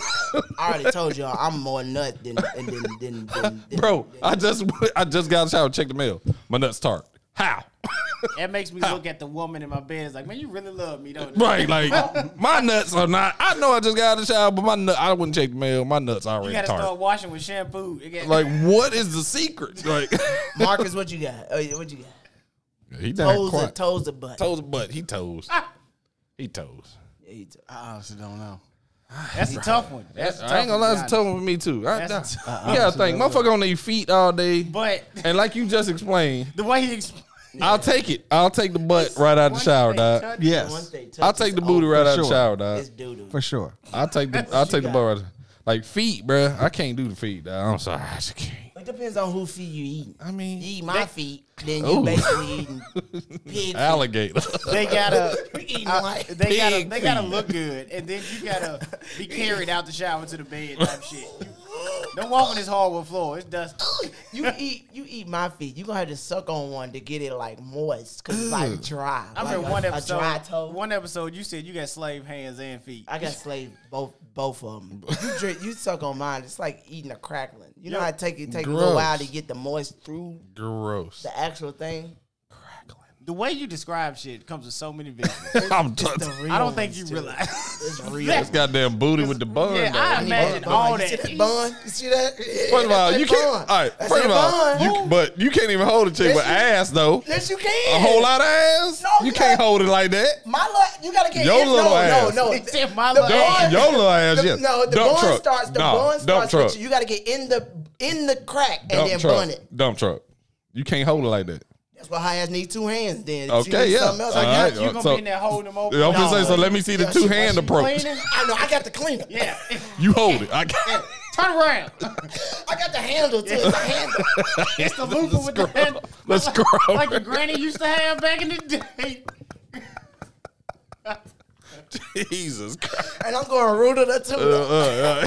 [SPEAKER 3] I already told y'all I'm more nut than than than, than, than, than
[SPEAKER 1] Bro, I just I just got out of the shower, check the mail. My nuts tart. How?
[SPEAKER 2] That makes me look at the woman in my bed. It's like, man, you really love me, don't you?
[SPEAKER 1] Right, like my nuts are not. I know I just got out of the shower, but my nut I wouldn't check the mail. My nuts
[SPEAKER 2] You
[SPEAKER 1] already
[SPEAKER 2] gotta
[SPEAKER 1] tart.
[SPEAKER 2] start washing with shampoo. It got-
[SPEAKER 1] Like what is the secret? Like
[SPEAKER 3] Marcus, what you got? Oh, yeah, what you got?
[SPEAKER 1] he
[SPEAKER 3] Toes
[SPEAKER 1] down
[SPEAKER 3] or
[SPEAKER 1] quiet.
[SPEAKER 3] toes or butt?
[SPEAKER 1] toes, but he toes. He toes.
[SPEAKER 3] Yeah, he toes.
[SPEAKER 4] I honestly don't know.
[SPEAKER 2] that's a tough one. That's a tough
[SPEAKER 1] I ain't gonna lie,
[SPEAKER 2] one.
[SPEAKER 1] it's a tough one for me too. I, I, you
[SPEAKER 2] That's-
[SPEAKER 1] gotta think, motherfucker on their feet all day,
[SPEAKER 2] But
[SPEAKER 1] and like you just explained,
[SPEAKER 2] the way he explained
[SPEAKER 1] I'll take it. I'll take the butt right out of the shower, dog.
[SPEAKER 4] Yes,
[SPEAKER 3] thing
[SPEAKER 1] I'll take the booty right out of the
[SPEAKER 4] sure.
[SPEAKER 1] shower, dog.
[SPEAKER 3] It's doo doo.
[SPEAKER 4] for sure.
[SPEAKER 1] I'll take the I'll take the butt right. Like feet, bruh. I can't do the feet, dog. I'm sorry, I just can't.
[SPEAKER 3] It depends on who feet you eat.
[SPEAKER 1] I mean,
[SPEAKER 3] you eat my feet, then you
[SPEAKER 1] Ooh.
[SPEAKER 3] basically eating pig. feet.
[SPEAKER 1] Alligator.
[SPEAKER 2] They gotta,
[SPEAKER 3] You eating
[SPEAKER 2] I-
[SPEAKER 3] like
[SPEAKER 2] they gotta,
[SPEAKER 1] pig
[SPEAKER 2] they gotta look good, and then you gotta be carried out the shower to the bed type shit. You- don't walk on this hardwood floor; it's dusty.
[SPEAKER 3] you eat you eat my feet. You gonna have to suck on one to get it like moist because it's like dry.
[SPEAKER 2] I
[SPEAKER 3] like
[SPEAKER 2] remember
[SPEAKER 3] a-
[SPEAKER 2] one
[SPEAKER 3] A dry toe.
[SPEAKER 2] episode. One episode, you said you got slave hands and feet.
[SPEAKER 3] I got slave both both of them. You drink, you suck on mine. It's like eating a crackling. You know
[SPEAKER 2] Yep.
[SPEAKER 3] how it take it take a little while to
[SPEAKER 1] Gross.
[SPEAKER 3] get the moist through
[SPEAKER 1] Gross.
[SPEAKER 3] the actual thing.
[SPEAKER 2] The way you describe shit comes with so many visions.
[SPEAKER 1] I'm t-
[SPEAKER 3] The real
[SPEAKER 2] I don't think
[SPEAKER 3] ones,
[SPEAKER 2] you
[SPEAKER 3] too.
[SPEAKER 2] realize.
[SPEAKER 3] it's real.
[SPEAKER 1] this goddamn booty with the bun.
[SPEAKER 2] Yeah,
[SPEAKER 1] though.
[SPEAKER 2] I imagine
[SPEAKER 3] Bun,
[SPEAKER 2] all
[SPEAKER 3] you
[SPEAKER 2] that.
[SPEAKER 3] See that bun? You see that?
[SPEAKER 1] First of all, you can't. All right, first of all, you, but you can't even hold a chick
[SPEAKER 3] Yes,
[SPEAKER 1] with
[SPEAKER 3] you-
[SPEAKER 1] ass though.
[SPEAKER 3] yes, you can.
[SPEAKER 1] A whole lot of ass.
[SPEAKER 3] No,
[SPEAKER 1] you
[SPEAKER 3] you
[SPEAKER 1] can't
[SPEAKER 3] gotta-
[SPEAKER 1] hold it like that.
[SPEAKER 3] My li- you gotta get
[SPEAKER 1] Your
[SPEAKER 3] it- no,
[SPEAKER 1] little ass.
[SPEAKER 3] No, no,
[SPEAKER 2] He said my
[SPEAKER 3] The
[SPEAKER 2] little
[SPEAKER 1] Dump,
[SPEAKER 2] ass.
[SPEAKER 3] bun-
[SPEAKER 1] your little ass.
[SPEAKER 3] the-
[SPEAKER 1] yes.
[SPEAKER 3] No, the
[SPEAKER 1] dump
[SPEAKER 3] bun
[SPEAKER 1] truck.
[SPEAKER 3] starts. The
[SPEAKER 1] Nah,
[SPEAKER 3] bun
[SPEAKER 1] dump
[SPEAKER 3] starts.
[SPEAKER 1] truck.
[SPEAKER 3] With you. you gotta get in the in the crack and
[SPEAKER 1] dump
[SPEAKER 3] then
[SPEAKER 1] truck.
[SPEAKER 3] bun it.
[SPEAKER 1] Dump truck. You can't hold it like that.
[SPEAKER 3] That's why high ass need two hands. Then If she
[SPEAKER 1] Okay,
[SPEAKER 3] need
[SPEAKER 1] yeah.
[SPEAKER 3] something else, I
[SPEAKER 1] All
[SPEAKER 3] got
[SPEAKER 1] right.
[SPEAKER 2] You gonna
[SPEAKER 1] So-
[SPEAKER 2] be in there holding them open?
[SPEAKER 1] I'm just
[SPEAKER 3] No.
[SPEAKER 1] saying. So let me see the
[SPEAKER 3] Yeah, she-
[SPEAKER 1] two hand
[SPEAKER 3] she
[SPEAKER 1] approach.
[SPEAKER 2] Cleaning?
[SPEAKER 3] I know. I got the cleaner.
[SPEAKER 2] Yeah.
[SPEAKER 1] You hold it. I got.
[SPEAKER 2] Turn around.
[SPEAKER 3] I got the handle too. It's a handle.
[SPEAKER 1] It's
[SPEAKER 2] The looper with the hand.
[SPEAKER 1] Let's scrub.
[SPEAKER 2] Like your granny used to have back in the day.
[SPEAKER 1] Jesus Christ.
[SPEAKER 3] and I'm going root it too.
[SPEAKER 1] Uh, uh, uh.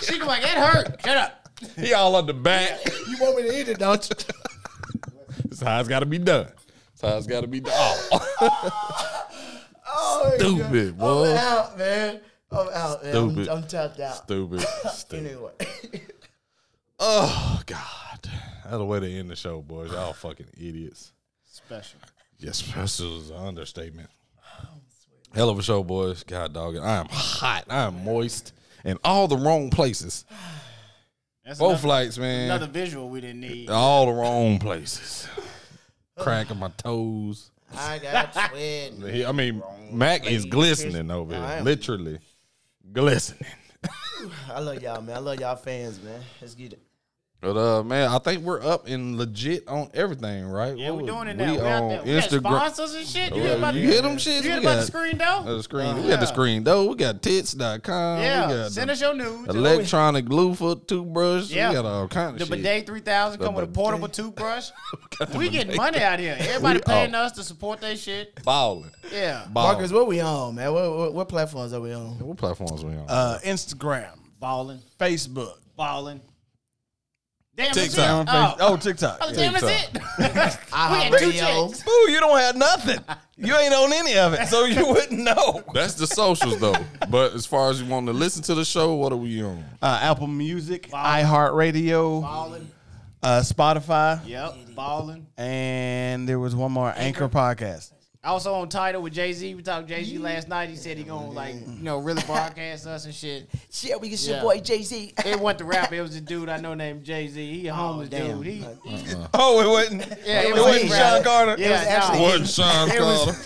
[SPEAKER 2] She was like, it hurt. Shut up.
[SPEAKER 1] he all on the back.
[SPEAKER 3] you want me to eat it, don't you?
[SPEAKER 1] That's how it's got to be done. That's how it's got to be done. Oh,
[SPEAKER 3] Oh, my
[SPEAKER 1] Stupid,
[SPEAKER 3] God.
[SPEAKER 1] boy.
[SPEAKER 3] I'm out, man. I'm out, man. I'm-
[SPEAKER 1] Stupid.
[SPEAKER 3] I'm, tapped out.
[SPEAKER 1] stupid. stupid.
[SPEAKER 3] Anyway,
[SPEAKER 1] Oh God. That's a way to end the show, boys. Y'all fucking idiots.
[SPEAKER 2] Special.
[SPEAKER 1] Yes, special is an understatement. Hell of a show, boys. God dog it. I am hot. I am moist. In all the wrong places.
[SPEAKER 2] That's
[SPEAKER 1] Both
[SPEAKER 2] another,
[SPEAKER 1] flights, man.
[SPEAKER 2] another visual we didn't need.
[SPEAKER 1] All the wrong places. Cracking my toes.
[SPEAKER 3] I got twin.
[SPEAKER 1] He- I mean, Mac is glistening over
[SPEAKER 3] I
[SPEAKER 1] here.
[SPEAKER 3] am.
[SPEAKER 1] Literally glistening.
[SPEAKER 3] I love y'all, man. I love y'all fans, man. Let's get it.
[SPEAKER 1] But uh, man, I think we're up and legit on everything, right?
[SPEAKER 2] Yeah, we're doing it
[SPEAKER 1] We
[SPEAKER 2] now. We're
[SPEAKER 1] on
[SPEAKER 2] out there. We got
[SPEAKER 1] Instagram. Oh,
[SPEAKER 2] sponsors and shit. You
[SPEAKER 1] Yeah,
[SPEAKER 2] hear about,
[SPEAKER 1] you
[SPEAKER 2] the,
[SPEAKER 1] hear them shit?
[SPEAKER 2] you hear about the screen, though?
[SPEAKER 1] uh, The screen. we got the screen though. We got tits.com.
[SPEAKER 2] yeah.
[SPEAKER 1] Oh, We got
[SPEAKER 2] Send
[SPEAKER 1] the
[SPEAKER 2] us your news.
[SPEAKER 1] electronic glue foot toothbrush.
[SPEAKER 2] Yeah.
[SPEAKER 1] We got all kind
[SPEAKER 2] the
[SPEAKER 1] of shit.
[SPEAKER 2] bidet 3000 come with a
[SPEAKER 1] bidet.
[SPEAKER 2] portable toothbrush.
[SPEAKER 1] the
[SPEAKER 2] we getting money out here. Everybody
[SPEAKER 1] We
[SPEAKER 2] paying
[SPEAKER 1] are.
[SPEAKER 2] us to support their shit.
[SPEAKER 1] Balling.
[SPEAKER 2] Yeah.
[SPEAKER 1] Balling.
[SPEAKER 3] Marcus, what we on, man? What, what, what platforms are we on?
[SPEAKER 1] what platforms we on?
[SPEAKER 4] Uh, Instagram,
[SPEAKER 2] Balling.
[SPEAKER 4] Facebook,
[SPEAKER 2] Balling. Damn, that's it.
[SPEAKER 1] TikTok.
[SPEAKER 2] Oh,
[SPEAKER 4] oh TikTok.
[SPEAKER 2] oh, damn, that's it. we had two
[SPEAKER 3] iHeartRadio.
[SPEAKER 2] chicks.
[SPEAKER 4] Boo, you don't have nothing. You ain't on any of it, so you wouldn't know.
[SPEAKER 1] That's the socials though. but as far as you want to listen to the show, what are we on?
[SPEAKER 4] Uh, Apple Music, iHeartRadio,
[SPEAKER 2] Balling.
[SPEAKER 4] uh, Spotify,
[SPEAKER 2] Yep. Balling.
[SPEAKER 4] and there was one more Anchor podcast.
[SPEAKER 2] Also on title with Jay Z. We talked Jay Z last night. He said he gonna like you know really broadcast us and shit.
[SPEAKER 3] Yeah, we get
[SPEAKER 2] Yeah.
[SPEAKER 3] your boy Jay Z.
[SPEAKER 2] It wasn't the rapper. It was a dude I know named Jay Z. He a homeless
[SPEAKER 3] damn.
[SPEAKER 2] dude. He,
[SPEAKER 4] Oh, it wasn't.
[SPEAKER 2] yeah,
[SPEAKER 4] it,
[SPEAKER 2] was
[SPEAKER 4] wasn't
[SPEAKER 2] his
[SPEAKER 4] Sean
[SPEAKER 2] rapper.
[SPEAKER 4] Carter.
[SPEAKER 2] Yeah, no.
[SPEAKER 3] actually-
[SPEAKER 1] What Sean
[SPEAKER 2] It was-
[SPEAKER 1] Carter?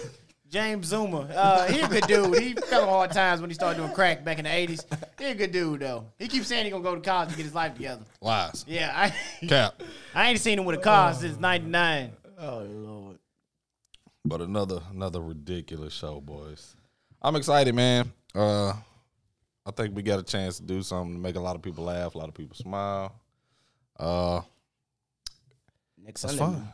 [SPEAKER 2] James Zuma. Uh, he a good dude. He fell on hard times when he started doing crack back in the eighties. He a good dude though. He keeps saying he gonna go to college and get his life together.
[SPEAKER 1] Lies.
[SPEAKER 2] Yeah, I,
[SPEAKER 1] Cap.
[SPEAKER 2] I ain't seen him with a car since '99.
[SPEAKER 3] Oh, Lord.
[SPEAKER 1] But another another ridiculous show, boys. I'm excited, man. Uh I think we got a chance to do something to make a lot of people laugh, a lot of people smile. Uh
[SPEAKER 3] Next
[SPEAKER 1] it's
[SPEAKER 3] Sunday.
[SPEAKER 1] fun.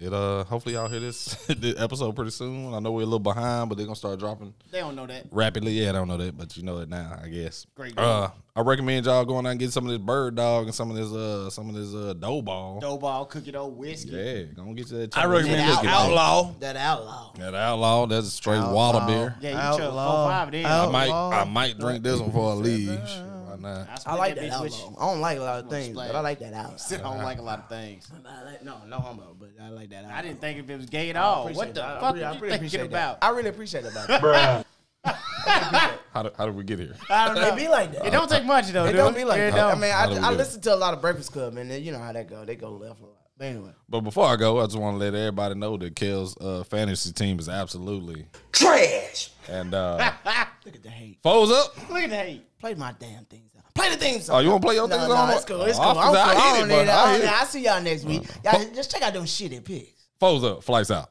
[SPEAKER 1] It uh, hopefully y'all hear this, this episode pretty soon. I know we're a little behind, but they're gonna start dropping
[SPEAKER 2] They don't know that.
[SPEAKER 1] rapidly. Yeah, I don't know that, but you know it now, I guess.
[SPEAKER 2] Great.
[SPEAKER 1] Uh, I recommend y'all going out and get some of this bird dog and some of this uh, some of this uh, dough ball.
[SPEAKER 2] Dough ball, cookie dough, whiskey.
[SPEAKER 1] Yeah, gonna get you that.
[SPEAKER 4] I recommend
[SPEAKER 1] Chinese
[SPEAKER 4] this
[SPEAKER 1] whiskey.
[SPEAKER 4] outlaw.
[SPEAKER 3] Oh, That outlaw.
[SPEAKER 1] That outlaw. That's a straight water beer.
[SPEAKER 2] Yeah, you chuck four
[SPEAKER 4] Outlaw.
[SPEAKER 2] five then.
[SPEAKER 1] I might
[SPEAKER 4] Outlaw.
[SPEAKER 1] I might drink this one before I leave. Shit, Why not?
[SPEAKER 2] split
[SPEAKER 3] I like that
[SPEAKER 2] bitch with
[SPEAKER 3] outlaw.
[SPEAKER 2] you.
[SPEAKER 3] I don't like a lot of things,
[SPEAKER 2] splash.
[SPEAKER 3] but I like that outlaw.
[SPEAKER 2] Sit I don't like a lot of things.
[SPEAKER 3] I like- No, no homo, but I like that outlaw.
[SPEAKER 2] I didn't think if it was gay at all. What
[SPEAKER 3] Appreciate
[SPEAKER 2] the
[SPEAKER 3] that. I
[SPEAKER 2] fuck
[SPEAKER 3] really- I
[SPEAKER 2] are
[SPEAKER 3] really
[SPEAKER 2] you thinking
[SPEAKER 3] appreciate that.
[SPEAKER 2] about?
[SPEAKER 3] I really appreciate that about it.
[SPEAKER 1] How did, how did we get here?
[SPEAKER 2] I don't know.
[SPEAKER 3] It be like that.
[SPEAKER 2] It don't take much though.
[SPEAKER 3] It
[SPEAKER 2] dude.
[SPEAKER 3] don't be like
[SPEAKER 2] It
[SPEAKER 3] that. I
[SPEAKER 2] don't.
[SPEAKER 3] mean,
[SPEAKER 1] How do we
[SPEAKER 3] I, I
[SPEAKER 1] do it?
[SPEAKER 3] listen to a lot of Breakfast Club, and then you know how that go. They go left a lot. But anyway,
[SPEAKER 1] But before I go, I just want to let everybody know that Kel's uh, fantasy team is absolutely
[SPEAKER 3] trash.
[SPEAKER 1] and uh,
[SPEAKER 3] Look at the hate.
[SPEAKER 1] foes up.
[SPEAKER 2] Look at the hate.
[SPEAKER 3] Play my damn things. Out. Play the theme song.
[SPEAKER 1] Oh, you want to play your
[SPEAKER 3] No,
[SPEAKER 1] things
[SPEAKER 3] no,
[SPEAKER 1] on?
[SPEAKER 3] it's cool. It's
[SPEAKER 1] Oh,
[SPEAKER 3] cool. I don't,
[SPEAKER 1] I
[SPEAKER 3] I
[SPEAKER 1] hit
[SPEAKER 3] don't
[SPEAKER 1] it,
[SPEAKER 3] need
[SPEAKER 1] but
[SPEAKER 3] that. I
[SPEAKER 1] I
[SPEAKER 3] don't
[SPEAKER 1] hit
[SPEAKER 3] need-
[SPEAKER 1] it.
[SPEAKER 3] I'll see y'all next week. Y'all just check out them shitty pics.
[SPEAKER 1] Foes up, flights out.